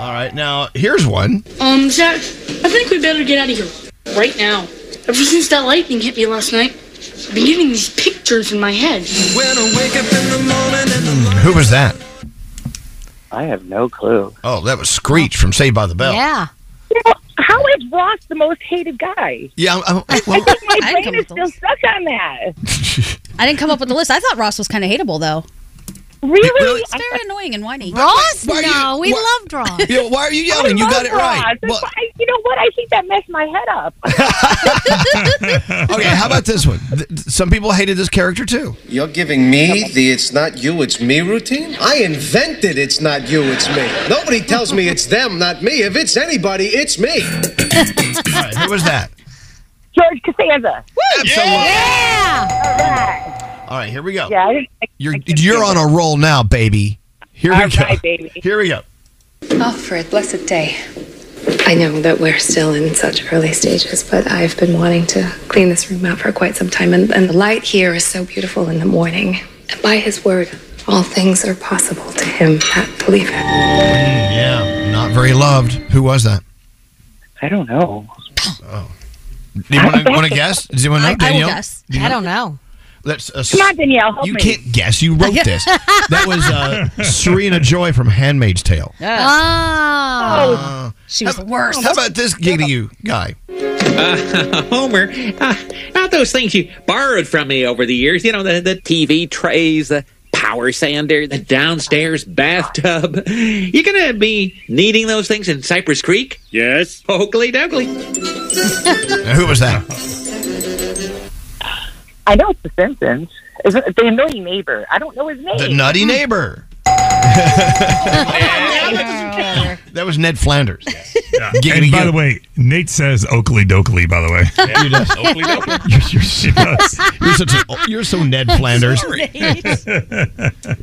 All right, now here's one.
Um, Zach, I think we better get out of here right now. Ever since that lightning hit me last night, I've been getting these pictures in my head.
Who was that?
I have no clue.
Oh, that was Screech from Saved by the Bell.
Yeah. how is Ross the most hated guy?
Yeah. I'm, I'm- I- well,
My brain is still stuck on that.
I didn't come up with the list. I thought Ross was kind of hateable, though.
Really?
It's very annoying and whiny.
Ross?
Why are you-
no, we
why-
love Draws.
Yo, why are you yelling?
I
You
love
got it right.
bras. That's why- you know what? I think that messed my head up.
Okay, how about this one? Th- th- Some people hated this character too.
You're giving me the it's not you, it's me routine? I invented it's not you, it's me. Nobody tells me it's them, not me. If it's anybody, it's me.
Who was that?
George Costanza.
Absolutely.
Yeah.
All right, here we go.
Yeah. I didn't-
You're you're on a roll now, baby. Here we go. Here we go.
Oh, for a blessed day. I know that we're still in such early stages, but I've been wanting to clean this room out for quite some time, and, and the light here is so beautiful in the morning. And by his word, all things are possible to him that believeth.
Yeah, not very loved. Who was that?
I don't know.
Oh. Do you want to, want to guess? Does anyone know?
I, I will
Danielle?
guess.
Do you
I don't know.
Let's uh, ass-
Come on, Danielle, help
you
me.
can't guess. You wrote this. that was uh, Serena Joy from Handmaid's Tale.
Oh. She was worse.
How about this gig to you guy?
Uh, Homer, uh, not those things you borrowed from me over the years. You know, the, the TV trays, the power sander, the downstairs bathtub. You're going to be needing those things in Cypress Creek? Yes. Oakley Doakley.
Who was that?
I know it's The Simpsons. Is it the annoying neighbor? I don't know his name.
The nutty neighbor. that was Ned Flanders. Giggity
And by
you.
the way, Nate says Oakley Doakley, by the way.
Yeah, he does. Oakley You're, you're, she does. you're, such a, you're so Ned Flanders.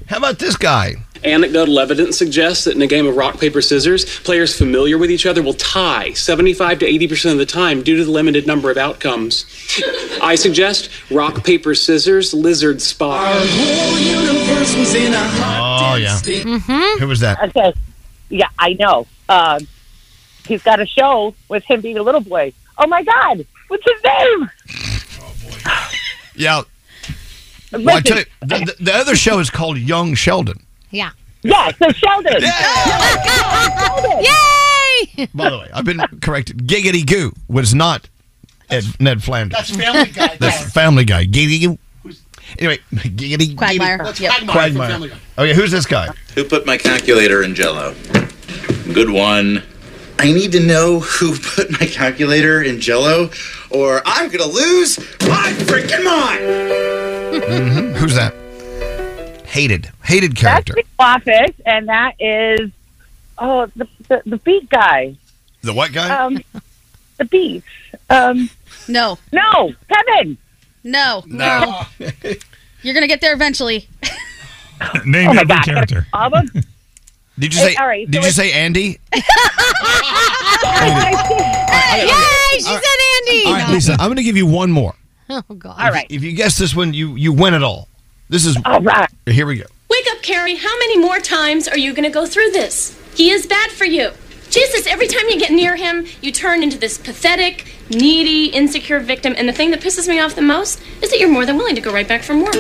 How about this guy?
Anecdotal evidence suggests that in a game of rock, paper, scissors, players familiar with each other will tie 75 to 80% of the time due to the limited number of outcomes. I suggest rock, paper, scissors, lizard spot.
Oh, yeah.
Mm-hmm.
Who was that?
Okay. Yeah, I know. Um, he's got a show with him being a little boy. Oh my God! What's his name?
Yeah. Well, I tell you, the, the- the other show is called Young Sheldon.
Yeah.
Yeah, so Sheldon.
Yay!
By the way, I've been corrected. Giggity Goo was not Ed, Ned Flanders.
That's Family Guy.
That's Family Guy. Giggity Goo. Anyway, giggity
Quagmire.
Giggity,
That's Quagmire from Family
Quagmire.
Guy.
Okay, who's this guy?
Who put my calculator in jello? Good one. I need to know who put my calculator in jello, or I'm gonna lose my freaking mind!
hmm Who's that? Hated. Hated
That's
character.
the office, and that is oh the the, the beat guy.
The what guy?
Um, the beat. Um,
no,
no, Kevin.
No,
No.
You're gonna get there eventually.
Name
Oh my
every
God.
character.
Album.
Did you
Hey,
say?
all right, so
did you
it's-
say Andy?
Yay! She said Andy.
All right, Lisa. I'm going to give you one more.
Oh God!
All right. If you guess this one, you you win it all. This is all
right.
Here we go.
Wake up, Carrie. How many more times are you going to go through this? He is bad for you. Jesus, every time you get near him, you turn into this pathetic, needy, insecure victim. And the thing that pisses me off the most is that you're more than willing to go right back for more.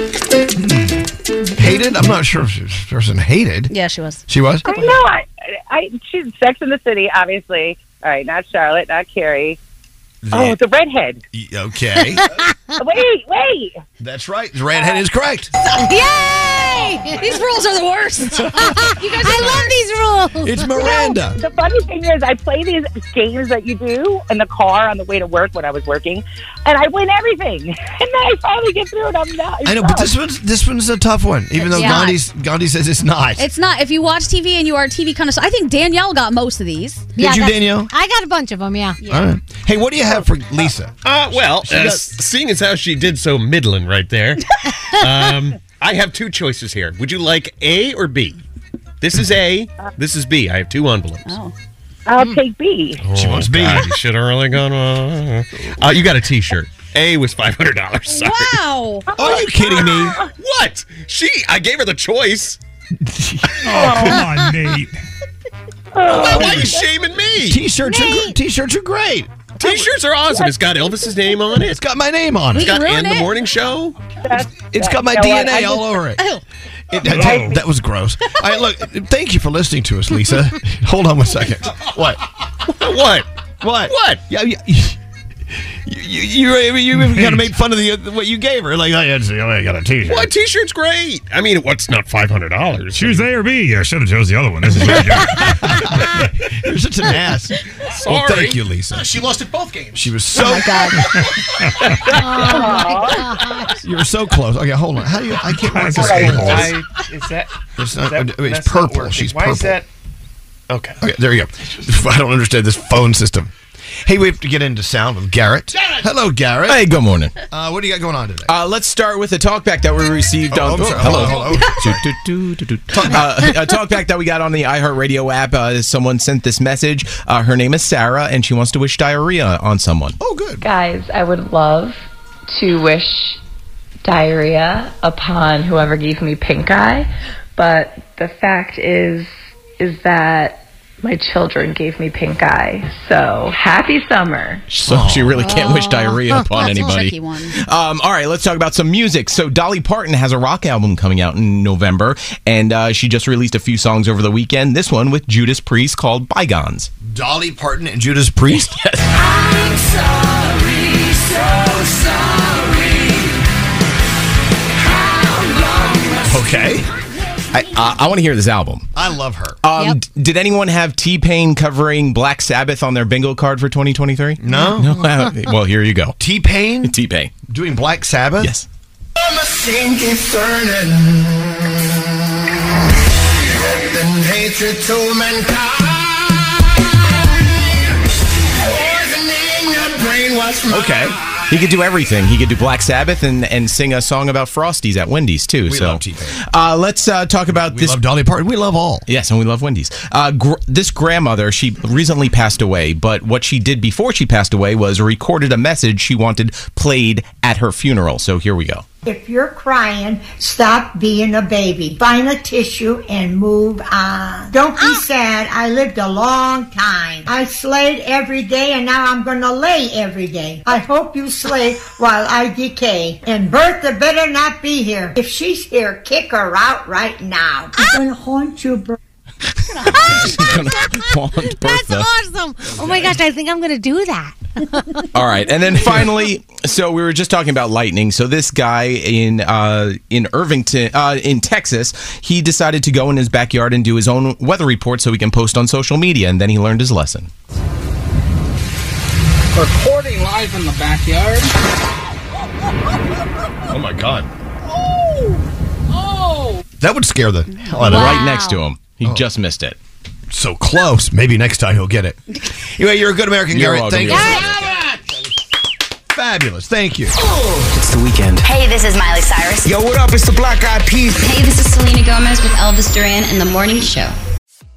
Hated? I'm not sure if this person hated.
Yeah, she was.
She was.
I know. I, I she's Sex in the City, obviously. All right, not Charlotte, not Carrie. Oh, the redhead.
Okay.
wait, wait.
That's right. The redhead is correct.
Yay! These rules are the worst. you guys I love these rules.
It's Miranda.
the funny thing is, I play these games that you do in the car on the way to work when I was working, and I win everything. And then I finally get through, and I'm not.
I know, but this one's this one's a tough one. Even though
It's not.
Gandhi's, Gandhi says it's not.
It's not. If you watch TV and you are a TV connoisseur, I think Danielle got most of these.
Did Yeah, you, that's- Danielle?
I got a bunch of them. Yeah.
All right. Hey, what do you have for
Oh,
Lisa?
Uh, well,
She
uh,
got-
s- seeing as how she did so middling right there, um, I have two choices here. Would you like A or B? This is A. This is B. I have two envelopes.
Oh.
I'll
Hmm.
take B.
She wants B. you should have really gone. Uh, uh, you got a T-shirt. A was five hundred dollars. Sorry.
Wow.
Oh,
Are you kidding me? What? She? I gave her the choice.
Oh, come
Ah,
on, Nate.
Why, why are you shaming me?
Oh. T-shirts are gr- t-shirts are great.
T-shirts are awesome. It's got Elvis's name on it. It's
got my name on it.
It's
We
got
ruined
and the
it.
morning show.
It's got my
You know what? I
DNA all
just-
over it.
Oh,
It- that, that was gross. All right, look. Thank you for listening to us, Lisa. Hold on one second. What?
What?
What? What? Yeah, yeah. You you, you, you kind of made fun of the what you gave her. Like, oh, I I got a T-shirt.
Well, a T-shirt's great. I mean, what's not five hundred dollars?
Choose A or B. Yeah, I should have chose the other one. This is
You're such an ass.
Sorry.
Well, thank you, Lisa.
She lost at both games.
She was so.
Oh, my God.
you were so close. Okay, hold on. How do you? I can't work this angle.
I, is that?
It's not.
that-
it's
that's not
purple.
working.
She's
Why
purple.
is that? Okay.
Okay, there you go. I don't understand this phone system. Hey, we have to get into sound with Garrett. Hello, Garrett.
Hey, good morning.
Uh, what do you got going on today?
Uh, let's start with a talkback that we received
Oh,
on.
I'm sorry.
hello.
Hold on, hold
Do, do, do, do, do. Uh, a talkback that we got on the iHeartRadio app. Uh, someone sent this message. Uh, her name is Sarah, and she wants to wish diarrhea on someone.
Oh, good. Guys, I would love to wish diarrhea upon whoever gave me pink eye, but the fact is, is that my children gave me pink eye. So happy summer.
So she really can't wish diarrhea upon
Oh, That's a
anybody.
tricky one.
Um, all right, let's talk about some music. So Dolly Parton has a rock album coming out in November, and uh, she just released a few songs over the weekend. This one with Judas Priest called Bygones.
Dolly Parton and Judas Priest.
I'm sorry, so sorry.
Okay. I, uh, I, I want to hear this album.
I love her.
Um, d- Did anyone have T Pain covering Black Sabbath on their bingo card for 2023?
No.
No. well, here you go.
T Pain.
T Pain
doing Black Sabbath.
Yes.
I'm a sinking furnace. The nature to mankind. Poisoning your brainwash mind.
Okay. He could do everything. He could do Black Sabbath and, and sing a song about Frosties at Wendy's too.
We
so
love T-Pain.
Uh, let's uh, talk about this. We love
Dolly Parton. We love all.
Yes, and we love Wendy's. Uh, gr- this grandmother, she recently passed away, but what she did before she passed away was recorded a message she wanted played at her funeral. So here we go.
If you're crying, stop being a baby. Find a tissue and move on. Don't be sad. I lived a long time. I slayed every day and now I'm gonna lay every day. I hope you slay while I decay. And Bertha better not be here. If she's here, kick her out right now. I'm gonna haunt you, Bertha.
That's awesome. Oh my gosh, I think I'm going to do that.
All right, and then finally, so we were just talking about lightning. So this guy in uh, in Irvington, uh, in Texas, he decided to go in his backyard and do his own weather report so he can post on social media, and then he learned his lesson.
Recording live in the backyard.
Oh my God.
Oh!
That would scare the hell out of Oh.
Right next to him, he just missed it.
So close. Maybe next time he'll get it. Anyway, you're a good American,
You're
Garrett.
welcome.
Thank
You're
you. Fabulous. Thank you.
It's the weekend.
Hey, this is Miley Cyrus.
Yo, what up? It's the Black Eyed Peas.
Hey, this is Selena Gomez with Elvis Duran and the Morning Show.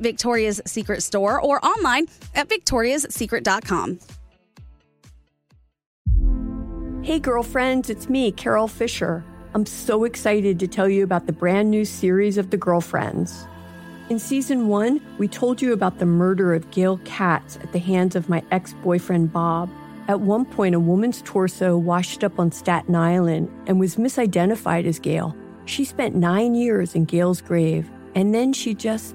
Victoria's Secret store or online at victoriassecret.com.
Hey, girlfriends, it's me, Carol Fisher. I'm so excited to tell you about the brand new series of The Girlfriends. In season one, we told you about the murder of Gail Katz at the hands of my ex boyfriend, Bob. At one point, a woman's torso washed up on Staten Island and was misidentified as Gail. She spent nine years in Gail's grave, and then she just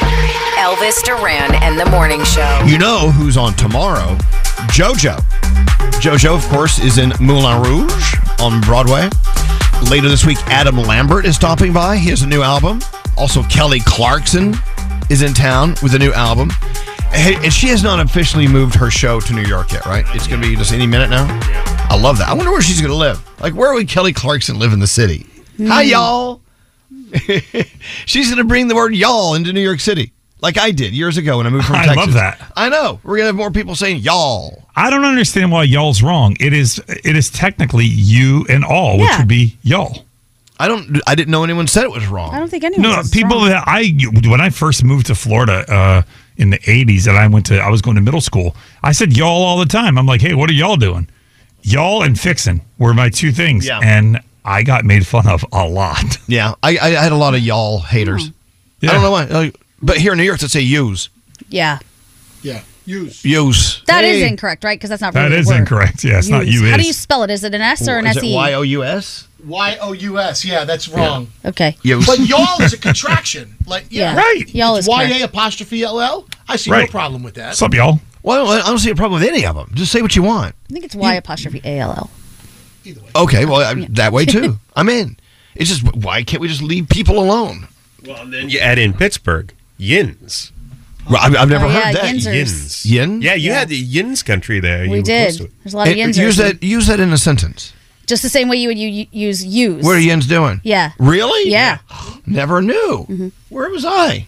Elvis Duran and the Morning Show.
You know who's on tomorrow? JoJo. JoJo, of course, is in Moulin Rouge on Broadway. Later this week, Adam Lambert is stopping by. He has a new album. Also, Kelly Clarkson is in town with a new album. Hey, And she has not officially moved her show to New York yet, right? It's going to be just any minute now. I love that. I wonder where she's going to live. Like, where would Kelly Clarkson live in the city? Hi, y'all. she's going to bring the word y'all into New York City, like I did years ago when I moved from
I
Texas.
love that.
I know. We're going to have more people saying y'all.
I don't understand why y'all's wrong. It is it is technically you and all, which
Yeah.
would be y'all.
I don't. I didn't know anyone said it was wrong.
I don't think anyone.
No,
was
people
wrong.
that I when I first moved to Florida uh, in the '80s, and I went to I was going to middle school. I said y'all all the time. I'm like, hey, what are y'all doing? Y'all and fixing were my two things,
Yeah.
and I got made fun of a lot.
Yeah, I, I had a lot of y'all
Hmm.
haters. I don't know why. Like, but here in New York, they say use.
Yeah.
Yeah. Use.
Use.
that is
Hey.
incorrect, right? Because that's not really
That
a
is
word.
incorrect. Yeah, it's not
Use.
you.
How
is.
do you spell it? Is it an S or an S E?
Y-O-U-S?
Y-O-U-S. Yeah, that's wrong.
Okay.
Use.
But y'all is a contraction. Like, yeah.
Yeah. Right. Y'all
It's
is correct.
Y-A apostrophe L-L. I see no
Right.
problem with that.
y'all?
Well, I don't- I don't see a problem with any of them. Just say what you want.
I think it's Y apostrophe A L L.
Okay, well, I, that way too. I'm in. It's just why can't we just leave people alone?
Well, then you add in Pittsburgh, yins.
Well, I've, I've never
Oh, yeah,
heard that.
yinzers.
Yins.
Yin?
Yeah, you had the yins country there.
We
You were close
did.
to it.
There's a lot of
And
yins.
Use
there, too.
that. Use that in a sentence.
Just the same way you would you, use use.
What are yins doing?
Yeah.
Really?
Yeah. Mm-hmm.
Never knew. Where was I?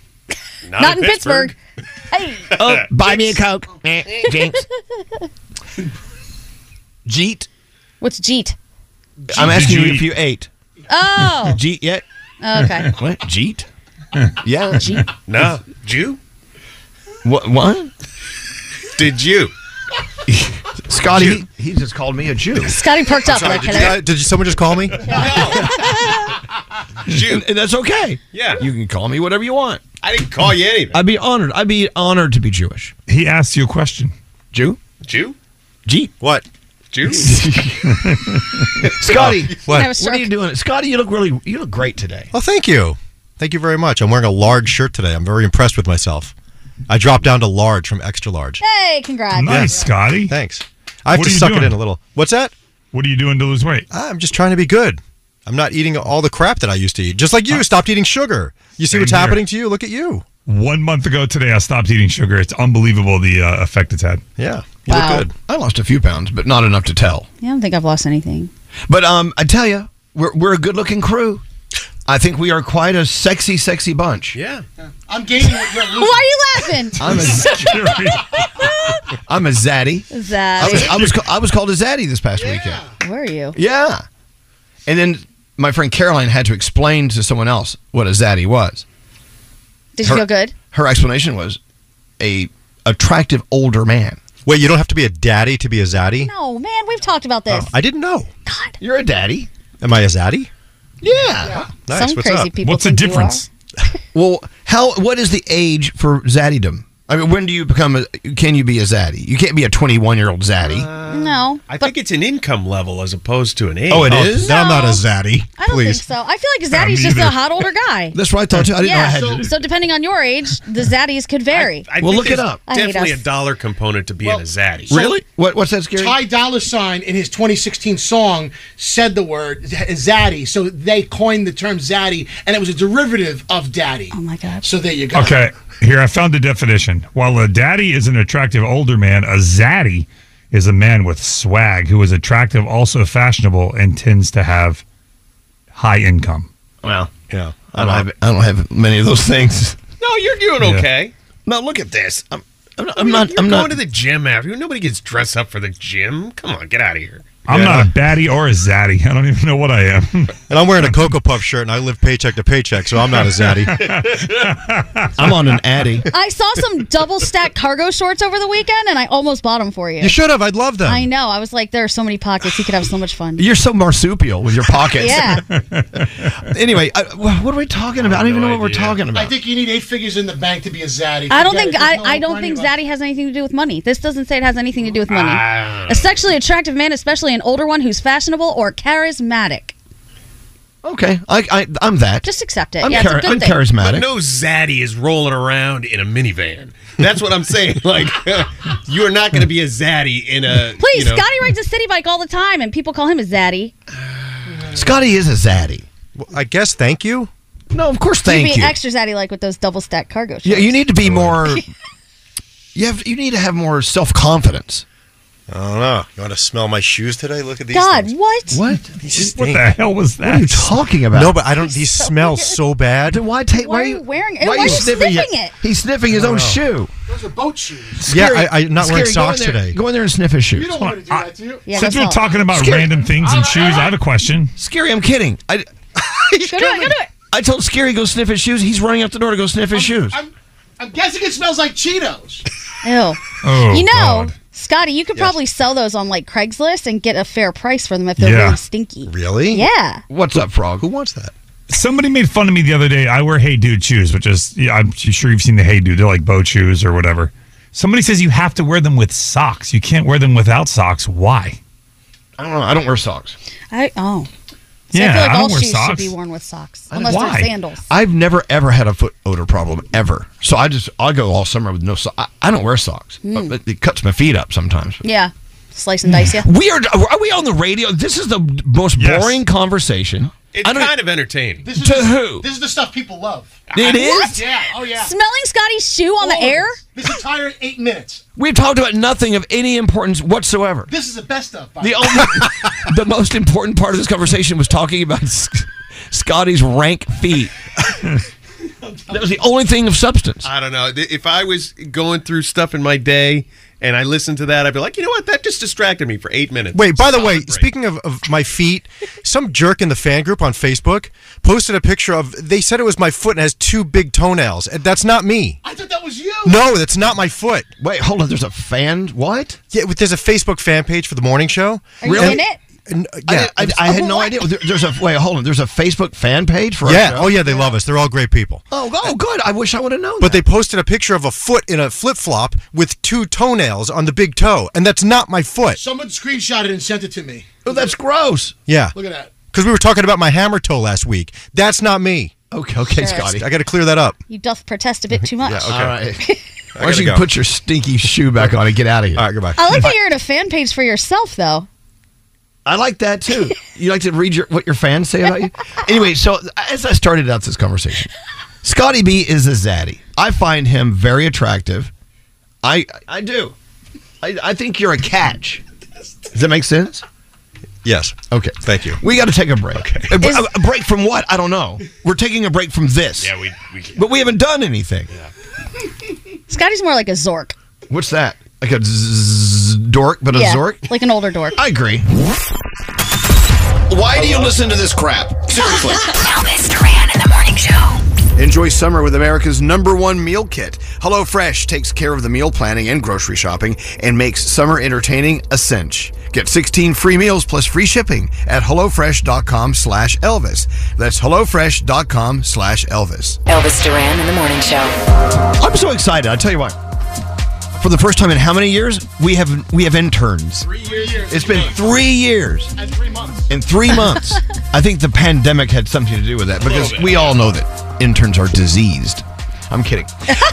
Not, in Pittsburgh. hey.
oh, buy me a coke, Eh, Jinx. Jeet.
What's Jeet?
I'm asking
Did
you
you
if you ate.
Oh.
Jeet yet?
Okay.
What? Jeet? yeah. Jeet.
No. Jew?
What? What?
Did you?
Scotty, he, he just called me a Jew.
Scotty perked
I'm
up,
sorry,
like,
did, you,
hello?
guys- did you- someone just call me? Jew. And, and that's okay. Yeah. You can call me whatever you want. I didn't
call you anything.
I'd be honored. I'd be honored to be Jewish.
He asked you a question.
Jew?
Jew?
G. What?
Juice.
Scotty,
What? I
what?
was
are you doing? Scotty, you look really, you look great today.
Oh, thank you. Thank you very much. I'm wearing a large shirt today. I'm very impressed with myself. I dropped down to large from extra large.
Hey, congrats.
Scotty.
Thanks. I have
What
to
are you
suck
doing?
it in a little. What's that?
What are you doing to lose weight?
I'm just trying to be good. I'm not eating all the crap that I used to eat. Just like you, stopped eating sugar. You see
Uh, Same
what's
here.
happening to you? Look at you.
One month ago today, I stopped eating sugar. It's unbelievable the uh, effect it's had.
Yeah,
you look Wow. good.
I lost a few pounds, but not enough to tell.
Yeah, I don't think I've lost anything.
But um, I tell you, we're we're a good-looking crew. I think we are quite a sexy, sexy bunch.
Yeah.
I'm gaining what you're losing. Why are you laughing?
I'm I'm a zaddy. I was
Zaddy.
I was, ca- I was called a zaddy this past weekend.
Where are you?
Yeah. And then my friend Caroline had to explain to someone else what a zaddy was.
Did you feel good?
Her explanation was a attractive older man.
Wait, you don't have to be a daddy to be a zaddy?
No, man, we've talked about this.
I didn't know.
God.
You're a daddy.
Am I a zaddy?
Yeah.
Nice.
Some
What's
crazy
up?
people. think you are.
well, how? What is the age for zaddydom? I mean, when do you become a? Can you be a zaddy? You can't be a 21 year old zaddy.
No,
Uh, I think it's an income level as opposed to an age.
Oh, it is?
Then I'm not a zaddy.
I don't think so. I feel like
Yeah,
Zaddy's
me
just a
either.
hot older guy.
That's what I thought too. I didn't know I
yeah.
had
so,
to-
so depending on your age, the Zaddies could vary.
I think there's
I hate
Definitely a
us.
dollar component to being a zaddy.
What? What's that, Scary?
Ty
Dolla Sign in his 2016 song said the word z- zaddy, so they coined the term zaddy, and it was a derivative of daddy. Oh my god! So there you go.
Okay, here I found the definition. While a daddy is an attractive older man, a zaddy is a man with swag who is attractive, also fashionable, and tends to have high income.
Well,
yeah,
I don't have. I don't have many of those things.
No, you're doing
Yeah.
okay.
No, look at this. I'm, I'm not. I'm
not. You're
I'm
going
not-
to the gym after. Nobody gets dressed up for the gym. Come on, get out of here.
I'm not a baddie or a zaddy. I don't even know what I am.
And I'm wearing a Cocoa Puff shirt and I live paycheck to paycheck, so I'm not a zaddy.
I'm on an addy.
I saw some double stack cargo shorts over the weekend, and I almost bought them for you.
You should have. I'd love them.
I know. I was like, there are so many pockets. He could have so much fun.
You're so marsupial with your pockets.
Yeah.
anyway, I, wh- what are we talking about? I don't even know what we're talking
I
about.
think you need eight figures in the bank to be a zaddy.
I don't
Forget
think
it.
I,
There's no
I don't
money
think
about-
Zaddy has anything to do with money. This doesn't say it has anything to do with money.
Ah.
I don't know.
A sexually attractive man, especially an older one who's fashionable or charismatic.
okay, I, I I'm that.
Just accept it.
I'm
yeah,
chari-
it's a good
I'm
thing.
charismatic.
But no zaddy is rolling around in a minivan. That's what I'm saying. Like, you are not going to be a zaddy in a.
Please,
you know-
Scotty rides a city bike all the time, and people call him a zaddy.
Scotty is a zaddy.
Well, I guess. Thank you.
No, of course.
You'd
Thank
be
you.
extra zaddy like with those double stack cargo shorts.
Yeah, you need to be more. You have. You need to have more self confidence.
I don't know. You want to smell my shoes today? Look at these.
God,
things.
what?
What?
stink.
was
What are you
talking about?
No, but I don't. These smell so bad.
Then why take?
Why are you wearing it? Why, are you sniffing, it?
He's sniffing his
I don't
own
know.
shoe.
Those are boat
Oh.
shoes.
Yeah, I- I'm not wearing
Scary, go in
socks
there-
today.
Go in there and sniff his shoe.
You don't want to do that, do you?
Since we're talking about
Scary.
random things and shoes, I have a question.
Scary, I'm kidding. I,
Go do it. Go do it. Um,
I told Scary go sniff his shoes. He's running out the door to go sniff his shoes.
I'm guessing it smells like Cheetos. Ew.
Oh,
you know,
God.
Scotty, you could probably sell those on like Craigslist and get a fair price for them if they're
Yeah.
really stinky.
Really?
Yeah.
What's up, Frog? Who wants that?
Somebody made fun of me the other day. I wear Hey Dude shoes, which is, yeah, I'm sure you've seen the Hey Dude. They're like boat shoes or whatever. Somebody says you have to wear them with socks. You can't wear them without socks. Why?
I don't know. I don't wear socks.
I oh. So I
Yeah,
feel like
I don't
all
wear
shoes should
socks.
be worn with socks,
don't-
unless
Why?
they're sandals.
I've never ever had a foot odor problem ever. So I just I go all summer with no socks. I, I don't wear socks.
Mm.
But it cuts my feet up sometimes.
Yeah, slice and
Mm.
dice. Yeah.
We are are we on the radio? This is the most boring conversation.
It's kind of entertaining.
This is to who?
This is the stuff people love.
It is?
What?
Yeah. Oh yeah.
Smelling Scotty's shoe
All
on the
of
air.
This entire eight minutes.
We've talked about nothing of any importance whatsoever.
This is the best of.
The only, the most important part of this conversation was talking about S- Scotty's rank feet. that was the only thing of substance.
I don't know. Th- If I was going through stuff in my day and I listened to that, I'd be like, you know what? That just distracted me for eight minutes.
Wait, by the way, speaking of, of my feet, some jerk in the fan group on Facebook posted a picture of, they said it was my foot and has two big toenails. And That's not me.
I thought that was you.
No, that's not my foot.
Wait, hold on. There's a fan? What?
Yeah, but there's a Facebook fan page for the morning show.
Are you in it?
N-
I
yeah,
didn't- I, I had no idea. There- There's a wait. Hold on. There's a Facebook fan page for. our
yeah.
show?
Oh, yeah. They love us. They're all great people.
Oh, oh, good. I wish I would have known.
But they posted a picture of a foot in a flip flop with two toenails on the big toe, and that's not my foot.
Someone screenshot it and sent it to me.
Oh, that's gross.
Yeah.
Look at that.
Because we were talking about my hammer toe last week. That's not me.
Okay, okay,
Sure. Scotty.
I got to clear that up.
You doth protest a bit too much.
All right. Why don't you put your stinky shoe back on and get out of here? All right,
goodbye.
I like that you're in a fan page for yourself, though.
I like that too. You like to read your, what your fans say about you? Anyway, so as I started out this conversation, Scotty B is a zaddy. I find him very attractive. I I do. I, I think you're a catch. Does that make sense?
Yes.
Okay.
Thank you.
We got to take a break. A, br- a break from what? I don't know. We're taking a break from this. Yeah, we, we But we haven't done anything.
Scotty's more like a zork.
What's that? Like a zzz, dork, but a
Yeah,
zork?
Like an older dork.
I agree. Why do you listen to this crap?
Seriously.
Elvis Duran in the morning show.
Enjoy summer with America's number one meal kit. HelloFresh takes care of the meal planning and grocery shopping and makes summer entertaining a cinch. Get 16 free meals plus free shipping at HelloFresh.com slash Elvis. That's HelloFresh.com slash Elvis.
Elvis Duran in the morning show.
I'm so excited. I'll tell you what. For the first time in how many years? We have we have interns. It's been three years.
And three months.
In three months. I think the pandemic had something to do with that because we all know that interns are diseased. I'm kidding.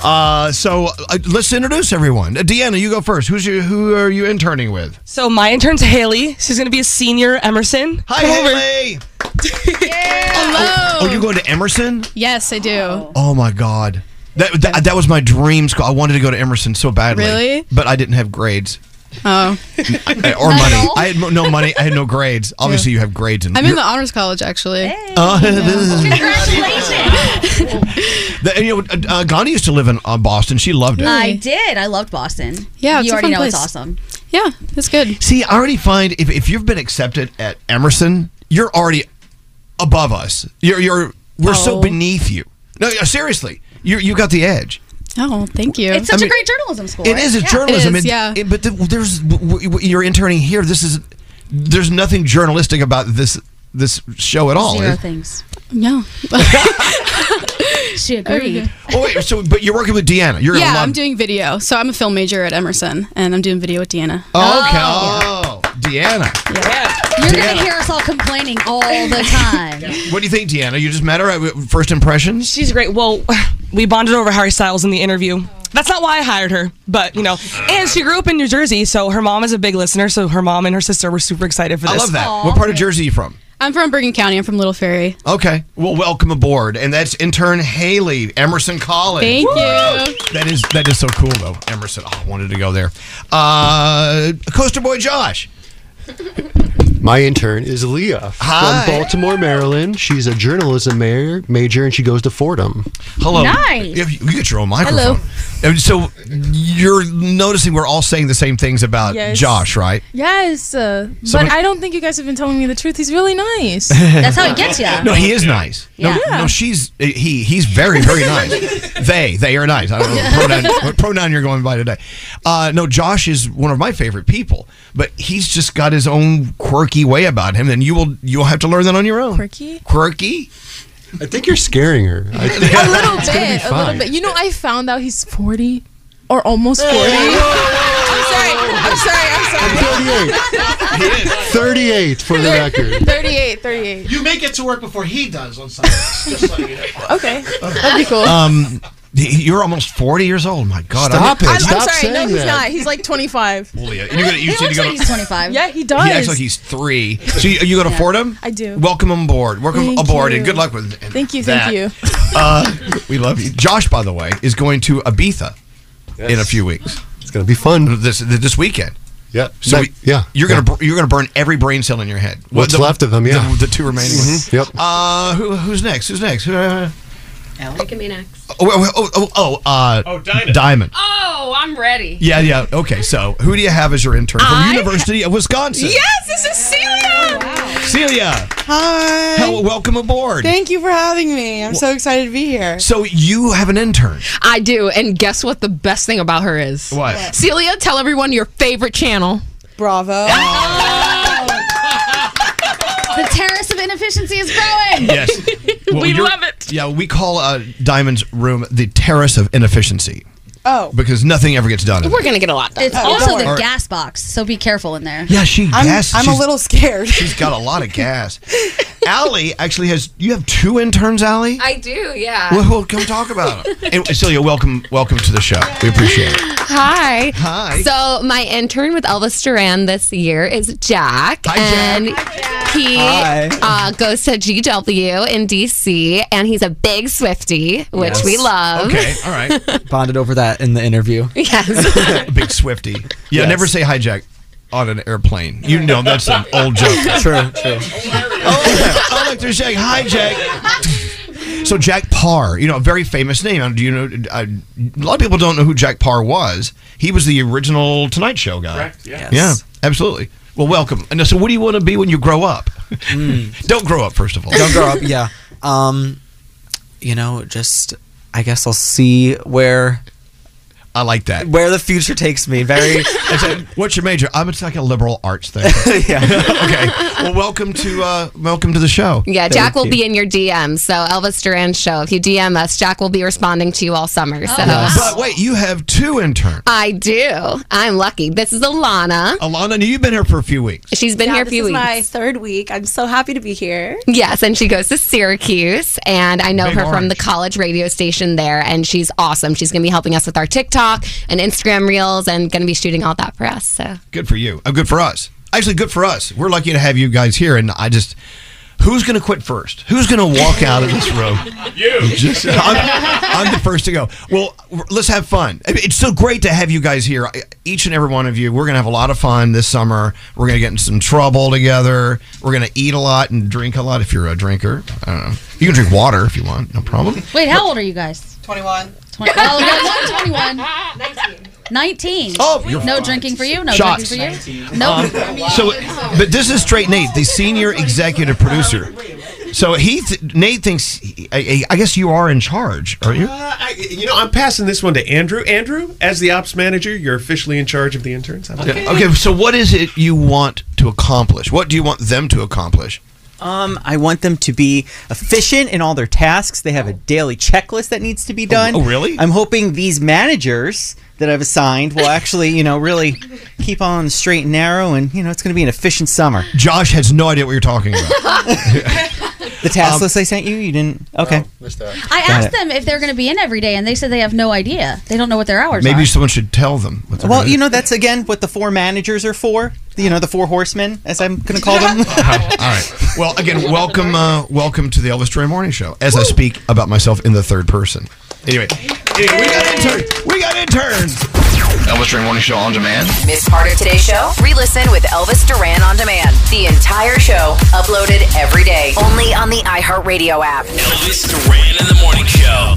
uh, so uh, let's introduce everyone. Uh, Deanna, you go first. Who's your, who are you interning with?
So my intern's Haley. She's gonna be a senior Emerson.
Hi, Haley.
Hello.
Oh, you going to Emerson?
yes, I do.
Oh my God. That, that, that was my dream school. I wanted to go to Emerson so badly.
Really?
But I didn't have grades.
Oh,
Uh, or money. I had mo- no money. I had no grades. Obviously, you have grades. In
I'm in the
you're-
honors college actually.
Uh, the- and, you know, uh, uh, Gandhi used to live in uh, Boston. She loved it.
I did. I loved Boston.
Yeah, it's a
you already
fun
know it's
place.
awesome.
Yeah, it's good.
See, I already find if, if you've been accepted at Emerson, you're already above us. You're you're we're so
Oh.
beneath you. No, yeah, seriously, you you got the edge.
Oh, thank you.
It's
I
such
mean,
a great journalism school.
It
right?
is a
Yeah.
journalism.
It is,
It-
yeah.
it- but th- there's w- w- you're interning here. This is there's nothing journalistic about this this show at all.
Zero
is-
things.
No.
she
agreed.
Oh wait, so but you're working with Deanna. You're
yeah,
gonna love.
I'm doing video. So I'm a film major at Emerson, and I'm doing video with Deanna.
Oh, okay. Oh, Deanna.
You're going
Deanna.
to hear us all complaining all the time.
What do you think, Deanna? You just met her at first impressions?
She's great. Well, we bonded over Harry Styles in the interview. That's not why I hired her, but you know, and she grew up in New Jersey, so her mom is a big listener. So her mom and her sister were super excited for
I
this.
love that. What part of Jersey are you from?
I'm from Bergen County. I'm from Little Ferry.
Okay. Well, welcome aboard. And that's intern Haley, Emerson College.
Thank Woo! you.
That is that is so cool though. Emerson. Oh, I wanted to go there. Uh Coaster Boy Josh.
My intern is Leah
Hi.
from Baltimore, Maryland. She's a journalism major, major and she goes to Fordham.
Hello. You, you get your own microphone. Hello. So you're noticing we're all saying the same things about
Yes.
Josh, right?
Yes, uh,
Someone-
but I don't think you guys have been telling me the truth. He's really nice.
No, he is nice. No,
Yeah.
no, she's he. He's very, very nice. they, they are nice. I don't know what pronoun, what pronoun you're going by today. Uh, no, Josh is one of my favorite people, but he's just got his own quirky way about him, and you will you'll have to learn that on your own. Quirky, quirky.
I think you're scaring her. I think
a little
it's gonna be
bit, a little
fine.
bit. You know, I found out he's forty or almost forty.
I'm sorry. I'm sorry. I'm sorry.
38 for the record.
38, 38.
You may get to work before he does on Sundays. just letting you know.
Okay. That'd be cool.
Um, you're almost forty years old. My God,
Stop
I'm, I'm sorry. No, he's not. He's like 25.
Julia, you're gonna- you He said looks you like gotta- he's
25. Yeah, he does.
He acts like he's three. So you, you go to Fordham?
I do.
Welcome on board. Welcome
Thank
aboard,
you.
and good luck with it.
Thank you, thank you.
Uh, we love you. Josh, by the way, is going to Ibiza in a few weeks. It's going to be fun this this weekend.
Yeah.
So
Ne-
we-
yeah.
you're gonna bur- you're gonna burn every brain cell in your head.
What's
the-
left of them, yeah.
the, the two remaining.
Mhm. Yep.
Uh, who, who's next? Who's next? Who- uh,
Look at me next.
oh, oh, oh, oh, oh, uh, Diamond.
Oh, I'm ready.
Yeah, yeah. Okay, so who do you have as your intern from University of Wisconsin?
Yes, this is Celia.
Celia.
Hi.
Hello, welcome aboard.
Thank you for having me. I'm so excited to be here.
So you have an intern.
I do, and guess what the best thing about her is?
What? What?
Ah, Celia, tell everyone your favorite channel. Bravo.
efficiency is growing.
Yes. Well, you're- Yeah, we call uh, Diamond's room the terrace of inefficiency
Oh.
because nothing ever gets done. in
We're
it.
gonna get a lot
done.
It's
Oh,
also
don't
the
worry.
gas box, so be careful in there.
Yeah, she
I'm-
gas.
I'm a
she's-
little scared.
She's got a lot of gas. Allie actually has. You have two interns, Allie.
I do, yeah.
Well, well, come talk about them. And Celia, welcome, welcome to the show. We appreciate it.
Hi.
Hi.
So my intern with Elvis Duran this year is Jack, and he
Hi.
Uh, goes to GW in DC, and he's a big Swifty, which
Yes.
we love.
all right.
Bonded over that in the interview.
yes.
Big Swifty. Yeah,
Yes.
never say hijack on an airplane. You know that's an old joke.
True, true.
Oh, yeah. oh look, there's Jack. Hi, Jack. So Jack Parr, you know, a very famous name. Do you know? uh, A lot of people don't know who Jack Parr was. He was the original Tonight Show guy.
Correct, yeah.
Yeah.
Yes.
Absolutely. Well, welcome. And so, what do you want to be when you grow up? don't grow up, first of all.
Hmm. Don't grow up. Yeah. Um, you know, just I guess I'll see where.
I like that.
Where the future takes me. Very.
It's like, what's your major? I'm. It's like a liberal arts thing.
yeah.
okay. Well, welcome to uh, welcome to the show.
Yeah, Jack will be in your DM. So Elvis Duran show. If you DM us, Jack will be responding to you all summer.
Oh.
So
But wait, you have two interns.
I do. I'm lucky. This is Alana.
Alana, you've been here for a few weeks.
She's been
Yeah,
here a
this
few
is
weeks.
my third week. I'm so happy to be here.
Yes, and she goes to Syracuse, and I know
Big
her from
orange.
the college radio station there, and she's awesome. She's going to be helping us with our TikTok and Instagram reels, and going to be shooting all that for us. So
Good for you. Oh, good for us. Actually, good for us. We're lucky to have you guys here. And I just, who's going to quit first? Who's going to walk out of this room? You. Just, I'm, I'm the first to go. Well, let's have fun. I mean, It's so great to have you guys here. I- Each and every one of you. We're going to have a lot of fun this summer. We're going to get in some trouble together. We're going to eat a lot and drink a lot if you're a drinker. I don't know. You can drink water if you want. No problem.
Wait, how old are you guys? 21. 20, oh, we got one 21. 19.
Oh, you're
no
fine.
drinking for you. No
Shots.
drinking for you. No.
Um, so, but this is straight Nate, the senior executive producer. So he, th- Nate thinks. he- I, I guess you are in charge, are you?
Uh, I, you know, I'm passing this one to Andrew. Andrew, as the ops manager, you're officially in charge of the interns. I'm
Okay. okay. So what is it you want to accomplish? What do you want them to accomplish?
Um, I want them to be efficient in all their tasks. They have a daily checklist that needs to be done.
Oh, really?
I'm hoping these managers that I've assigned will actually, you know, really keep on the straight and narrow, and you know, it's going to be an efficient summer.
Josh has no idea what you're talking about.
The task
Um, Oh.
list I sent you, you didn't. Okay.
I
Got
asked
it.
them if they're going to be in every day, and they said they have no idea. They don't know what their hours are.
Maybe someone should tell them. What
Well, you know, that's again what the four managers are for. You know, the four horsemen, as I'm going to call them.
All right. Well, again, welcome, uh, welcome to the Elvis Duran Morning Show. As I speak about myself in the third person. Anyway, anyway we got interns. We got interns. Elvis Duran Morning Show on demand.
Miss part of today's show? Re-listen with Elvis Duran on demand. The entire show uploaded every day, only on the iHeartRadio app.
Elvis Duran in the morning show.